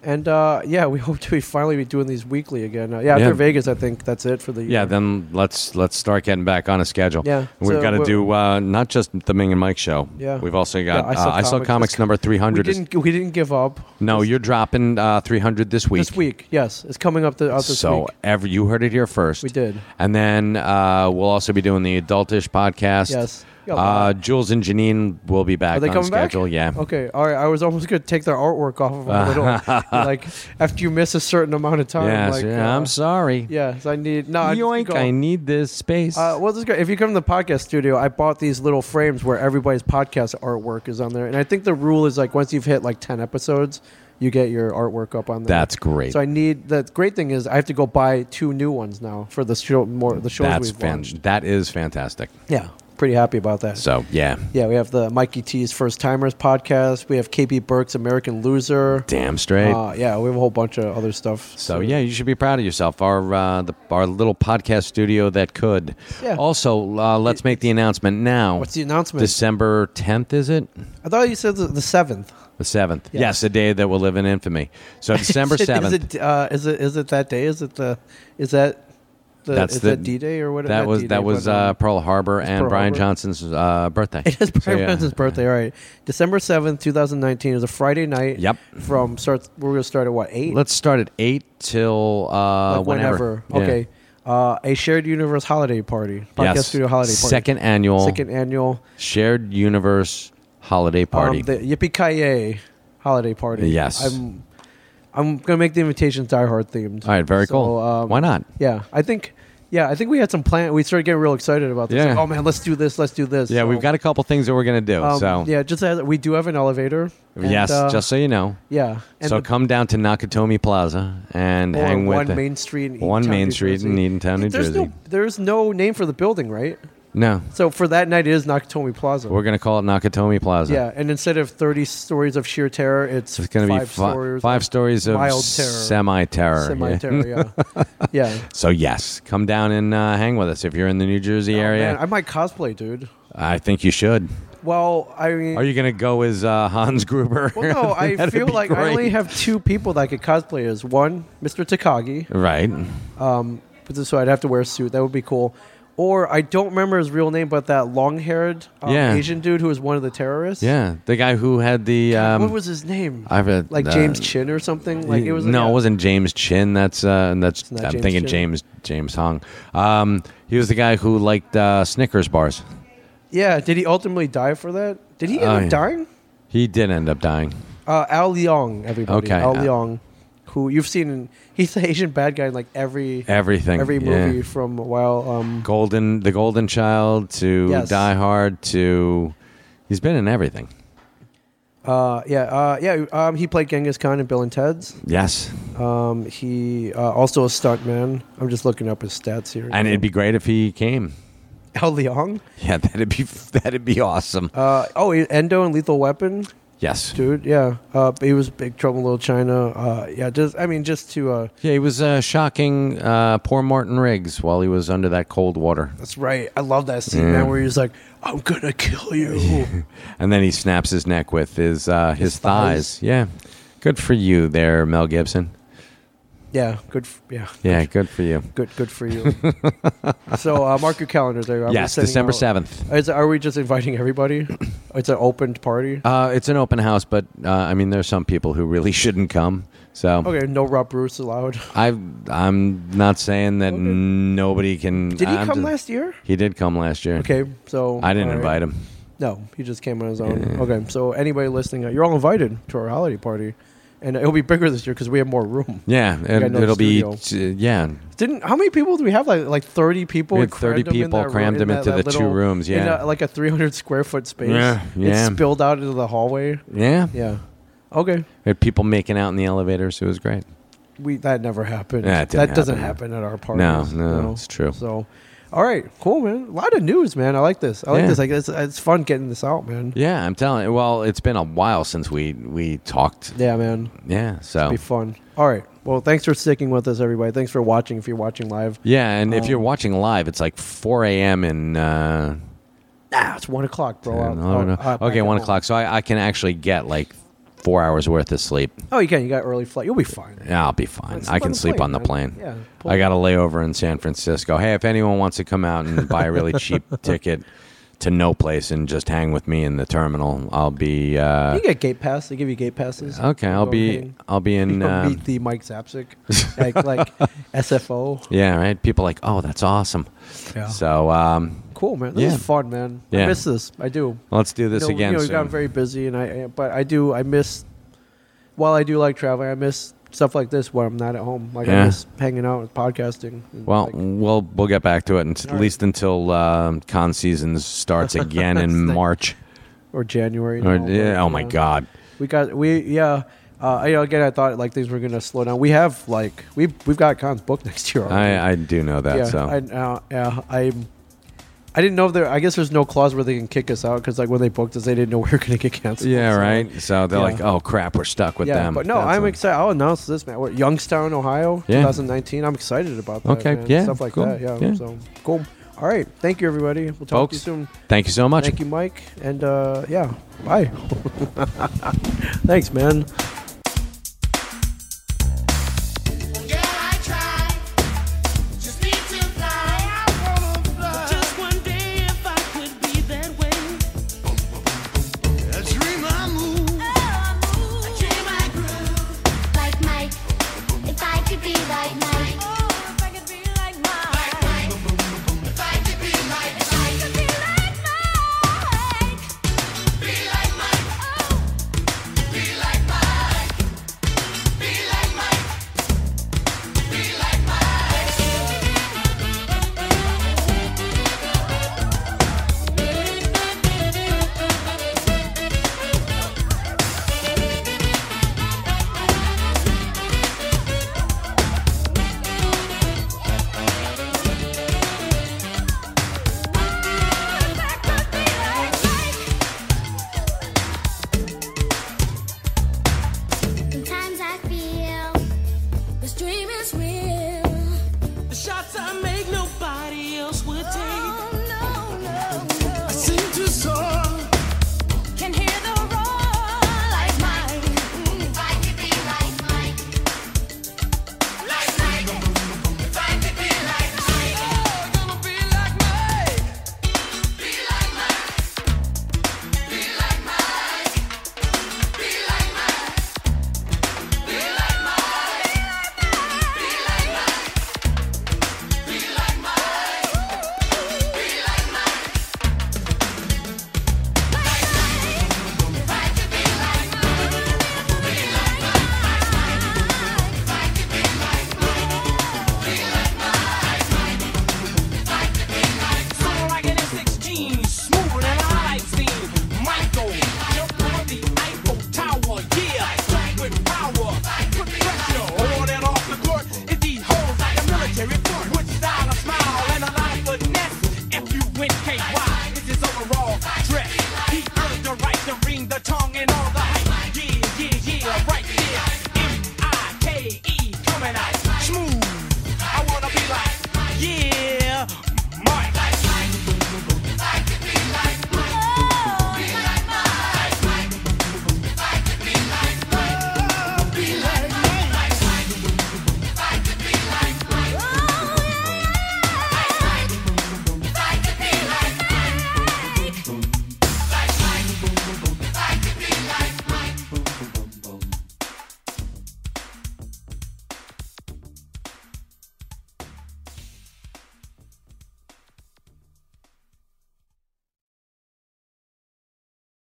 Speaker 1: And uh, yeah, we hope to be finally be doing these weekly again. Uh, yeah, after
Speaker 2: Yeah.
Speaker 1: Vegas, I think that's it for the year.
Speaker 2: Yeah, then let's let's start getting back on a schedule.
Speaker 1: Yeah,
Speaker 2: we've
Speaker 1: so
Speaker 2: got to
Speaker 1: we're-
Speaker 2: do uh, not just the Ming and Mike show.
Speaker 1: Yeah.
Speaker 2: we've also got
Speaker 1: Yeah,
Speaker 2: I, saw, uh, I saw comics
Speaker 1: It's-
Speaker 2: number three
Speaker 1: we
Speaker 2: hundred.
Speaker 1: didn't we didn't give up
Speaker 2: No, you're dropping uh, three hundred this week.
Speaker 1: this week. Yes, it's coming up the, out this
Speaker 2: so
Speaker 1: week.
Speaker 2: every you heard it here first.
Speaker 1: We did.
Speaker 2: and then uh, we'll also be doing the Adultish podcast.
Speaker 1: Yes. Yeah,
Speaker 2: Uh, Jules and Janine will be back
Speaker 1: Are they
Speaker 2: on
Speaker 1: coming back?
Speaker 2: schedule. Yeah.
Speaker 1: Okay, all right. I was almost gonna take their artwork off of them. little, like after you miss a certain amount of time.
Speaker 2: Yes,
Speaker 1: like,
Speaker 2: yeah,
Speaker 1: uh,
Speaker 2: I'm sorry.
Speaker 1: Yes, I need no. I just
Speaker 2: Yoink,
Speaker 1: go-
Speaker 2: I need this space.
Speaker 1: Uh, well, this is great. If you come to the podcast studio, I bought these little frames where everybody's podcast artwork is on there, and I think the rule is like once you've hit like ten episodes, you get your artwork up on there.
Speaker 2: That's great.
Speaker 1: so I need the great thing is I have to go buy two new ones now for the show more the shows
Speaker 2: That's
Speaker 1: we've
Speaker 2: fan-
Speaker 1: launched.
Speaker 2: that is fantastic.
Speaker 1: Yeah, pretty happy about that.
Speaker 2: So yeah,
Speaker 1: yeah, we have the Mikey T's First Timers podcast. We have KB Burke's American Loser.
Speaker 2: damn straight.
Speaker 1: Uh, yeah, we have a whole bunch of other stuff.
Speaker 2: so yeah, you should be proud of yourself. Our uh, the, our little podcast studio that could.
Speaker 1: Yeah.
Speaker 2: Also, uh, let's make the announcement now.
Speaker 1: what's the announcement?
Speaker 2: December tenth is it?
Speaker 1: I thought you said the, the seventh.
Speaker 2: The seventh.
Speaker 1: Yes.
Speaker 2: Yes, a day that will live in infamy. So December
Speaker 1: Is it-
Speaker 2: seventh.
Speaker 1: Is it, uh, is it is it that day? Is it the is that the
Speaker 2: That's
Speaker 1: is
Speaker 2: the-
Speaker 1: that D Day or whatever?
Speaker 2: that was that was uh, Pearl Harbor and
Speaker 1: Pearl
Speaker 2: Brian
Speaker 1: Harbor.
Speaker 2: Johnson's uh, birthday.
Speaker 1: um, it is
Speaker 2: So,
Speaker 1: Brian
Speaker 2: yeah.
Speaker 1: Brunson's birthday. All right, December seventh, two thousand nineteen is a Friday night.
Speaker 2: Yep.
Speaker 1: From starts we're gonna start at what eight?
Speaker 2: Let's start at eight till uh,
Speaker 1: Like
Speaker 2: whenever. Yeah.
Speaker 1: Okay. Uh, a shared universe holiday party. Podcast
Speaker 2: yes.
Speaker 1: studio holiday party.
Speaker 2: Second annual
Speaker 1: Second annual
Speaker 2: shared universe holiday party.
Speaker 1: Um, the Yippee Kaye holiday party.
Speaker 2: Yes.
Speaker 1: I'm I'm gonna make the invitations Die Hard themed.
Speaker 2: All right, very
Speaker 1: So,
Speaker 2: cool.
Speaker 1: um,
Speaker 2: Why not?
Speaker 1: Yeah, I think. Yeah, I think we had some plan. We started getting real excited about this.
Speaker 2: Yeah.
Speaker 1: Like, oh man, let's do this. Let's do this.
Speaker 2: Yeah,
Speaker 1: So,
Speaker 2: we've got a couple things that we're gonna do.
Speaker 1: um,
Speaker 2: so
Speaker 1: yeah, just as we do have an elevator. and,
Speaker 2: yes,
Speaker 1: uh,
Speaker 2: just so you know.
Speaker 1: yeah. And
Speaker 2: so
Speaker 1: the-
Speaker 2: come down to Nakatomi Plaza and
Speaker 1: or
Speaker 2: hang with
Speaker 1: one
Speaker 2: the-
Speaker 1: main street. In
Speaker 2: one
Speaker 1: Eatontown,
Speaker 2: Main
Speaker 1: New
Speaker 2: Street in
Speaker 1: Jersey.
Speaker 2: Eatontown, New
Speaker 1: there's
Speaker 2: Jersey.
Speaker 1: No, there's no name for the building, right?
Speaker 2: No,
Speaker 1: So for that night, it is Nakatomi Plaza.
Speaker 2: we're gonna call it Nakatomi Plaza.
Speaker 1: yeah, and instead of 30 stories of sheer terror, it's,
Speaker 2: It's gonna
Speaker 1: five
Speaker 2: be fi-
Speaker 1: stories
Speaker 2: five stories of
Speaker 1: mild terror.
Speaker 2: semi terror.
Speaker 1: semi terror. Yeah, yeah.
Speaker 2: So yes, come down and uh, hang with us if you're in the New Jersey
Speaker 1: Oh,
Speaker 2: area.
Speaker 1: man, I might cosplay, dude.
Speaker 2: I think you should.
Speaker 1: Well, I mean,
Speaker 2: Are you gonna go as uh, Hans Gruber?
Speaker 1: well, no, I
Speaker 2: That'd
Speaker 1: feel
Speaker 2: be
Speaker 1: like I only
Speaker 2: great.
Speaker 1: have two people that I could cosplay as. One, Mr. Takagi,
Speaker 2: right.
Speaker 1: but this- so I'd have to wear a suit. That would be cool. Or I don't remember his real name, but that long-haired um,
Speaker 2: Yeah.
Speaker 1: Asian dude who was one of the terrorists.
Speaker 2: Yeah, the guy who had the um,
Speaker 1: what was his name?
Speaker 2: I've had,
Speaker 1: like
Speaker 2: uh,
Speaker 1: James Chin or something. Like it was
Speaker 2: no,
Speaker 1: yeah.
Speaker 2: it wasn't James Chin. That's uh, and that's
Speaker 1: not
Speaker 2: I'm
Speaker 1: James
Speaker 2: thinking
Speaker 1: Chin.
Speaker 2: James James Hong. Um, he was the guy who liked uh, Snickers bars.
Speaker 1: Yeah, did he ultimately die for that? Did he end
Speaker 2: Oh,
Speaker 1: up
Speaker 2: yeah.
Speaker 1: dying?
Speaker 2: He did end up dying.
Speaker 1: Uh, Al Leong, everybody.
Speaker 2: Okay,
Speaker 1: Al
Speaker 2: uh,
Speaker 1: Leong, who you've seen, in, he's the Asian bad guy in like every
Speaker 2: Everything.
Speaker 1: every
Speaker 2: yeah.
Speaker 1: movie from a while. Um,
Speaker 2: Golden, the Golden Child to
Speaker 1: Yes.
Speaker 2: Die Hard to, he's been in everything.
Speaker 1: uh, yeah, uh, yeah. Um, he played Genghis Khan in Bill and Ted's.
Speaker 2: Yes,
Speaker 1: Um, he uh, also a stuntman. I'm just looking up his stats here.
Speaker 2: and it'd be great if he came.
Speaker 1: Al Leong.
Speaker 2: Yeah, that'd be that'd be awesome.
Speaker 1: Uh, oh, Endo and Lethal Weapon.
Speaker 2: yes.
Speaker 1: dude. Yeah, uh, he was Big Trouble in Little China. Uh, yeah, just I mean, just to uh,
Speaker 2: Yeah, he was uh, shocking uh, poor Martin Riggs while he was under that cold water,
Speaker 1: that's right. I love that scene
Speaker 2: Yeah.
Speaker 1: man, where he's like, "I'm gonna kill you."
Speaker 2: and then he snaps his neck with his uh, his, thighs.
Speaker 1: thighs.
Speaker 2: Yeah, good for you there, Mel Gibson.
Speaker 1: yeah, good. F- yeah,
Speaker 2: Yeah, good for you.
Speaker 1: good, good for you. so uh, mark your calendars. There, Are we
Speaker 2: yes,
Speaker 1: sending
Speaker 2: December
Speaker 1: out-
Speaker 2: seventh.
Speaker 1: uh, Is, are we just inviting everybody? It's an opened party.
Speaker 2: Uh, it's an open house, but uh, I mean, there's some people who really shouldn't come. So
Speaker 1: Okay, no Rob Bruce allowed.
Speaker 2: I I'm not saying that
Speaker 1: Okay.
Speaker 2: nobody can.
Speaker 1: Did he
Speaker 2: I'm
Speaker 1: come
Speaker 2: just-
Speaker 1: last year?
Speaker 2: He did come last year.
Speaker 1: Okay, so
Speaker 2: I didn't
Speaker 1: all right.
Speaker 2: invite him.
Speaker 1: No, he just came on his own. Okay, so anybody listening, uh, you're all invited to our holiday party, and it'll be bigger this year because we have more room.
Speaker 2: Yeah,
Speaker 1: got
Speaker 2: it,
Speaker 1: another
Speaker 2: it'll be
Speaker 1: studio.
Speaker 2: t- yeah.
Speaker 1: Didn't how many people do we have? Like like thirty people.
Speaker 2: We had
Speaker 1: and crammed
Speaker 2: 30
Speaker 1: them in
Speaker 2: people,
Speaker 1: that
Speaker 2: crammed
Speaker 1: in
Speaker 2: them into the two rooms,
Speaker 1: in
Speaker 2: yeah.
Speaker 1: a- like a three hundred square foot space.
Speaker 2: Yeah, yeah.
Speaker 1: It spilled out into the hallway.
Speaker 2: Yeah,
Speaker 1: Yeah. Okay.
Speaker 2: We had people making out in the elevators. It was great.
Speaker 1: We that never happened.
Speaker 2: Yeah, it didn't
Speaker 1: that doesn't
Speaker 2: happen.
Speaker 1: happen at our
Speaker 2: No,
Speaker 1: parties.
Speaker 2: no,
Speaker 1: you know?
Speaker 2: it's true.
Speaker 1: So, all right, cool, man. A lot of news, man. I like this. I like
Speaker 2: Yeah.
Speaker 1: this. Like it's, it's fun getting this out, man.
Speaker 2: Yeah, I'm telling. you. Well, it's been a while since we we talked.
Speaker 1: Yeah, man.
Speaker 2: Yeah, so
Speaker 1: Be fun. All right. Well, thanks for sticking with us, everybody. Thanks for watching. If you're watching live,
Speaker 2: yeah, and if
Speaker 1: Um,
Speaker 2: you're watching live, it's like 4 a.m. in. Uh,
Speaker 1: ah, it's one o'clock, bro.
Speaker 2: in-
Speaker 1: I'll-
Speaker 2: I don't
Speaker 1: I'll-
Speaker 2: know.
Speaker 1: I'll back
Speaker 2: okay,
Speaker 1: at
Speaker 2: one
Speaker 1: home.
Speaker 2: o'clock. So I, I can actually get like four hours worth of sleep.
Speaker 1: Oh, you can. You got early flight. You'll be fine.
Speaker 2: Yeah, I'll be fine.
Speaker 1: Let's
Speaker 2: I can sleep on the
Speaker 1: man.
Speaker 2: plane.
Speaker 1: Yeah. pull-
Speaker 2: I got a layover in San Francisco. Hey, if anyone wants to come out and buy a really cheap ticket to no place and just hang with me in the terminal, I'll be uh,
Speaker 1: you get gate pass. They give you gate passes.
Speaker 2: okay. I'll
Speaker 1: Go
Speaker 2: be
Speaker 1: hang.
Speaker 2: I'll be in
Speaker 1: Go
Speaker 2: uh,
Speaker 1: meet the Mike Zapsik, like, like SFO.
Speaker 2: yeah. Right? People like, oh, that's awesome.
Speaker 1: Yeah.
Speaker 2: So um,
Speaker 1: Cool, man. This
Speaker 2: Yeah.
Speaker 1: is fun, man.
Speaker 2: Yeah.
Speaker 1: I miss this. I do.
Speaker 2: let's do this
Speaker 1: you know,
Speaker 2: again.
Speaker 1: You know, we got
Speaker 2: soon.
Speaker 1: very busy, and I. But I do. I miss. While I do like traveling, I miss stuff like this where I'm not at home. Like
Speaker 2: Yeah.
Speaker 1: I miss hanging out and podcasting. and,
Speaker 2: well,
Speaker 1: like,
Speaker 2: we'll we'll get back to it, and at
Speaker 1: All right.
Speaker 2: least until um con season starts again in
Speaker 1: It's like-
Speaker 2: March.
Speaker 1: or January.
Speaker 2: Or-
Speaker 1: now,
Speaker 2: yeah,
Speaker 1: but,
Speaker 2: oh
Speaker 1: you
Speaker 2: my
Speaker 1: know. uh,
Speaker 2: God!
Speaker 1: We got we yeah. Uh, you know, again, I thought like things were gonna slow down. We have like we have we've got cons booked next year. already.
Speaker 2: Oh, I, I do know that.
Speaker 1: yeah,
Speaker 2: so
Speaker 1: I, uh, yeah, I, I didn't know if there. I guess there's no clause where they can kick us out because like when they booked us, they didn't know we were going to get canceled.
Speaker 2: yeah,
Speaker 1: So,
Speaker 2: right. So they're
Speaker 1: yeah.
Speaker 2: like, oh crap, we're stuck with
Speaker 1: yeah,
Speaker 2: them.
Speaker 1: but no,
Speaker 2: That's
Speaker 1: I'm
Speaker 2: a-
Speaker 1: excited. I'll announce this, man. We're at Youngstown, Ohio,
Speaker 2: Yeah.
Speaker 1: 2019. I'm excited about that.
Speaker 2: Okay,
Speaker 1: man.
Speaker 2: yeah,
Speaker 1: stuff like
Speaker 2: cool.
Speaker 1: that. Yeah,
Speaker 2: Yeah.
Speaker 1: so cool. All right, thank you, everybody. We'll talk
Speaker 2: Folks,
Speaker 1: to you soon.
Speaker 2: Thank you so much.
Speaker 1: Thank you, Mike, and uh, yeah, bye. Thanks, man.